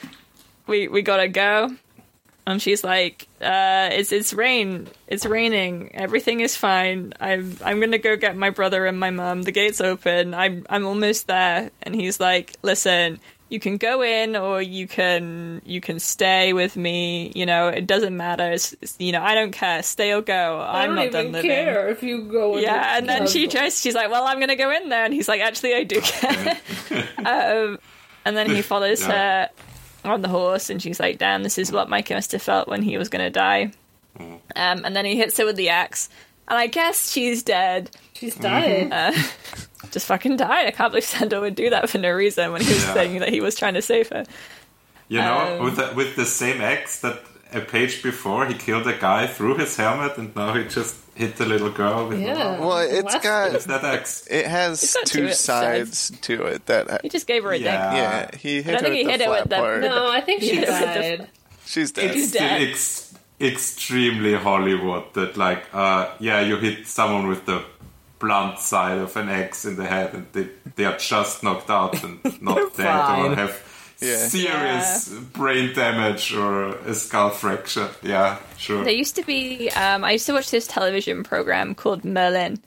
S3: we we gotta go," and she's like, uh, "It's it's rain, it's raining, everything is fine. I'm I'm gonna go get my brother and my mum. The gate's open. I'm I'm almost there." And he's like, "Listen." You can go in, or you can you can stay with me. You know it doesn't matter. It's, it's- you know I don't care. Stay or go.
S2: I
S3: I'm
S2: don't
S3: not
S2: even
S3: done living.
S2: care if you go. in
S3: Yeah,
S2: the
S3: and then she
S2: circle.
S3: just she's like, "Well, I'm gonna go in there," and he's like, "Actually, I do care." um, and then he follows
S5: Yeah.
S3: her on the horse, and she's like, "Damn, this is what Micah must have felt when he was gonna die."
S5: Mm.
S3: Um, and then he hits her with the axe, and I guess she's dead.
S2: she's dying.
S3: Mm-hmm. Just fucking died. I can't believe Sandor would do that for no reason when he was
S5: Yeah.
S3: saying that he was trying to save her.
S5: You know, with the, with the same axe that a page before he killed a guy through his helmet, and now he just hit the little girl with
S2: yeah.
S6: Well, it's
S2: What?
S6: got
S5: It's that axe.
S6: it has
S3: got
S6: two
S3: two
S6: sides
S3: sides.
S6: to it that
S3: He just gave her a
S5: Yeah,
S6: yeah he hit
S3: I don't
S6: her
S3: think
S6: with
S3: he
S6: the
S3: hit it
S6: flat
S3: with the-
S6: part.
S2: no, I think she
S3: Yeah.
S2: died.
S6: She's dead.
S5: it's the
S3: dead.
S5: ex- extremely Hollywood that like, uh, yeah, you hit someone with the blunt side of an axe in the head, and they they are just knocked out and not dead
S4: fine.
S5: or have
S6: Yeah.
S5: serious brain damage or a skull fracture. Yeah, sure.
S3: There used to be. Um, I used to watch this television program called Merlin,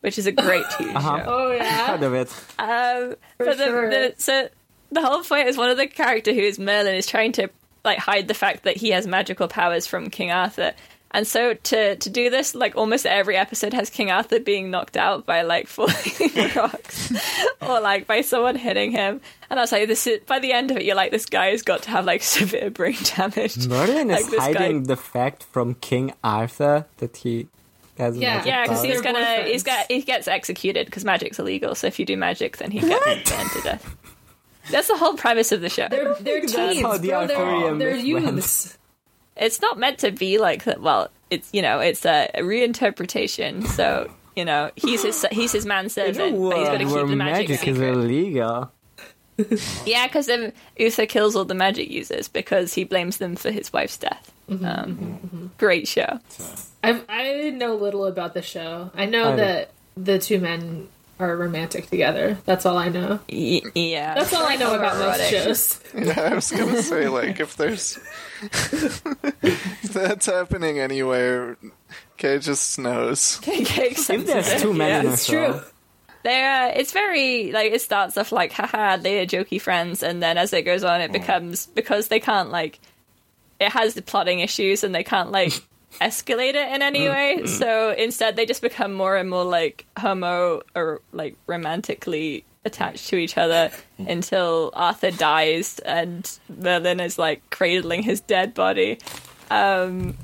S3: which is a great TV show.
S2: Oh
S4: Heard
S2: yeah.
S4: of it.
S3: Um, but the,
S2: sure.
S3: the, so the whole point is one of the character who is Merlin is trying to like hide the fact that he has magical powers from King Arthur, and so to to do this, like almost every episode has King Arthur being knocked out by like falling rocks or like by someone hitting him. And I was like, this is by the end of it, you're like, this guy has got to have like severe brain damage.
S4: Merlin
S3: Like
S4: is
S3: this guy-
S4: hiding the fact from King Arthur that he has
S2: Yeah.
S4: magic
S3: Yeah, because
S4: powers.
S3: he's
S2: They're
S3: gonna he's
S2: boyfriends.
S3: got he gets executed because magic's illegal. So if you do magic, then he gets burned to death. That's the whole premise of the show.
S2: They're they're teens,
S4: how the
S2: bro. They're,
S4: Arthurian
S2: they're
S4: myth
S2: youths.
S3: it's not meant to be like that. Well, it's you know, it's a, a reinterpretation. So you know, he's his he's his
S4: In a
S3: manservant, but he's got
S4: world
S3: to
S4: uh, where
S3: keep the magic,
S4: magic is
S3: secret.
S4: illegal.
S3: Yeah, because then Uther kills all the magic users because he blames them for his wife's death. Um, Great show.
S2: I I know little about the show. I know
S4: I don't-
S2: that the two men are romantic together. That's all I know.
S3: Y- yeah,
S2: That's all I know about most
S3: Erotic.
S2: shows.
S6: I was gonna say like if there's if that's happening anywhere, Kay just knows.
S3: Cake
S4: If there's two men in a
S2: It's true.
S4: show,
S3: They're, uh, it's very like it starts off like haha they are jokey friends and then as it goes on
S6: Mm.
S3: it becomes because they can't like it has the plotting issues and they can't like escalate it in
S6: Mm,
S3: any way so instead they just become more and more like homo or like romantically attached to each other
S6: Mm.
S3: until Arthur dies and Merlin is like cradling his dead body um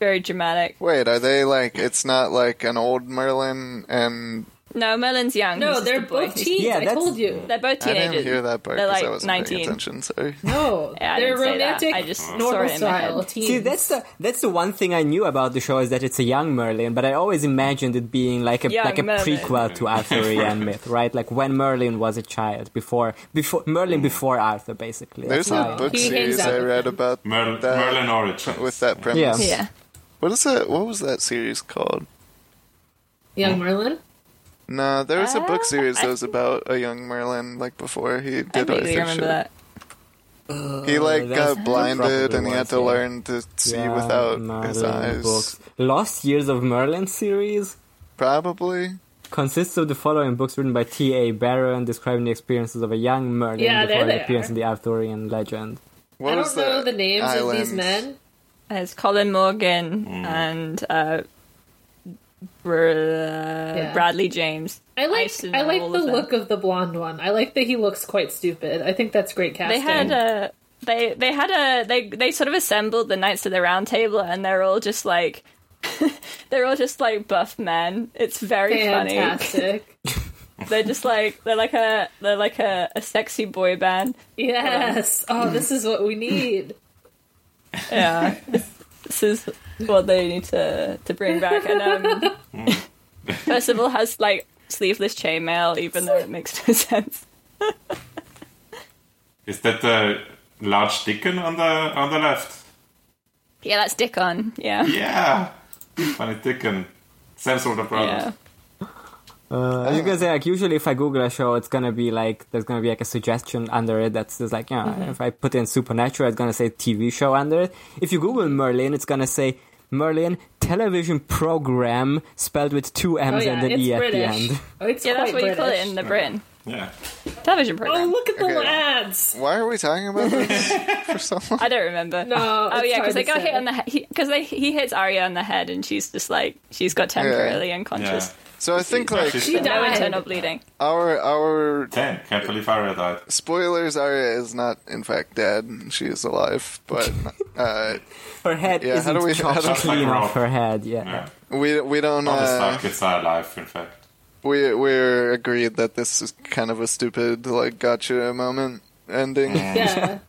S3: very dramatic
S6: Wait, are they like? It's not like an old Merlin and
S3: no Merlin's young he's
S2: No,
S3: just
S2: they're
S3: a boy.
S2: both teens.
S4: Yeah,
S2: I
S4: that's-
S2: told you.
S3: they're both
S6: I
S3: teenagers
S6: didn't hear that part
S3: they're
S6: because
S3: like
S6: I wasn't
S3: 19.
S6: paying attention. Sorry.
S2: No,
S3: Yeah, I
S2: they're
S3: didn't say that.
S2: romantic,
S3: I just saw
S2: normal
S3: it in my
S2: style
S3: head.
S2: teens.
S4: See, that's the that's the one thing I knew about the show is that it's a young Merlin, but I always imagined it being like a
S3: Young
S4: like a
S3: Merlin.
S4: prequel to Arthurian myth, right? Like when Merlin was a child, before before Merlin before Arthur, basically.
S6: Mm. There's
S4: That's why-
S6: a book
S2: He hangs
S6: series
S2: out
S6: I
S2: with
S6: read
S2: them.
S6: about
S5: Merlin,
S6: that
S5: Merlin Origins.
S6: with that premise.
S4: Yeah.
S3: yeah
S6: What is that? What was that series called?
S2: Young Merlin.
S6: No, there was a book
S3: Uh,
S6: series that
S3: I
S6: was about a young Merlin, like before he
S3: I
S6: did
S3: vaguely
S6: Arthur
S3: remember
S6: shit.
S3: that
S6: He like
S4: Uh, that's
S6: got blinded
S4: probably
S6: and he had
S4: was,
S6: to
S4: yeah.
S6: learn to see
S4: Yeah,
S6: without his
S4: Merlin
S6: eyes.
S4: books. Lost Years of Merlin series
S6: Probably.
S4: consists of the following books written by T. A. Barron describing the experiences of a young Merlin
S2: Yeah, there
S4: before
S2: they
S4: he appears
S2: are.
S4: in the Arthurian legend.
S6: What
S2: I
S6: was
S2: don't know
S6: that
S2: the names of
S6: island?
S2: these men.
S3: There's Colin Morgan and uh, Br- uh, Bradley James.
S2: I like
S3: used to
S2: I
S3: know
S2: like
S3: all
S2: the
S3: of them.
S2: look of the blonde one. I like that he looks quite stupid. I think that's great
S3: They
S2: casting.
S3: had a they they had a they they sort of assembled the Knights of the Round Table, and they're all just like they're all just like buff men. It's very funny.
S2: fantastic.
S3: they're just like they're like a they're like a, a sexy boy band.
S2: yes. Oh, this is what we need.
S3: Yeah, this is what they need to to bring back. And um, Percival has like sleeveless chainmail, even though it makes no sense.
S5: Is that the large Dickon on the on the left?
S3: Yeah, that's Dick on. Yeah.
S5: Yeah, funny Dickon, same sort of brother.
S3: Yeah.
S4: Uh, you guys like usually if I Google a show, it's gonna be like there's gonna be like a suggestion under it that's just like you know if I put in Supernatural, it's gonna say TV show under it. If you Google Merlin, it's gonna say Merlin television program spelled with two
S2: Oh
S4: M's
S2: yeah,
S4: and an
S2: it's
S4: E at the
S2: British.
S4: end.
S2: Oh, it's
S3: Yeah, that's
S2: quite
S3: what you
S2: British.
S3: call it in the Britain.
S5: Yeah.
S3: Television
S2: Oh,
S3: program.
S2: look at the
S6: Okay.
S2: lads.
S6: Why are we talking about this for so long?
S3: I don't remember.
S2: No,
S3: Oh
S2: it's
S3: yeah,
S2: hard
S3: because they
S2: to
S3: got
S2: say.
S3: hit on the head. Because they he hits Arya on the head, and she's just like she's got temporarily
S5: Yeah.
S3: unconscious.
S6: So I think like
S5: She's
S2: She
S3: No
S2: died.
S3: internal bleeding.
S6: our our
S5: ten. Can't believe Arya died.
S6: spoilers Arya is not in fact dead. She is alive, but uh,
S4: Her head
S6: Yeah, how
S4: isn't
S6: do we- how
S4: chopped
S6: do we-
S4: clean off her head. Yeah.
S5: Yeah.
S6: we we don't
S5: All the
S6: uh,
S5: Stark kids are alive. In fact,
S6: we we're agreed that this is kind of a stupid like gotcha moment ending.
S2: Yeah.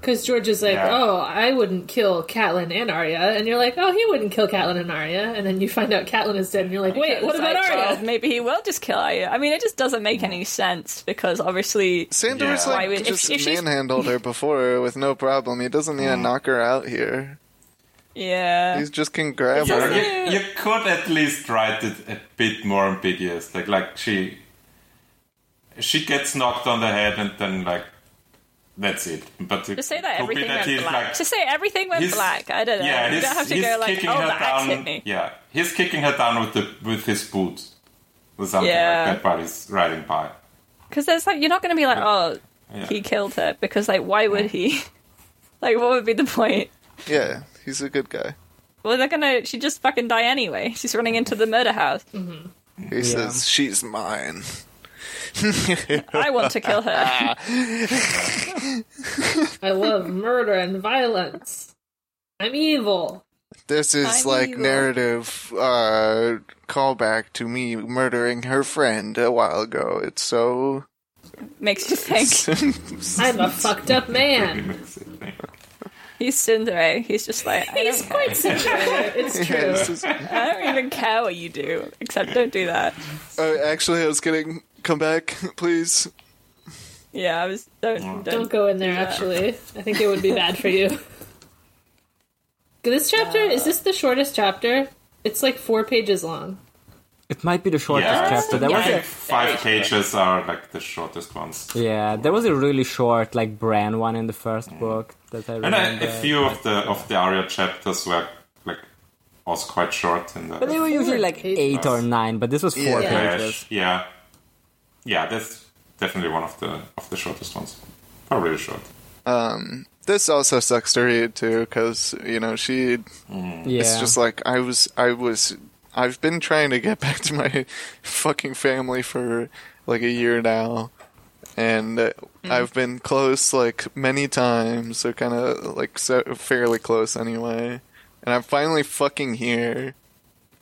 S2: Because George is like,
S5: Yeah.
S2: oh, I wouldn't kill Catelyn and Arya, and you're like, oh, he wouldn't kill Catelyn and Arya, and then you find out Catelyn is dead, and you're like, wait, what
S3: It's
S2: about
S3: like, well,
S2: Arya?
S3: maybe he will just kill Arya. I mean, it just doesn't make any sense because obviously
S6: Sandor's
S5: Yeah.
S6: like
S3: Why would- if-
S6: just
S3: if she's-
S6: manhandled her before with no problem. He doesn't need to knock her out here.
S3: yeah.
S6: He just can grab
S3: It's
S6: her.
S3: also-
S5: you, you could at least write it a bit more ambiguous. Like like she she gets knocked on the head and then like that's it. But
S3: To say that
S5: could be
S3: everything went
S5: he's,
S3: black.
S5: like,
S3: to say everything went
S5: he's-
S3: black. I don't know.
S5: Yeah,
S3: you
S5: he's,
S3: don't have to
S5: he's
S3: go like,
S5: kicking
S3: oh,
S5: her
S3: the axe
S5: down.
S3: hit me.
S5: Yeah, he's kicking her down with the with his boot or something
S3: Yeah.
S5: like that. While he's riding by.
S3: Because there's like you're not going to be like, oh, he killed her because like why would he? like what would be the point?
S6: Yeah, he's a good guy.
S3: Well, they're gonna. She just fucking die anyway. She's running into the murder house.
S6: He says, "She's mine."
S3: I want to kill her.
S2: I love murder and violence. I'm evil.
S6: This is
S3: I'm
S6: like
S3: evil.
S6: narrative uh, callback to me murdering her friend a while ago. It's so Uh,
S3: Makes you think.
S2: I'm a fucked up man.
S3: He's Cinderella. He's just like I
S2: He's
S3: don't,
S2: quite similar. It's true.
S6: This is-
S3: I don't even care what you do, except don't do that.
S6: uh, actually, I was getting come back, please.
S3: Yeah, I was don't
S2: Don't
S3: don't.
S2: go in there, actually. I think it would be bad for you. This chapter, is this the shortest chapter? It's like four pages long.
S4: It might be the shortest
S5: Yeah.
S4: chapter. There
S3: Yeah.
S5: I
S4: was a
S5: think five pages are like the shortest ones.
S4: yeah, there was a really short like Bran one in the first book that I
S5: And
S4: remember.
S5: a, a few of the of the Aria chapters were like also quite short in the
S4: But they were
S2: Four
S4: usually like
S2: pages.
S4: eight or nine, but this was four
S6: Yeah.
S4: pages.
S5: yeah. yeah, that's definitely one of the of the shortest ones. Probably the short.
S6: Um, this also sucks to read too, because you know she.
S4: Yeah.
S6: It's just like I was. I was. I've been trying to get back to my fucking family for like a year now, and uh, I've been close like many times. So kind of like so, fairly close anyway, and I'm finally fucking here,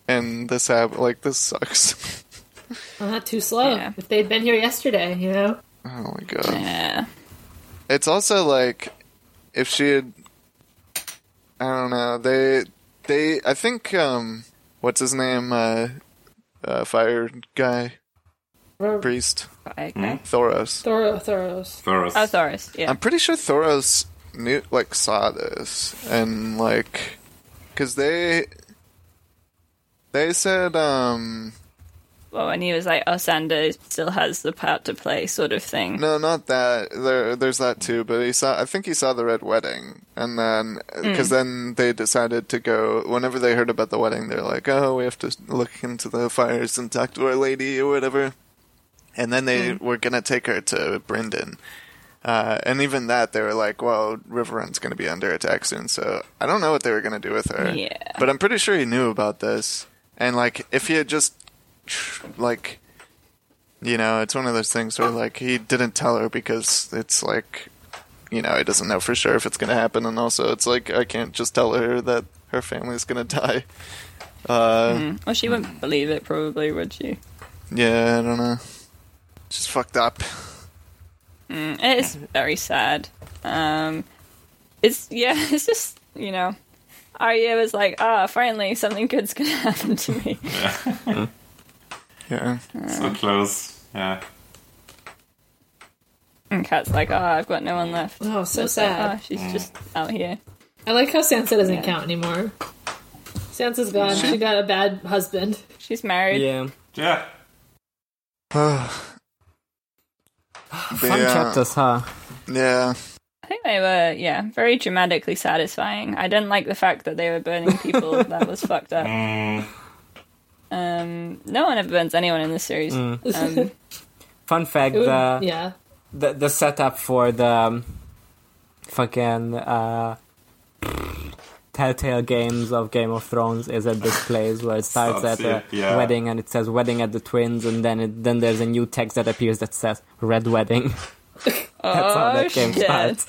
S6: and this happened. Like this sucks.
S2: Well, not too slow.
S3: Yeah.
S2: If they'd been here yesterday, you know?
S6: oh my god.
S3: Yeah.
S6: It's also like if she had I don't know, they they I think um what's his name? Uh uh fire guy,
S2: Or-
S6: priest,
S3: Okay.
S5: Mm.
S6: Thoros.
S2: Thor- Thoros.
S5: Thoros.
S3: Oh, Thoris. Yeah.
S6: I'm pretty sure Thoros knew like saw this and like cuz they they said um
S3: well, and he was like, "Oh, Sander still has the part to play," sort of thing.
S6: No, not that. There, there's that too. But he saw. I think he saw the red wedding, and then because then they decided to go. Whenever they heard about the wedding, they're like, "Oh, we have to look into the fires and talk to our lady or whatever." And then they were gonna take her to Brendan. Uh, and even that, they were like, "Well, Riverrun's going to be under attack soon, so I don't know what they were going to do with her."
S3: Yeah.
S6: But I'm pretty sure he knew about this, and like, if he had just, tr- like, you know, it's one of those things where like he didn't tell her because it's like, you know, he doesn't know for sure if it's going to happen, and also it's like I can't just tell her that her family's going to die. Uh,
S3: Well, she wouldn't believe it, probably, would she?
S6: Yeah, I don't know. Just fucked up.
S3: Mm, It is very sad. Um, it's yeah, it's just you know, Arya was like, "Ah, finally, something good's gonna happen to me."
S6: Yeah.
S5: so close. Yeah.
S3: And Kat's like, "Ah, I've got no one left."
S2: Oh, so
S3: It's like,
S2: sad.
S3: "Ah, she's just out here.
S2: I like how Sansa doesn't count anymore. Sansa's gone. She got a bad husband.
S3: She's married.
S4: yeah.
S5: Yeah.
S4: Fun
S6: Yeah.
S4: chapters, huh?
S6: yeah.
S3: I think they were, yeah, very dramatically satisfying. I didn't like the fact that they were burning people. that was fucked up.
S5: Mm,
S3: Um, no one ever burns anyone in this series.
S2: Mm.
S3: Um,
S4: Mm. Fun fact:
S2: It would-
S4: the,
S2: yeah.
S4: the the setup for the um, fucking uh, Telltale games of Game of Thrones is at this place where it starts
S5: That's
S4: at a
S5: it, yeah.
S4: wedding and it says wedding at the twins, and then it, then there's a new text that appears that says red wedding. That's how
S3: Oh,
S4: that game
S3: shit.
S4: starts.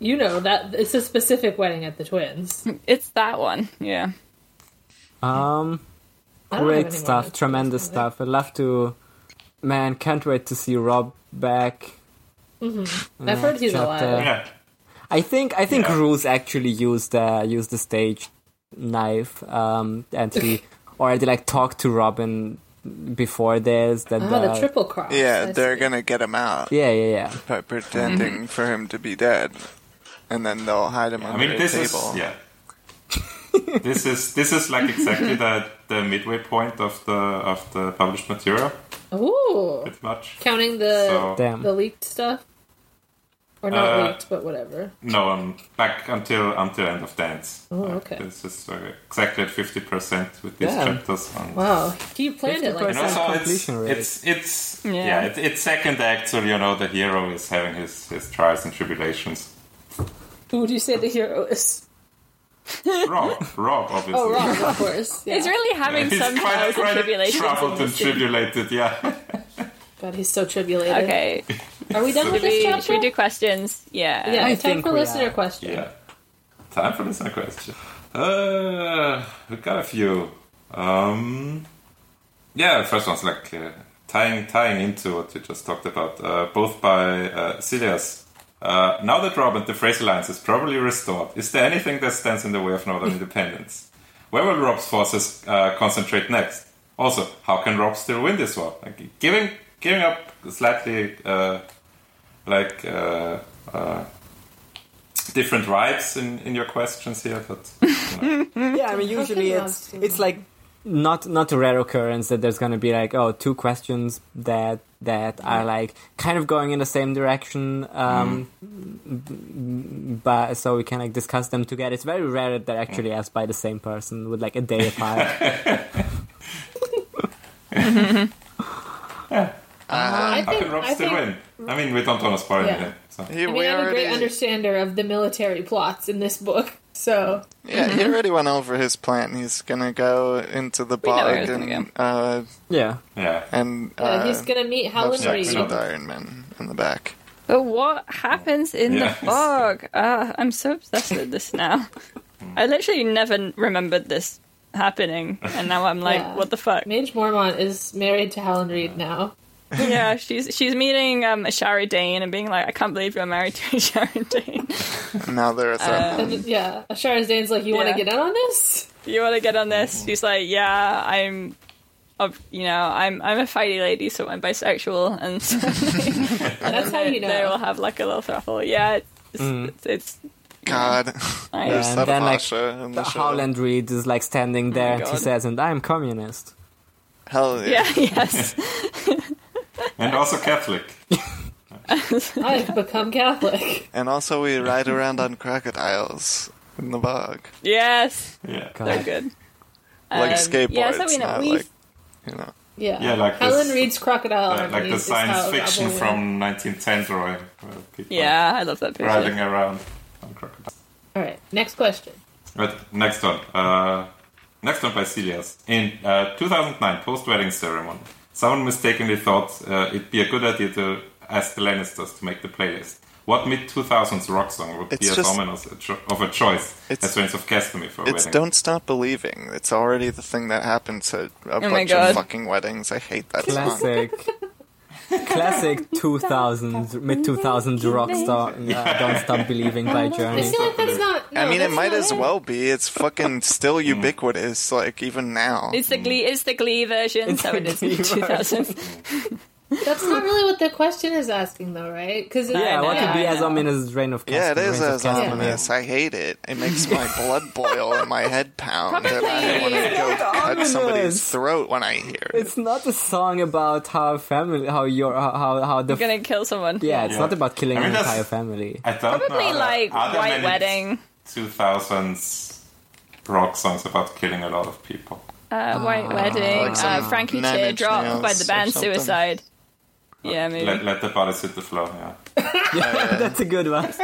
S2: You know, that it's a specific wedding at the twins.
S3: it's that one. Yeah.
S4: Um,
S2: I don't have
S4: great
S2: any more
S4: stuff,
S2: notes.
S4: tremendous stuff. I love to. Man, can't wait to see Rob back.
S2: I've heard he's
S4: chapter.
S2: alive.
S5: Yeah.
S4: I think I think
S5: Yeah.
S4: Roos actually used uh, used the stage knife, um, and he already like talked to Robin before this. That
S2: Oh,
S4: uh,
S2: the triple cross.
S6: Yeah,
S2: I
S6: they're
S2: see.
S6: going to get him out
S4: yeah, yeah, yeah.
S6: by pretending for him to be dead. And then they'll hide him
S5: Mm-hmm. I
S6: under
S5: mean,
S6: a
S5: this
S6: table.
S5: is yeah. this is this is like exactly the the midway point of the of the published material,
S2: Ooh.
S5: pretty much.
S2: Counting the
S5: So
S4: Damn.
S2: the leaked stuff? Or not
S5: Uh,
S2: leaked, but whatever.
S5: no, I'm back until until end of dance.
S2: Oh, okay.
S5: This is uh, exactly at fifty percent with these
S4: Damn.
S5: chapters. And,
S2: Wow. He planned it like
S5: and
S4: 50%.
S2: that.
S5: also, it's,
S4: completion rate.
S5: it's it's yeah,
S3: Yeah.
S5: it, it's second act, so you know the hero is having his his trials and tribulations.
S2: Who would you say the hero is?
S5: Rob, Rob, obviously.
S2: Oh, Rob, of course. Yeah.
S3: He's really having
S5: He's
S3: some
S5: quite,
S3: trials and
S5: quite
S3: tribulations.
S5: troubled
S3: in
S5: and
S3: this series.
S5: tribulated, yeah.
S2: God, he's so tribulated.
S3: Okay.
S2: Are we done with this
S3: Should we,
S2: chapter?
S3: should we do questions? Yeah.
S2: yeah,
S4: I
S2: time
S4: think
S2: for
S4: we
S2: listener
S4: are.
S2: question.
S5: Yeah. Time for listener question. Uh, we got a few. Um, yeah, the first one's like uh, tying tying into what you just talked about, uh, both by uh, Silas. Uh, now that Rob and the Fraser Alliance is probably restored, is there anything that stands in the way of Northern independence? Where will Rob's forces uh, concentrate next? Also, how can Rob still win this war? Like, giving giving up slightly uh, like uh, uh, different vibes in, in your questions here, but you know.
S4: Yeah, I mean, usually
S2: you
S4: it's
S2: ask
S4: it's like not not a rare occurrence that there's gonna be like oh two questions that that are like kind of going in the same direction. Um, But so we can like discuss them together. It's very rare that they're actually asked by the same person with like a
S6: Uh,
S4: day apart.
S3: Uh-huh.
S2: I
S5: How can Rob
S2: I
S5: still
S2: think-
S5: win? I mean, we don't want to spoil
S2: Yeah.
S5: anything. So.
S6: He,
S2: I
S6: we
S2: mean, I'm a
S6: already,
S2: great understander of the military plots in this book, so
S6: yeah,
S3: Mm-hmm.
S6: he already went over his plan. He's gonna go into the
S3: know where
S6: bog
S3: he's gonna
S6: and uh,
S4: Yeah.
S5: Yeah.
S6: and uh,
S2: uh, he's gonna meet
S6: have
S2: Helen
S6: sex
S2: Reed.
S5: Exactly.
S6: with Iron Man in the back.
S3: But what happens in
S5: Yes.
S3: the fog? Uh, I'm so obsessed with this now.
S5: Hmm.
S3: I literally never n- remembered this happening, and now I'm like,
S2: Yeah.
S3: what the fuck?
S2: Mage Mormont is married to Helen Reed now.
S3: yeah, she's she's meeting um, Ashari Dane and being like, I can't believe you're married to Ashari Dane.
S6: And now they're a throuple.
S2: And
S3: Uh,
S2: yeah, Ashara's Dane's like, you want to
S3: Yeah.
S2: get in on this?
S3: you want to get on this? She's like, yeah, I'm, ob- you know, I'm I'm a fighty lady, so I'm bisexual, and so
S2: That's how you know.
S3: they will have like a little thruffle. Yeah, it's
S6: Mm.
S3: it's, it's
S6: God,
S3: nice.
S6: there's
S4: And
S6: some
S4: then, like,
S6: Asha in the
S4: The
S6: show.
S4: Howland Reed is like standing there and he
S3: God.
S4: says, and I'm communist.
S6: Hell yeah.
S3: Yeah, yes.
S5: And also Catholic.
S2: I've become Catholic.
S6: And also, we ride around on crocodiles in the bog,
S3: Yes.
S5: Yeah.
S3: So
S4: God.
S3: good.
S6: like
S3: Um,
S6: skateboards,
S3: yeah, so we know-
S6: not
S3: we-
S6: like you know.
S2: Yeah,
S5: Yeah, like
S2: Helen
S5: this-
S2: Reed's crocodile.
S5: Uh, like
S2: Underneath
S5: the
S2: is
S5: science
S2: Oh, how
S5: fiction
S2: Babylon-
S5: from 1910 drawing. where people
S3: Yeah, I love that picture.
S5: Riding around on crocodiles.
S2: All right, next question.
S5: Right, next one. Uh, next one by Celias. In uh, 2009, post wedding ceremony, someone mistakenly thought uh, it'd be a good idea to ask the Lannisters to make the playlist. What mid 2000s rock song would
S6: It's
S5: be as
S6: just-
S5: ominous a cho- of a choice
S6: It's-
S5: as Reigns of Castamere for a
S6: It's
S5: wedding?
S6: don't stop believing. It's already the thing that happens at a
S3: Oh my
S6: bunch
S3: God.
S6: of fucking weddings. I hate that song.
S4: Classic. Classic 2000s, mid 2000s rock star. Uh, Don't Stop Believing by
S2: I
S4: Journey.
S2: feel like that's not. no,
S6: I mean, it
S2: that's
S6: might
S2: not
S6: as well be. It's fucking still ubiquitous, like even now.
S3: It's the Glee. It's the Glee version,
S4: It's
S3: so
S4: the
S3: it is
S4: Glee version.
S3: 2000.
S2: That's not really what the question is asking, though, right? Because
S4: Yeah,
S3: I
S4: what
S3: know,
S4: could be
S3: I
S4: as
S3: know.
S4: ominous as Reign of Castamere?
S6: yeah, it is
S4: Reigns of
S6: as
S4: Castamere.
S6: ominous. I hate it. It makes my blood boil and my head pound, and I want to go cut somebody's
S4: ominous.
S6: throat when I hear it.
S4: It's not a song about how family, how your, how how the.
S3: You're gonna kill someone.
S4: yeah, it's
S5: Yeah.
S4: not about killing
S5: I mean,
S4: an
S5: that's-
S4: entire family.
S5: I don't
S3: Probably
S5: know.
S3: like
S5: Are there
S3: White
S5: many
S3: Wedding.
S5: 2000s rock songs about killing a lot of people.
S3: Uh, White
S4: Ah.
S3: Wedding.
S6: like some
S3: uh, Frankie
S6: Nine Inch
S3: Teardrop
S6: Nails
S3: by the
S6: or
S3: band
S6: something.
S3: Suicide. Yeah, maybe.
S5: Let, let the bodies hit the floor, yeah.
S4: that's a good one.
S2: that's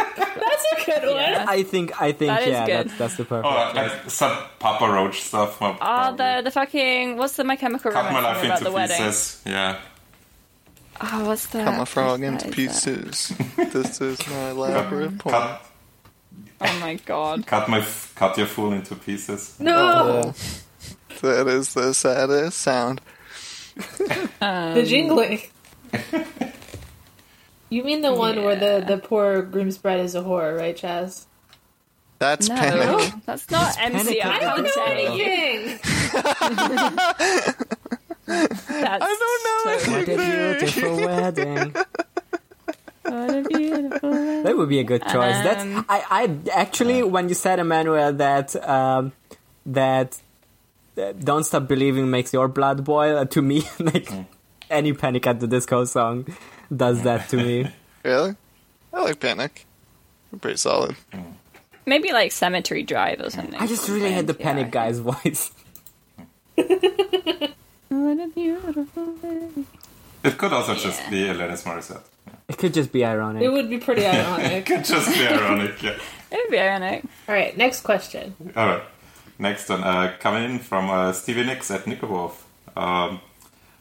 S2: a good one.
S3: Yeah.
S4: I think, I think,
S3: That is
S4: yeah,
S3: good.
S4: that's that's the perfect.
S5: Or like some Papa Roach stuff. more
S6: Um,
S3: Oh, the
S5: probably.
S3: the fucking what's the My Chemical
S5: Cut my
S3: Romance
S5: life
S3: song about the
S5: into
S3: wedding?
S5: pieces. Yeah.
S3: Oh, what's that?
S6: I'm a frog into
S3: What is that?
S6: pieces. this is my elaborate point.
S5: Cut,
S3: Oh my god.
S5: cut my f- cut your fool into pieces.
S2: No,
S6: That is the saddest sound.
S3: Um,
S2: the jingling. you mean the one where the the poor groom's bride is a whore, right, Chaz?
S6: That's
S3: No,
S6: panic.
S3: that's not MC. I
S4: panic.
S3: can't
S2: No,
S3: say anything.
S2: anything.
S3: That's
S6: I don't know.
S3: so-
S4: What a beautiful wedding.
S3: what a beautiful.
S4: That would be a good choice. That's
S3: Um,
S4: I, I actually when you said Emmanuel that um, that, that don't stop believing makes your blood boil. uh, to me, like any Panic at the Disco song does that to me.
S6: Really? I like panic. Pretty solid.
S3: Maybe like Cemetery Drive or something.
S4: I just really hate the Panic guy's voice.
S3: What a beautiful day.
S5: It could also just be Alanis Morissette.
S4: It could just be ironic.
S2: It would be pretty ironic.
S5: Could just be ironic. Yeah.
S3: It'd be ironic.
S2: All right, next question.
S5: All right. Next one uh, coming in from uh, Stevie Nicks at Nikobov. Um,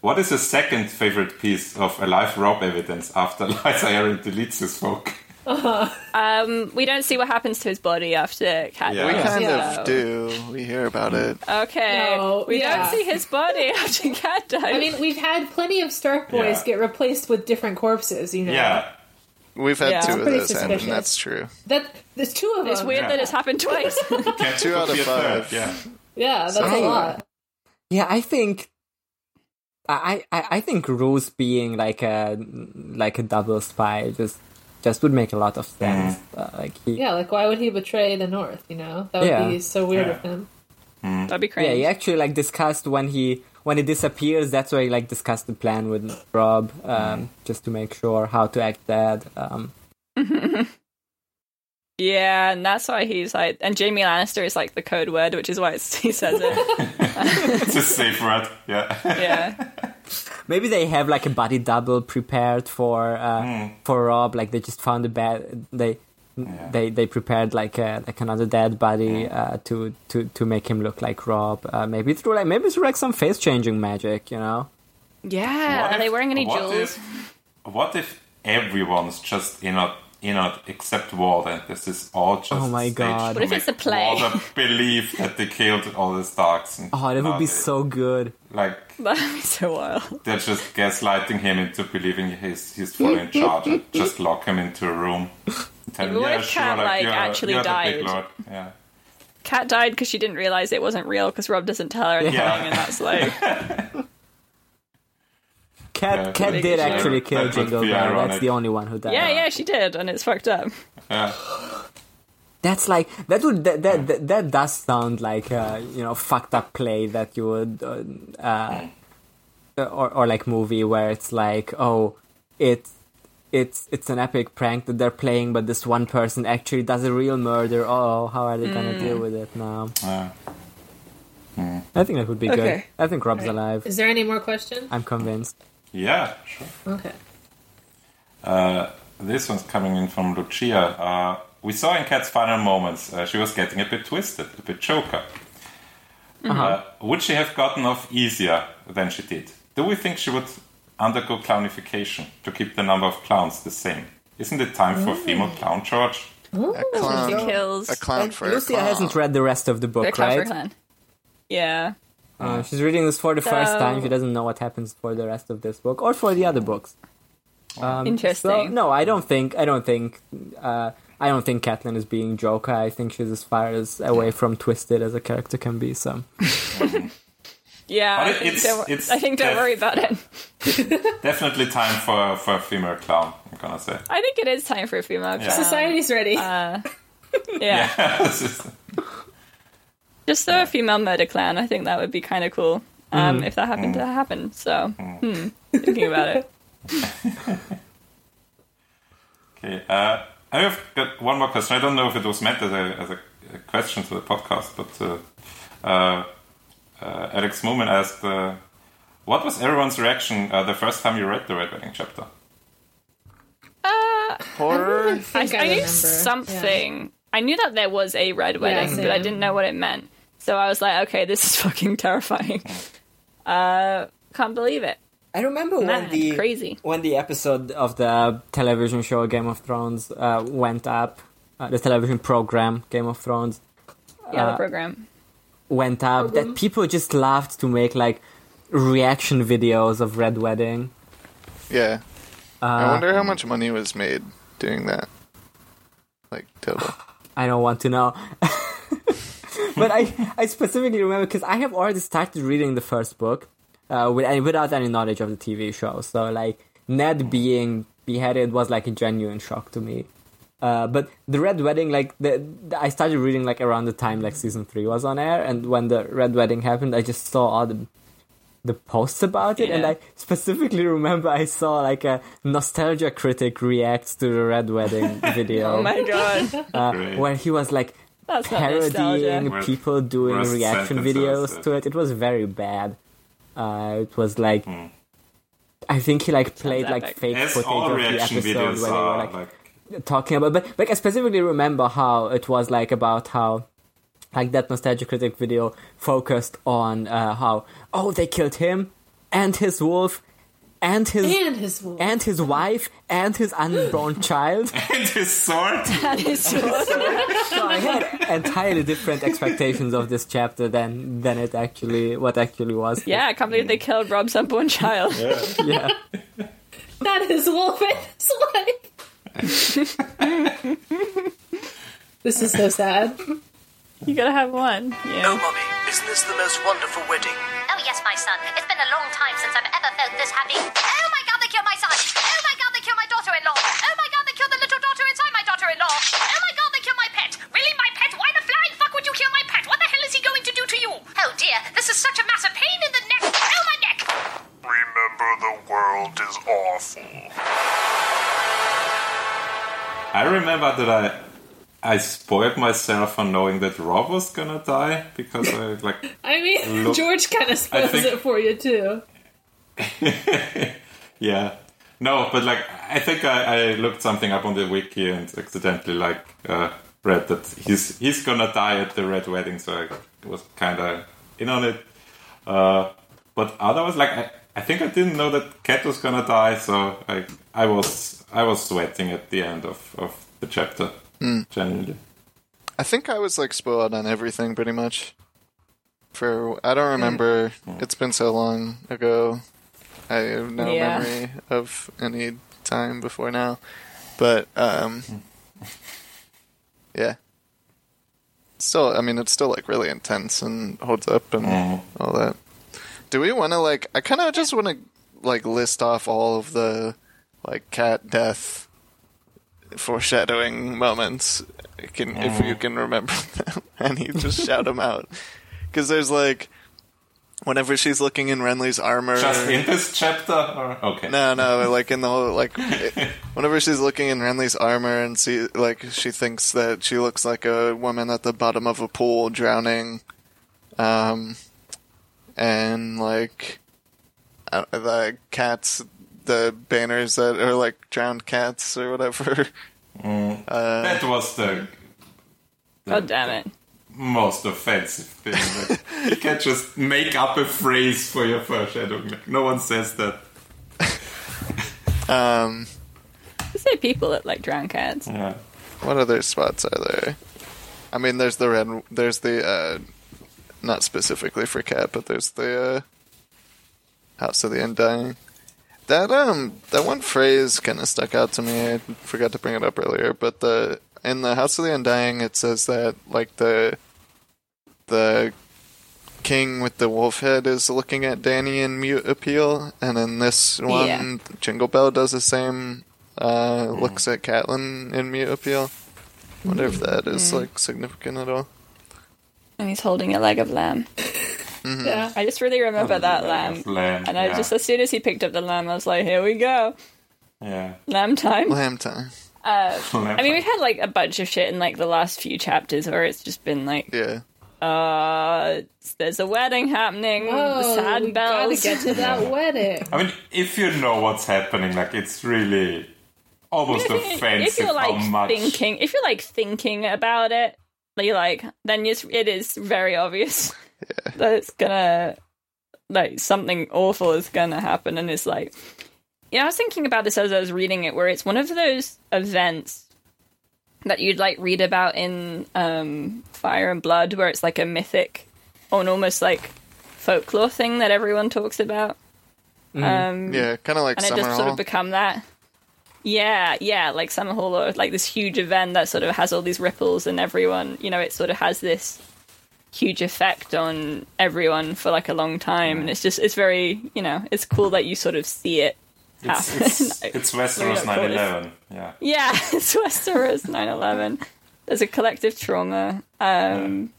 S5: what is your second favorite piece of alive Rob evidence after Liza Aaron deletes his folk?
S3: Um, we don't see what happens to his body after Cat.
S5: Yeah.
S6: We
S5: Yeah.
S6: kind
S3: Yeah.
S6: of do. We hear about it.
S3: Okay.
S2: No,
S3: we
S2: yeah.
S3: don't see his body after Cat dies.
S2: I mean, we've had plenty of Stark Boys
S5: Yeah.
S2: get replaced with different corpses, you know.
S5: Yeah.
S6: We've had
S3: Yeah.
S6: two of
S2: Pretty
S6: those, happen.
S2: suspicious.
S6: That's true.
S2: That there's two of
S3: it's
S2: them.
S3: weird
S5: Yeah.
S3: that it's happened twice.
S5: Can't
S6: Two out of
S5: be a third,
S6: five.
S5: Yeah.
S2: Yeah, that's a
S6: So-
S2: lot.
S4: Yeah, I think I, I I think Rose being like a like a double spy just just would make a lot of sense. Uh, like he, yeah.
S2: Yeah, like why would he betray the North? You know, that would
S4: Yeah.
S2: be so weird
S5: Yeah.
S2: of him.
S3: That'd be crazy.
S4: he actually like discussed when he when he disappears. That's where he like discussed the plan with Rob, um, just to make sure how to act that. Um,
S3: Yeah, and that's why he's like, and Jamie Lannister is like the code word, which is why it's, he says it.
S5: It's a safe word. Yeah.
S3: Yeah,
S4: Maybe they have like a body double prepared for uh, for Rob. Like they just found a bad they. They they prepared like a, like another dead body uh, to to to make him look like Rob. Uh, maybe through like maybe through like some face changing magic, you know.
S3: Yeah.
S5: What
S3: Are they
S5: if-
S3: wearing any
S5: what
S3: jewels?
S5: If, what if everyone's just in a in a except Walden? This is all just.
S4: Oh my
S5: staged
S4: God.
S5: to
S4: What
S3: if it's
S5: make
S3: a play?
S5: Walden believe that they killed all the Starks. and
S4: Oh, that would
S5: now
S4: be
S5: they-
S4: so good.
S5: Like
S3: That'd be so wild.
S5: they're just gaslighting him into believing he's he's fully in charge. and just lock him into a room. Tell him,
S3: but what
S5: yeah,
S3: if
S5: sure,
S3: Cam, like,
S5: you're,
S3: actually
S5: you're the
S3: died?
S5: big lord. Yeah.
S3: Kat died because she didn't realize it wasn't real because Rob doesn't tell her anything,
S5: Yeah.
S3: and that's like,
S4: Cat
S5: Yeah,
S4: Cat
S5: that
S4: did
S5: would be
S4: actually
S5: ironic.
S4: kill
S5: That would
S4: Jingle
S5: be
S4: Bell. That's
S5: ironic.
S4: the only one who died.
S3: yeah, yeah, she did, and it's fucked up.
S5: Yeah.
S4: That's like that would that that that, that does sound like uh, you know fucked up play that you would uh, uh, or or like movie where it's like oh it's it's it's an epic prank that they're playing but this one person actually does a real murder oh how are they gonna
S3: Mm.
S4: deal with it now
S5: yeah.
S4: I think that would be good
S3: Okay.
S4: I think Rob's alive
S2: Is there any more questions?
S4: I'm convinced
S5: Yeah, sure.
S2: Okay.
S5: Uh, this one's coming in from Lucia. Uh, we saw in Kat's final moments uh, she was getting a bit twisted, a bit choker. Uh, would she have gotten off easier than she did? Do we think she would undergo clownification to keep the number of clowns the same? Isn't it time for a female clown, George?
S6: A clown.
S3: kills
S6: A clown for a
S4: Lucia
S6: clown.
S4: hasn't read the rest of the
S3: They're
S4: book
S3: clown for
S4: right
S3: clan. Yeah.
S4: Uh, she's reading this for the first time.
S3: So-
S4: She doesn't know what happens for the rest of this book or for the other books. Oh. Um,
S3: Interesting.
S4: So no, I don't think. I don't think. Uh, I don't think Catelyn is being Joker. I think she's as far as away from Twisted as a character can be. So
S3: Yeah,
S5: But
S3: I
S5: it-
S3: think,
S5: it's-
S3: don't,
S5: it's
S3: I think don't
S5: def-
S3: worry about it.
S5: Definitely time for, for a female clown, I'm gonna say.
S3: I think it is time for a female.
S5: Yeah.
S3: clown.
S2: Society's ready.
S3: yeah.
S5: Yeah, this is-
S3: Just throw a female murder clan. I think that would be kind of cool um, if that
S5: Mm.
S3: happened to happen. So, hmm, thinking about it.
S5: Okay. Uh, I have got one more question. I don't know if it was meant as a, as a, a question to the podcast, but uh, uh, uh, Alex Moomin asked, uh, "What was everyone's reaction uh, the first time you read the Red Wedding chapter?"
S3: Uh,
S6: Horror.
S3: I,
S2: think
S3: I,
S2: I
S3: knew
S2: remember.
S3: something. I knew that there was a red wedding, but I
S2: same.
S3: didn't know what it meant. So I was like, okay, this is fucking terrifying. Uh, can't believe it.
S4: I remember
S3: Man, crazy.
S4: when the episode of the television show Game of Thrones uh, went up, uh, the television program Game of Thrones
S3: Yeah,
S4: Uh,
S3: the program.
S4: went up, that people just laughed to make like reaction videos of Red Wedding.
S6: Yeah. I wonder how much money was made doing that. Like total.
S4: I don't want to know. but I, I specifically remember because I have already started reading the first book uh, with, and without any knowledge of the TV show. So, like, Ned being beheaded was like a genuine shock to me. Uh, but the Red Wedding, like, the, the- I started reading like around the time like season three was on air, and when the Red Wedding happened, I just saw all the the posts about it, and
S3: Yeah.
S4: I specifically remember I saw like a nostalgia critic react to the Red Wedding video
S3: Oh my god.
S5: Great.
S4: where he was like
S3: That's not nostalgia.
S4: parodying
S5: Worst-
S4: people doing
S5: worst
S4: reaction
S5: sentences,
S4: videos
S5: yeah.
S4: to it. It was very bad. Uh, it was like I think he like played like
S3: epic.
S4: fake
S5: Hmm. As
S4: footage
S5: all
S4: of the
S5: reaction
S4: episode where
S5: videos
S4: they
S5: are,
S4: were
S5: like,
S4: like, talking about. But like I specifically remember how it was like about how. Like that nostalgia critic video focused on uh, how oh they killed him and his wolf and his
S2: And his wolf.
S4: and his wife and his unborn child
S5: and his sword.
S3: That is so-
S4: I had entirely different expectations of this chapter than than it actually what actually was.
S3: yeah, I can't believe they killed Rob's unborn child.
S4: yeah.
S2: Not his wolf and his wife. this is so sad.
S3: You gotta have one.
S7: Oh,
S3: Yeah.
S7: Mommy, isn't this the most wonderful wedding?
S8: Oh, yes, my son. It's been a long time since I've ever felt this happy. Oh, my God, they killed my son. Oh, my God, they killed my daughter in law. Oh, my God, they killed the little daughter inside my daughter in law. Oh, my God, they killed my pet. Really, my pet? Why the flying fuck would you kill my pet? What the hell is he going to do to you? Oh, dear. This is such a massive pain in the neck. Oh, my neck.
S9: Remember, the world is awful.
S5: I remember that I I spoiled myself for knowing that Rob was gonna die because I like
S2: I mean,
S5: Look,
S2: George kind of spoils
S5: think-
S2: it for you too.
S5: Yeah. No, but like I think I, I looked something up on the wiki and accidentally like uh, read that he's he's gonna die at the red wedding, so I was kind of in on it. Uh, but otherwise, like I, I think I didn't know that Cat was gonna die, so I I was I was sweating at the end of of the chapter generally.
S6: I think I was like spoiled on everything pretty much. For I don't remember. It's been so long ago. I have no
S3: Yeah.
S6: memory of any time before now. But um yeah. Still, I mean, it's still like really intense and holds up and all that. Do we want to like? I kind of just want to like list off all of the like cat death foreshadowing moments. Can if you can remember them, and you just shout them out because there's like whenever she's looking in Renly's armor.
S5: Just in this chapter, or okay,
S6: No, no, like in the whole like it- whenever she's looking in Renly's armor and see like she thinks that she looks like a woman at the bottom of a pool drowning. Um and like uh, the cats the banners that are like drowned cats or whatever.
S5: that was the
S3: God damn it.
S5: most offensive thing. Like, you can't just make up a phrase for your foreshadowing. Like, no one says that.
S6: Um
S3: You say people that like drown cats.
S5: Yeah.
S6: What other spots are there? I mean, there's the red. There's the uh, not specifically for cat, but there's the uh, House of the Undying. That um, that one phrase kind of stuck out to me. I forgot to bring it up earlier, but the in the House of the Undying, it says that like the the king with the wolf head is looking at Danny in mute appeal, and in this one,
S3: Yeah.
S6: Jingle Bell does the same. Uh, looks at Catelyn in mute appeal. Wonder if that is like significant at all.
S3: And he's holding a leg of lamb. Yeah, I just really remember that lamb.
S5: Lamb,
S3: Um, And I
S5: yeah.
S3: just, as soon as he picked up the lamb, I was like, here we go.
S5: yeah.
S3: Lamb time.
S6: Lamb time.
S3: I mean, we've had like a bunch of shit in like the last few chapters where it's just been like,
S6: Yeah.
S3: uh, there's a wedding happening, the
S2: Oh, we
S3: sad
S2: gotta
S3: bells.
S2: get to that wedding.
S5: I mean, if you know what's happening, like it's really almost offensive
S3: if you're
S5: how
S3: like
S5: much.
S3: thinking, if you're like thinking about it, you like then it's, it is very obvious that it's gonna like something awful is gonna happen, and it's like, yeah, I was thinking about this as I was reading it, where it's one of those events that you'd like read about in um, Fire and Blood, where it's like a mythic or an almost like folklore thing that everyone talks about.
S5: Mm-hmm.
S3: Um,
S6: Yeah, kind of like
S3: and it
S6: Summer
S3: just sort
S6: Hall.
S3: of become that. Yeah, yeah, like Summer Hall or like this huge event that sort of has all these ripples and everyone, you know, it sort of has this huge effect on everyone for like a long time, and it's just it's very, you know, it's cool that you sort of see it
S5: it's,
S3: happen.
S5: it's,
S3: Like,
S5: it's Westeros
S3: Sorry, not
S5: 9/11. Yeah.
S3: yeah, it's Westeros 9/11. There's a collective trauma. Um,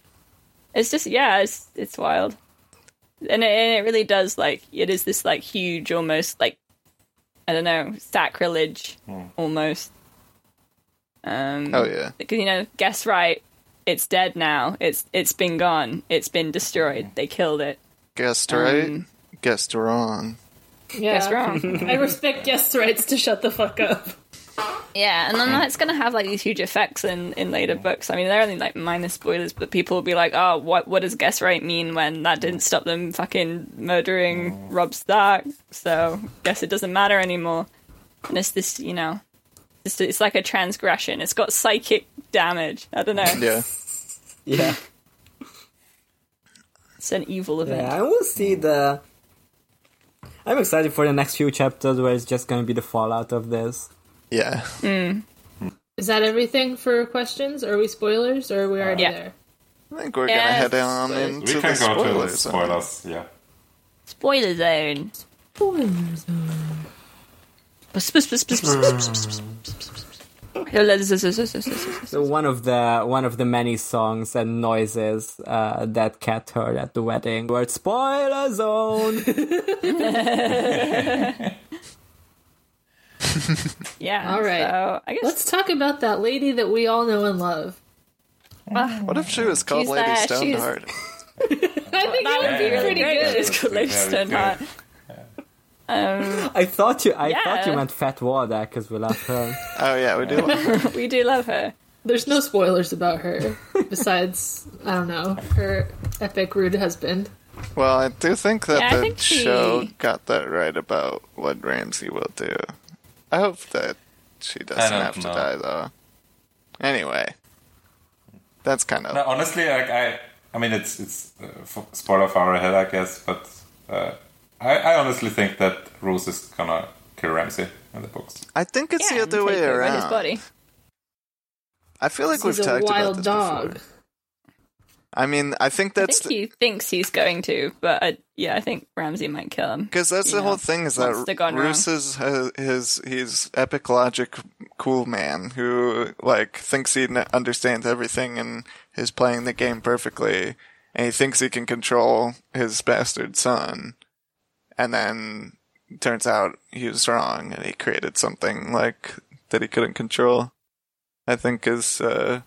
S3: It's just yeah, it's it's wild, and it, and it really does like it is this like huge, almost like I don't know, sacrilege almost. Um,
S6: oh yeah.
S3: because you know, guess right, it's dead now. It's it's been gone. It's been destroyed. They killed it.
S6: Guessed right.
S3: Um,
S6: Guessed wrong.
S2: Yeah.
S3: Guess wrong.
S2: I respect guest rights to shut the fuck up.
S3: Yeah, and then that's going to have like these huge effects in, in later books. I mean, they're only like minor spoilers, but people will be like, "Oh, what what does guess right mean when that didn't stop them fucking murdering
S2: Oh.
S3: Rob Stark?" So guess it doesn't matter anymore. And it's this, you know, it's it's like a transgression. It's got psychic damage. I don't know.
S6: Yeah.
S4: Yeah.
S3: It's an evil event.
S4: Yeah, I will see the. I'm excited for the next few chapters where it's just going to be the fallout of this.
S6: Yeah.
S2: Is that everything for questions? Are we spoilers or are we already
S3: Yeah.
S2: there?
S6: I think we're
S3: Yeah,
S6: gonna head on
S3: so-
S5: We can
S6: into the
S5: go to the
S6: spoilers. then.
S5: spoilers. Yeah.
S3: Spoiler zone.
S2: Spoilers. Mm.
S4: So one of the one of the many songs and noises uh, that Kat heard at the wedding were spoiler zone.
S3: Yeah.
S2: All right.
S3: So I guess
S2: Let's talk about that lady that we all know and love.
S6: What if she was called
S3: She's
S6: Lady
S3: there, she's-
S6: Stoneheart?
S2: I think
S3: that would be really
S2: pretty
S3: great.
S2: good.
S3: It's called
S5: Very
S3: Lady Stoneheart. Um,
S4: I thought you. I
S3: Yeah.
S4: thought you meant Fat Walda because we love her.
S6: Oh yeah, we do.
S3: Um, we do love her.
S2: There's no spoilers about her, besides, I don't know, her epic rude husband.
S6: Well, I do think that
S3: Yeah, I
S6: the
S3: think she-
S6: show got that right about what Ramsey will do. I hope that she doesn't
S5: don't
S6: have to
S5: know.
S6: die, though. Anyway, that's kind of
S5: No, honestly, like I, I mean, it's it's uh, f- spoiler far ahead, I guess, but uh, I, I honestly think that Rose is gonna kill Ramsey in the books.
S6: I think it's
S3: Yeah,
S6: the other
S3: and
S6: way
S3: take over His
S6: around.
S3: body.
S6: I feel like
S2: He's
S6: we've
S2: a
S6: talked about
S2: wild
S6: this
S2: dog.
S6: before. I mean, I think
S3: I
S6: that's
S3: think he thinks he's going to, but I, yeah, I think Ramsey might kill him.
S6: because that's
S3: you
S6: the whole
S3: know,
S6: thing is
S3: monster
S6: that
S3: gone wrong.
S6: Roos is his, his he's epic logic cool man who like thinks he kn- understands everything and is playing the game perfectly, and he thinks he can control his bastard son, and then turns out he was wrong and he created something like that he couldn't control. I think is uh,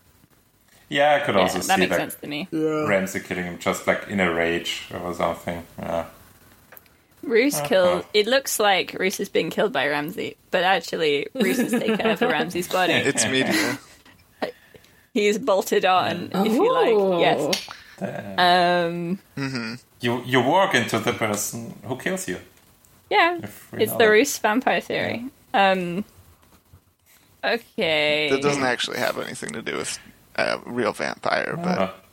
S5: Yeah, I could
S3: Yeah,
S5: also
S3: that
S5: see
S3: makes
S5: like
S3: sense to me.
S5: Ramsey killing him just like in a rage or something. Yeah.
S3: Roos killed. It looks like Roos is being killed by Ramsey, but actually, Roos is taken over Ramsey's body.
S6: it's media.
S3: He's bolted on, if you
S6: Oh.
S3: like. Yes. Um,
S5: You you walk into the person who kills you.
S3: yeah,
S5: If we
S3: it's
S5: know
S3: the
S5: that.
S3: Roos vampire theory. Um, okay.
S6: That doesn't actually have anything to do with a real vampire,
S5: Uh,
S6: but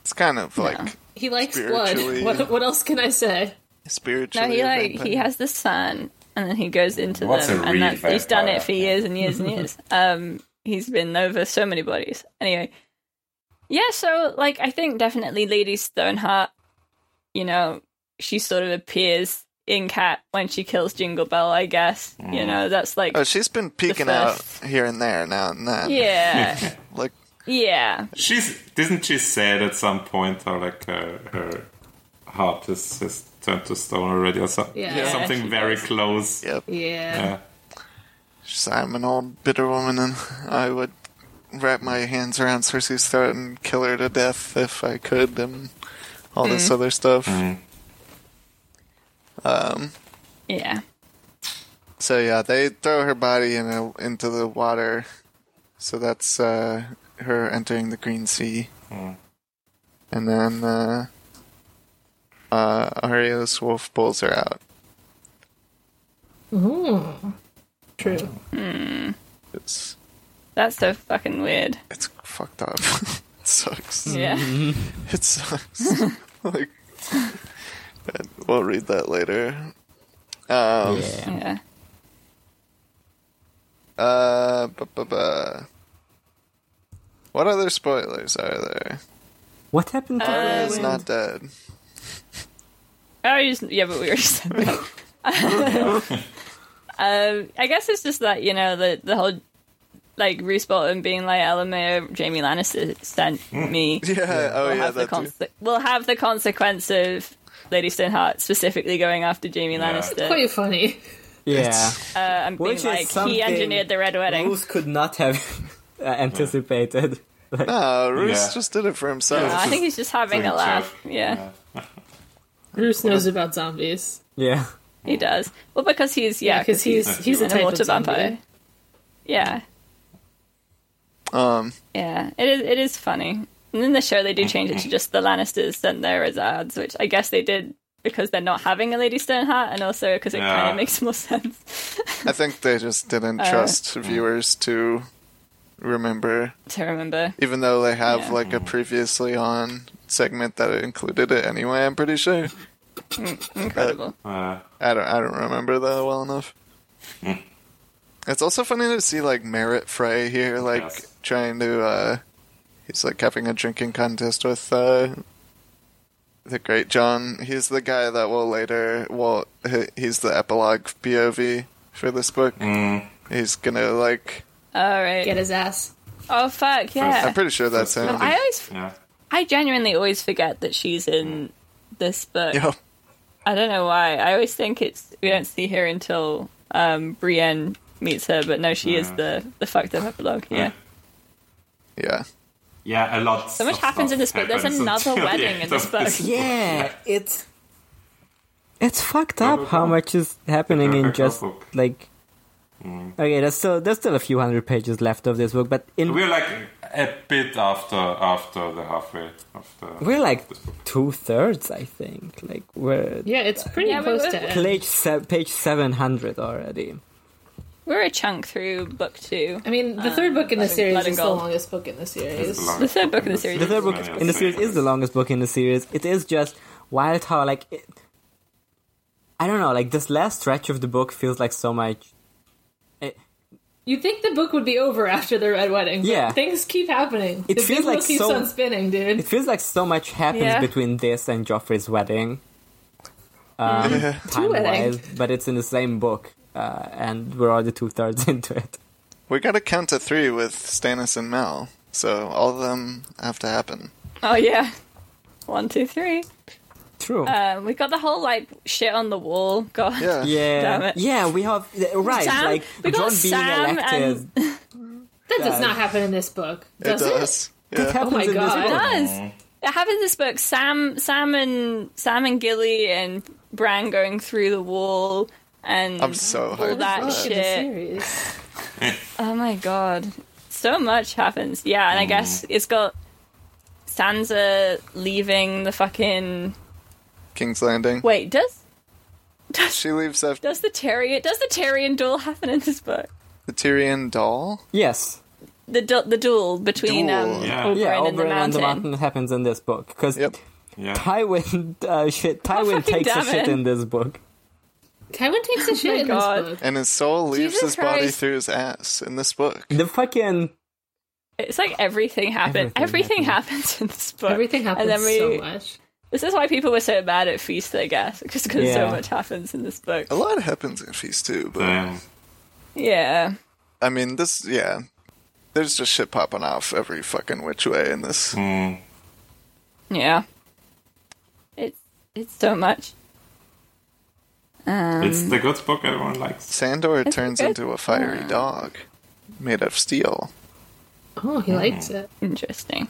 S6: it's kind of like
S2: He likes blood.
S6: Spiritually.
S2: What, what else can I say?
S6: spiritually.
S3: No, he
S6: a
S3: like he
S6: vampire.
S3: has the sun, and then he goes into
S5: What's
S3: them,
S5: a
S3: and
S5: real
S3: that's, he's done it for
S5: vampire?
S3: years and years and years. Um, he's been over so many bodies. Anyway, yeah. So like, I think definitely Lady Stoneheart. You know, she sort of appears in Cat when she kills Jingle Bell. I guess you
S5: Mm.
S3: know that's like,
S6: Oh, she's been peeking out
S3: first-
S6: here and there now and then.
S3: yeah,
S6: Like,
S3: yeah.
S5: she's didn't she say it at some point how like her, her heart is has turned to stone already or something?
S2: Yeah. Yeah,
S5: something
S3: she
S5: very close.
S6: yep.
S2: Yeah.
S5: Yeah.
S6: She's, I'm an old bitter woman and I would wrap my hands around Cersei's throat and kill her to death if I could and all
S3: Mm-hmm.
S6: this other stuff.
S3: yeah.
S6: So yeah, they throw her body in a, into the water. So that's uh, her entering the Green Sea. And then uh, uh, Arios Wolf pulls her out.
S2: True.
S6: Hmm. It's
S3: That's so fucking weird.
S6: it's fucked up. it sucks.
S3: Yeah.
S6: It sucks. like, but we'll read that later. Um,
S3: yeah.
S6: uh, bu- bu- bu. What other spoilers are there?
S4: What happened
S3: Uh,
S4: to
S6: Arya is not dead.
S3: Oh, you just, yeah, but we already said that. um, I guess it's just that you know the the whole like Reese Bolton being like LMAO, Jamie Lannister sent me.
S6: Yeah. Oh
S3: We'll
S6: yeah,
S3: have the
S6: that too.
S3: conse- we'll have the consequence of Lady Stoneheart specifically going after Jamie Lannister.
S2: Quite funny.
S4: yeah?
S3: Uh, and being
S4: Which is
S3: like
S4: something
S3: he engineered the Red Wedding.
S4: Roos could not have uh, anticipated. Like,
S6: No, Roos
S5: Yeah.
S6: just did it for himself.
S5: Yeah.
S3: Uh, I think he's just having a
S5: Doing
S3: laugh.
S5: joke.
S3: yeah.
S2: Bruce knows about zombies.
S4: yeah,
S3: He does. Well, because he's yeah,
S2: Because he's he's a
S3: an
S2: type
S3: water
S2: of zombie.
S3: vampire. Yeah,
S6: Um,
S3: yeah. It is. It is funny. And in the show, they do change it to just the Lannisters sent their ads, which I guess they did because they're not having a Lady Stoneheart, and also because it
S5: Yeah.
S3: kind of makes more sense
S6: I think they just didn't
S3: Uh,
S6: trust viewers to remember,
S3: to remember.
S6: even though they have
S3: Yeah.
S6: like a previously on segment that included it anyway. I'm pretty sure.
S3: Incredible.
S5: Uh,
S6: I don't. I don't remember that well enough. it's also funny to see like Merritt Frey here, like
S5: Yes.
S6: trying to. uh He's like having a drinking contest with uh the great John. He's the guy that will later. Well, he- he's the epilogue POV for this
S5: Hmm.
S6: book.
S5: mm,
S6: He's gonna like.
S3: All right.
S2: Get his ass.
S3: Oh fuck
S6: I'm
S3: yeah!
S6: pretty sure that's him.
S3: I always,
S5: yeah.
S3: I genuinely always forget that she's in
S5: Mm.
S3: this book.
S6: Yeah.
S3: I don't know why. I always think it's we don't see her until um, Brienne meets her, but no, she
S5: Mm.
S3: is the the fucked up epilogue. Yeah.
S6: Yeah.
S5: Yeah, a lot.
S3: So much happens in this book. There's another wedding in this book.
S4: yeah. It's It's fucked up how much is happening in just
S5: Book.
S4: like.
S5: Mm.
S4: Okay, there's still there's still a few hundred pages left of this book, but in
S5: We're like a bit after after the halfway of the.
S4: we're like two thirds, I think. Like we're
S2: Yeah, it's pretty
S3: Yeah, we
S2: close
S3: were-
S2: to end.
S4: page se- page seven hundred already.
S3: We're a chunk through book two.
S2: I mean, the third book in the
S3: Blood and-
S2: series
S3: Blood and
S2: is the
S3: Gold.
S2: longest book in the
S5: It's
S2: series.
S5: the longest
S3: The third book in the series.
S4: The third book
S5: Yeah,
S4: in the
S5: same.
S4: series is the longest book in the series. It is just wild how like it, I don't know, like this last stretch of the book feels like so much. It,
S2: You'd think the book would be over after the Red Wedding, but
S4: Yeah.
S2: things keep happening.
S4: It
S2: the
S4: feels
S2: big
S4: like
S2: wheel keeps
S4: so-
S2: on spinning, dude.
S4: it feels like so much happens
S3: Yeah.
S4: between this and Joffrey's wedding.
S3: Mm.
S4: Um, time wise, but it's in the same book, uh, and we're already two thirds into it.
S6: We gotta count to three with Stannis and Mal, so all of them have to happen.
S3: Oh yeah. One, two, three.
S4: True.
S3: Um, we got the whole like shit on the wall. God.
S6: Yeah.
S4: yeah,
S3: damn it.
S4: yeah, we have uh, right.
S3: Sam-
S4: like
S3: we got
S4: John being
S3: Sam
S4: elected.
S3: and-
S2: that does not happen in this book.
S6: It
S2: Does it?
S6: does.
S3: Oh
S4: It
S6: Yeah.
S4: happens
S2: my
S4: in this
S2: God.
S4: book.
S2: It
S3: does. It happened in this book. Sam, Sam, and Sam and Gilly and Bran going through the wall and
S6: I'm so
S3: all
S6: hyped.
S3: that
S2: In the
S3: shit.
S2: series.
S3: Oh my god, so much happens. Yeah, and I guess it's got Sansa leaving the fucking.
S6: King's Landing.
S3: Wait, does does
S6: She leaves after
S3: does the Tyrion does the Tyrion duel happen in this book?
S6: the Tyrion doll.
S4: Yes.
S3: The du- the duel between
S6: Duel.
S3: um,
S5: Yeah.
S3: Oberyn
S4: Yeah,
S3: and the
S4: Oberyn and the
S3: Mountain.
S4: Mountain happens in this book because
S6: Yep.
S5: yeah.
S4: Tywin uh, shit. Tywin
S3: Oh, fucking
S4: takes a
S3: damn
S4: shit
S3: it.
S4: in this book.
S2: Tywin takes a shit in this
S3: God.
S2: book.
S6: And his soul leaves
S3: Jesus
S6: his body
S3: Christ.
S6: through his ass in this book.
S4: The fucking
S3: It's like everything happened.
S4: Everything
S3: Everything, happens in this book.
S2: Everything happens
S3: and then we,
S2: so much.
S3: This is why people were so mad at Feast, I guess, because so
S4: Yeah.
S3: much happens in this book.
S6: A lot happens in Feast too, but
S5: Damn.
S3: Yeah.
S6: I mean this yeah. There's just shit popping off every fucking which way in this.
S5: Mm.
S3: Yeah. It's it's so much.
S5: it's the good book everyone likes.
S6: Sandor turns
S3: good.
S6: into a fiery dog made of steel.
S2: Oh, he likes it.
S3: Interesting.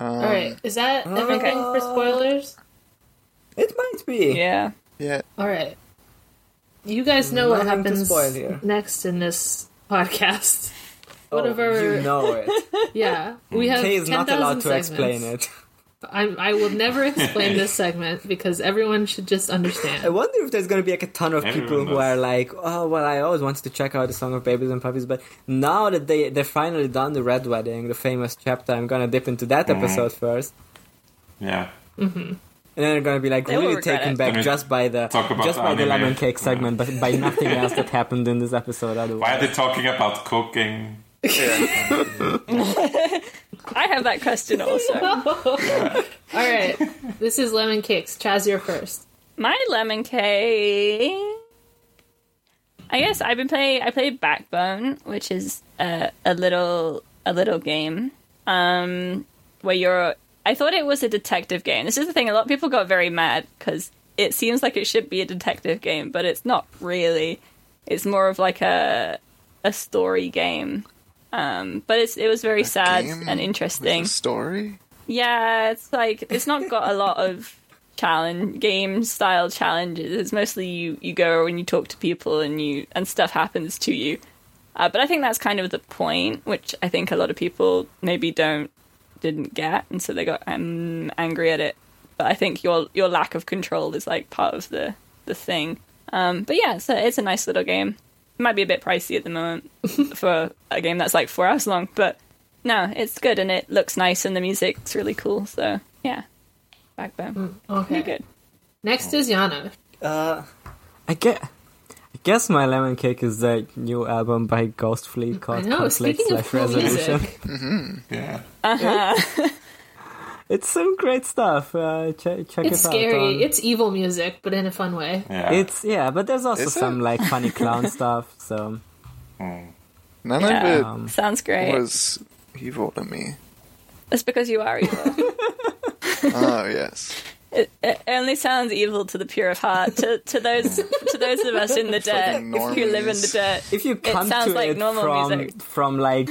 S6: Um,
S2: All right, is that everything for spoilers?
S4: it might be.
S3: Yeah.
S6: Yeah.
S2: All right, you guys know what
S4: Nothing to
S2: happens
S4: spoil here.
S2: next in this podcast.
S4: Oh,
S2: One of our-
S4: you know it.
S2: Yeah, we have.
S4: Kay Mm. is not
S2: 10,000
S4: allowed to
S2: segments.
S4: explain it.
S2: I'm, I will never explain this segment because everyone should just
S4: I
S2: understand.
S4: wonder if there's gonna be like a ton of people
S5: Everyone
S4: who
S5: knows.
S4: are like, oh well, I always wanted to check out the Song of Babies and Puppies, but now that they they're finally done the Red Wedding, the famous chapter, I'm gonna dip into that episode first.
S5: Yeah.
S4: And then they're gonna be like
S3: will
S4: really
S3: regret
S4: taken
S3: it.
S4: back
S5: Let me
S4: just by the
S5: talk about
S4: just by the
S5: anime.
S4: lemon cake segment, but by nothing else that happened in this episode
S5: Why are
S4: otherwise.
S5: they talking about cooking?
S3: I have that question also.
S2: All right, this is lemon cakes. Chaz, you're first.
S3: My lemon cake. I guess I've been playing. I played Backbone, which is a, a little a little game um, where you're. I thought it was a detective game. This is the thing. A lot of people got very mad because it seems like it should be a detective game, but it's not really. It's more of like a a story game. Um, but it's it was very sad
S6: game
S3: and interesting.
S6: With a story?
S3: Yeah, it's like it's not got a lot of challenge game style challenges. It's mostly you you go and you talk to people and you and stuff happens to you. Uh, but I think that's kind of the point, which I think a lot of people maybe don't didn't get, and so they got um, angry at it. But I think your your lack of control is like part of the the thing. Um, but yeah, so it's a nice little game. It might be a bit pricey at the moment for a game that's like four hours long, but no, it's good and it looks nice and the music's really cool. So yeah, Backbone,
S2: Okay.
S3: pretty good.
S2: Next is Yana.
S4: I get. I guess my lemon cake is the new album by Ghostfleet called
S2: No,
S4: Conflict
S2: speaking of
S4: slash
S2: cool
S4: Resolution.
S2: music,
S5: Yeah.
S4: It's some great stuff. Uh, check check
S2: it's
S4: it out.
S2: scary.
S4: on-
S2: It's evil music, but in a fun way.
S5: Yeah.
S4: it's yeah, but there's also
S6: Is it?
S4: some like funny clown stuff. So
S6: None
S3: Yeah,
S6: of
S3: sounds
S6: it
S3: great.
S6: was evil to me.
S3: That's because you are evil.
S6: Oh yes.
S3: it, it only sounds evil to the pure of heart. To to those to those of us in the dirt
S6: Fucking
S3: who live in the
S6: normies.
S3: dirt.
S4: if you come
S3: sounds
S4: to
S3: like
S4: it
S3: normal
S4: from
S3: music.
S4: from like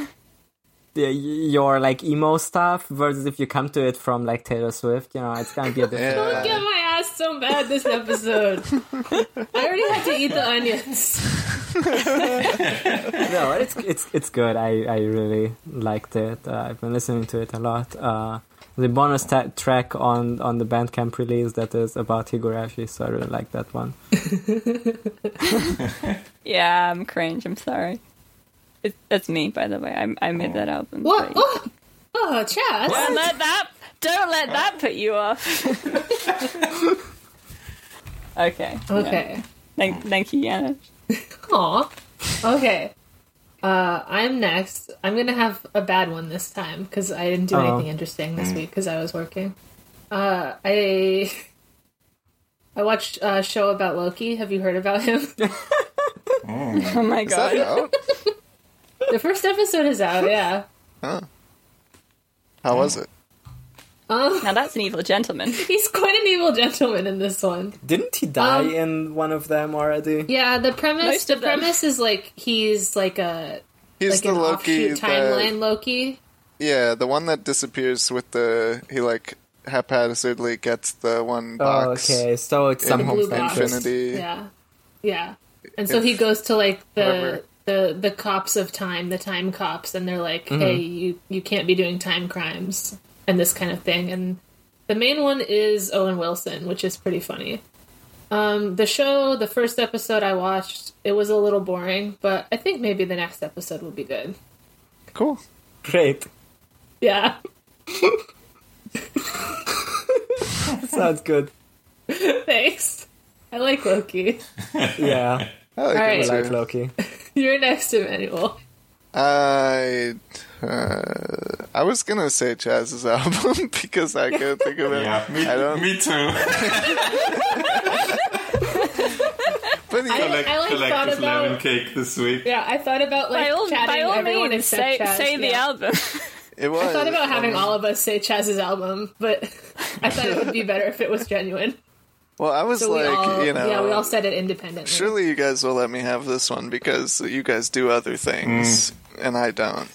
S4: the, your like emo stuff versus if you come to it from like Taylor Swift, you know, it's gonna be a bit.
S6: Yeah.
S2: Get my so mad this episode. I already had to eat the onions.
S4: no, it's it's it's good. I, I really liked it. Uh, I've been listening to it a lot. Uh, the bonus ta- track on on the Bandcamp release that is about Higurashi, so I really like that one.
S3: Yeah, I'm cringe. I'm sorry. It, that's me, by the way. I, I made that album.
S2: What?
S3: but-
S2: Oh, oh Chaz.
S3: Don't let that. Don't let that put you off. okay. yeah.
S2: Okay.
S3: Thank, thank you, Yana.
S2: Aw. Okay. Uh, I'm next. I'm gonna have a bad one this time because I didn't do
S4: Oh.
S2: anything interesting this week because I was working. Uh, I I watched a show about Loki. Have you heard about him?
S3: Oh my
S6: Is that
S3: god.
S6: out?
S2: the first episode is out. Yeah.
S6: How was it?
S3: Now that's an evil gentleman.
S2: He's quite an evil gentleman in this one.
S4: Didn't he die
S2: Um,
S4: in one of them already?
S2: Yeah. The premise.
S3: Most
S2: The
S3: of them.
S2: premise is like he's like a
S6: He's
S2: like
S6: the
S2: an
S6: Loki
S2: offshoot
S6: that,
S2: timeline Loki.
S6: yeah, the one that disappears with the he like haphazardly gets the one
S4: Oh,
S6: box.
S4: okay. So it's some
S2: blue
S4: fan
S2: box.
S4: interest.
S6: Infinity.
S2: Yeah, yeah. And so he goes to like the
S6: Whatever.
S2: the the cops of time, the time cops, and they're like,
S6: Mm-hmm.
S2: "Hey, you you can't be doing time crimes and this kind of thing." And the main one is Owen Wilson, which is pretty funny. Um, the show, the first episode I watched, it was a little boring, but I think maybe the next episode will be good.
S6: Cool.
S4: Great.
S2: Yeah.
S4: Sounds good.
S2: Thanks. I like Loki.
S4: Yeah.
S6: I like
S2: Alright.
S6: it
S4: I like
S6: too.
S4: Loki.
S2: You're next, Emmanuel.
S6: I uh, I was gonna say Chaz's album because I could think of it.
S5: Yeah, me,
S6: I don't.
S5: me too.
S6: but yeah,
S2: I-
S5: Collect,
S2: like thought
S5: collective
S2: about-
S5: lemon cake this week.
S2: Yeah, I thought about like
S3: By all,
S2: chatting
S3: by all
S2: everyone
S3: means,
S2: except
S3: say,
S2: Chaz.
S3: say the
S2: Yeah.
S3: album.
S6: it was.
S2: I thought about having all of us say Chaz's album, but I thought it would be better if it was genuine.
S6: Well, I was
S2: So we
S6: like,
S2: all,
S6: you know,
S2: yeah, we all said it independently.
S6: surely you guys will let me have this one because you guys do other things and I don't.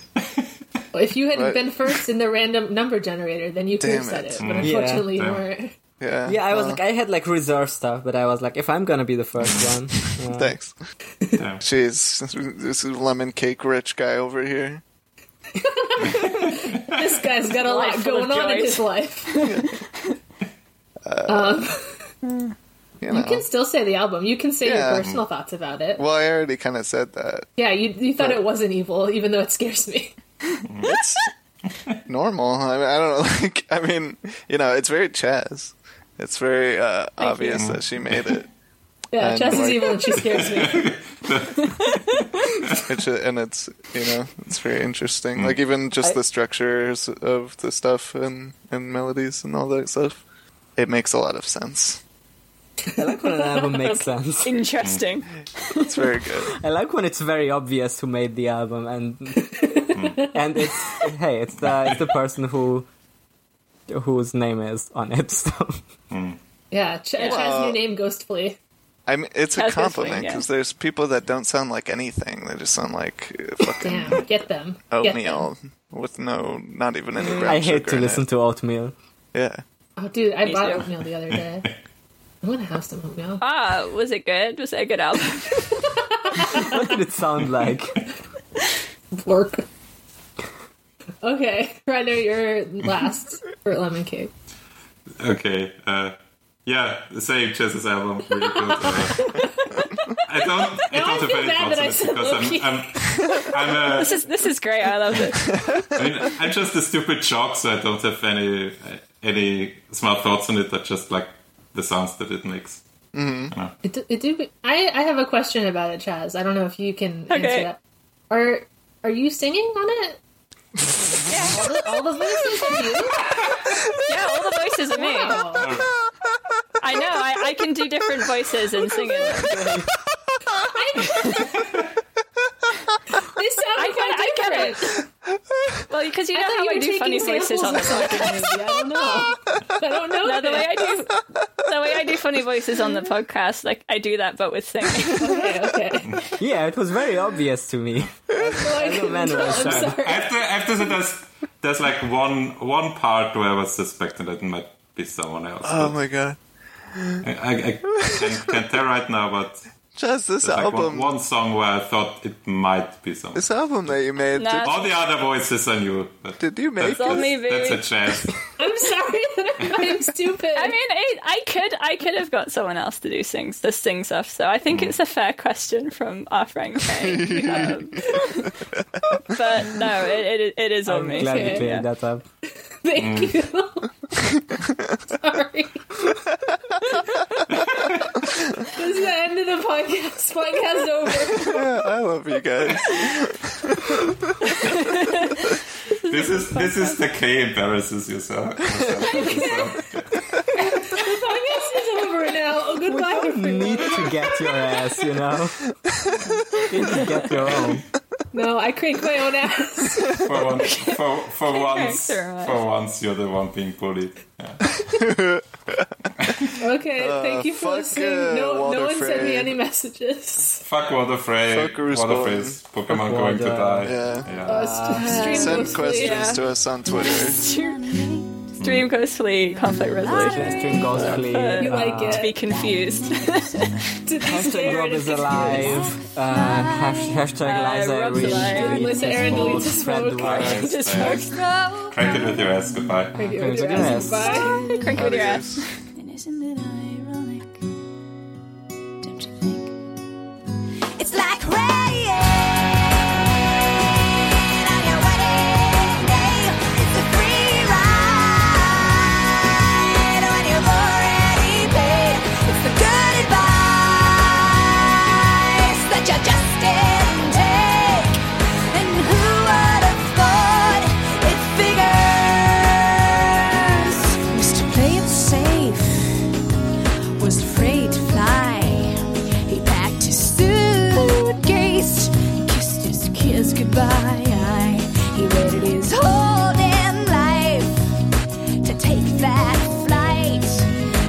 S2: If you had
S6: Right.
S2: been first in the random number generator, then you could
S6: Damn
S2: have said it,
S6: it.
S2: but
S4: Yeah.
S2: unfortunately you weren't.
S6: Yeah.
S4: Yeah, I was
S2: Oh.
S6: well,
S4: like, I had like reserve stuff, but I was like, if I'm gonna be the first one, yeah.
S6: thanks.
S5: Yeah.
S6: Jeez, this is lemon cake rich guy over here.
S2: This guy's got a lot
S3: full of
S2: going on in
S3: joys.
S2: his life. Um,
S6: You know.
S2: You can still say the album. You can say
S6: Yeah.
S2: your personal thoughts about it.
S6: Well, I already kind of said that.
S2: yeah, you, you thought it wasn't evil, even though it scares me.
S6: It's normal. I, mean, I don't know, like. I mean, you know, it's very Chaz. It's very uh, obvious that she made it,
S2: Yeah,
S6: And
S2: Chaz is
S6: like-
S2: evil and she scares me.
S6: It's- and it's you know, it's very interesting. Like even just the structures of the stuff and and melodies and all that stuff, it makes a lot of sense.
S4: I like when an album makes sense.
S3: Interesting.
S6: It's very good.
S4: I like when it's very obvious who made the album, and
S2: Hmm.
S4: and it's hey, it's the it's the person who whose name is on it. So
S2: Yeah, Ch- Chaz's new name, Ghostfully.
S6: I mean,
S3: That's
S6: it's a
S3: the thing,
S6: compliment
S3: yeah.
S6: because there's people that don't sound like anything. They just sound like uh, fucking
S2: Damn, get them. Get them.
S6: oatmeal with no, not even any brown
S4: I hate
S6: sugar
S4: to
S6: in
S4: listen
S6: it.
S4: to oatmeal.
S6: Yeah,
S2: Oh, dude, I
S3: Me
S2: bought
S3: too.
S2: oatmeal the other day. I'm gonna have some oatmeal.
S3: Ah, was it good? Was it a good album?
S4: What did it sound like?
S2: Work. Okay, Ryder, you're last for lemon cake.
S5: Okay. Uh, yeah, the same Chess's album. Really good. Uh, I don't. I
S2: I
S5: don't have
S2: feel
S5: any
S2: bad that
S5: thoughts
S2: I
S5: on it
S2: said
S5: because
S2: Loki.
S5: I'm. I'm, I'm a,
S3: This is this is great. I love it.
S5: I mean, I'm just a stupid jock, so I don't have any any smart thoughts on it. I just like the sounds that it makes.
S2: It, d- it do, I, I have a question about it, Chaz. I don't know if you can answer
S3: Okay.
S2: that. Are are you singing on it? All the, all the voices of you?
S3: Yeah, all the voices are me.
S2: Oh,
S3: I know. I, I can do different voices and sing in them.
S2: they sound
S3: I
S2: quite
S3: get- I get
S2: different.
S3: Well, because you
S2: I
S3: know
S2: thought
S3: how
S2: you
S3: I
S2: were
S3: do
S2: taking
S3: funny voices
S2: samples
S3: on
S2: or
S3: the
S2: something, maybe. I don't know. I don't know.
S3: No, the way
S2: that.
S3: I do the way I do funny voices on the podcast, like I do that but with singing.
S2: Okay, okay.
S4: Yeah, it was very obvious to me.
S2: Well, I couldn't
S4: man,
S2: tell,
S4: I
S2: I'm
S4: said-
S2: sorry.
S5: After after that, there's there's like one one part where I was suspecting that it might be someone else.
S6: Oh
S5: but
S6: my god.
S5: I, I, I can't, can't tell right now, but
S6: Just this
S5: there's like one,
S6: album.
S5: one song where I thought it might be something.
S6: This album that you made.
S3: Nah.
S5: All the other voices I knew. But
S6: Did, did you make
S5: that's,
S6: it?
S3: all me,
S5: that's a
S3: baby.
S5: chance.
S2: I'm sorry that I'm stupid.
S3: I mean, it, I could, I could have got someone else to do sings, the sing stuff. So I think it's a fair question from our Frank. Payne, um, but no, it, it, it is on
S4: I'm
S3: me.
S4: glad you
S2: Okay.
S4: cleared that up.
S2: Thank
S6: Mm.
S2: you. Sorry. this is the end of the podcast. Podcast over.
S6: Yeah, I love you guys.
S5: This is this is the K embarrasses yourself.
S2: The podcast is over now. Oh, goodbye, everyone.
S4: Need to get your ass, you know. You need to get your own.
S2: No, I crank my own ass.
S5: For, one, for, for once,
S3: sure, right.
S5: for once, you're the one being bullied. Yeah.
S2: Okay, thank you for
S6: fuck,
S2: listening.
S6: uh,
S2: No,
S6: Walter
S2: no one sent me
S6: Frey.
S2: any messages.
S5: Fuck Water Frey.
S6: Fuck Roose
S5: Water
S6: Bolton.
S5: Frey's Pokemon going to
S4: Water.
S5: die.
S6: Yeah.
S2: Stream
S6: Send
S2: mostly,
S6: questions
S2: yeah.
S6: to us on Twitter.
S3: Dream goes flee, conflict resolution.
S4: Stream goes clean.
S2: You like
S3: To
S2: it?
S3: be confused.
S2: To be
S4: Hashtag
S2: scared.
S4: Rob is alive. Uh, hash, hashtag
S3: Uh,
S4: Liza
S3: Rob's
S4: Reed
S3: alive.
S4: deletes
S2: Lisa
S4: his
S2: Aaron deletes
S4: post,
S2: his
S4: spread the
S2: post.
S4: word.
S3: Just
S5: Yeah.
S3: works now.
S5: Crank it with your ass. Goodbye.
S2: Thank you,
S4: Thanks,
S2: your
S4: I
S2: ass.
S4: guess.
S2: Bye.
S3: Crank with your ass.
S6: Adios.
S10: And isn't it ironic? Don't you think? It's like rain on your wedding day. It's a free ride when you've already paid. It's the good advice that you just didn't take. And who would have thought it figures? Used to play it safe was afraid to fly. He packed his suitcase, kissed his kids goodbye. He waited his whole damn life to take that flight.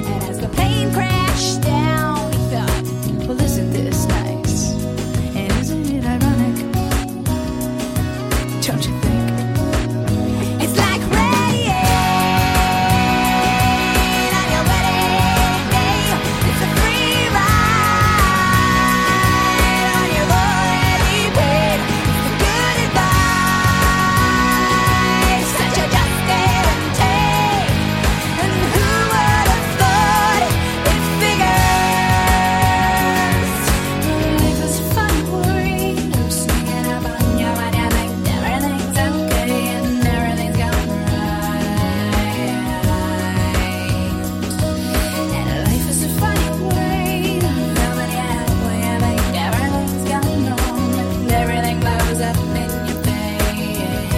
S10: And as the plane crashed down, he thought, well, isn't this nice? And isn't it ironic? Don't you think? It's like rain on your wedding day. It's a free ride on your already paid. It's the good advice that you just didn't take. And who would have thought it figures? It was fun worrying, sneaking up on your mind. I think everything's okay and everything's going right. And life is a funny way. Nobody has a way. I think everything's going wrong. And everything blows up in your face.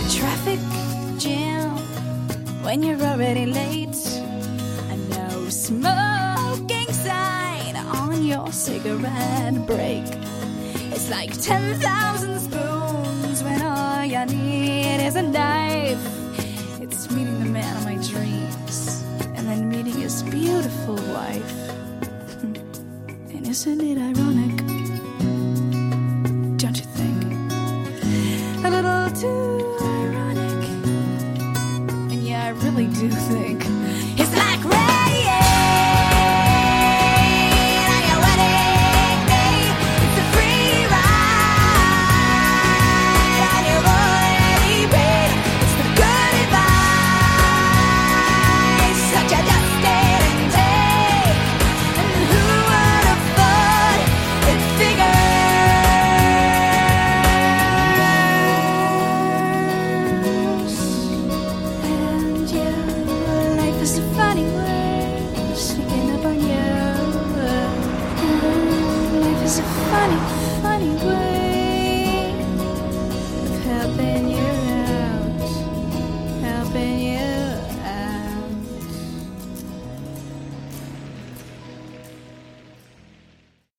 S10: A traffic jam when you're already late. A no smoking sign on your cigarette break. It's like 10,000 spoons when all you need is a knife. It's meeting the man of my dreams and then meeting his beautiful wife. Hmm. And isn't it ironic? Don't you think? A little too ironic. And yeah, I really do think.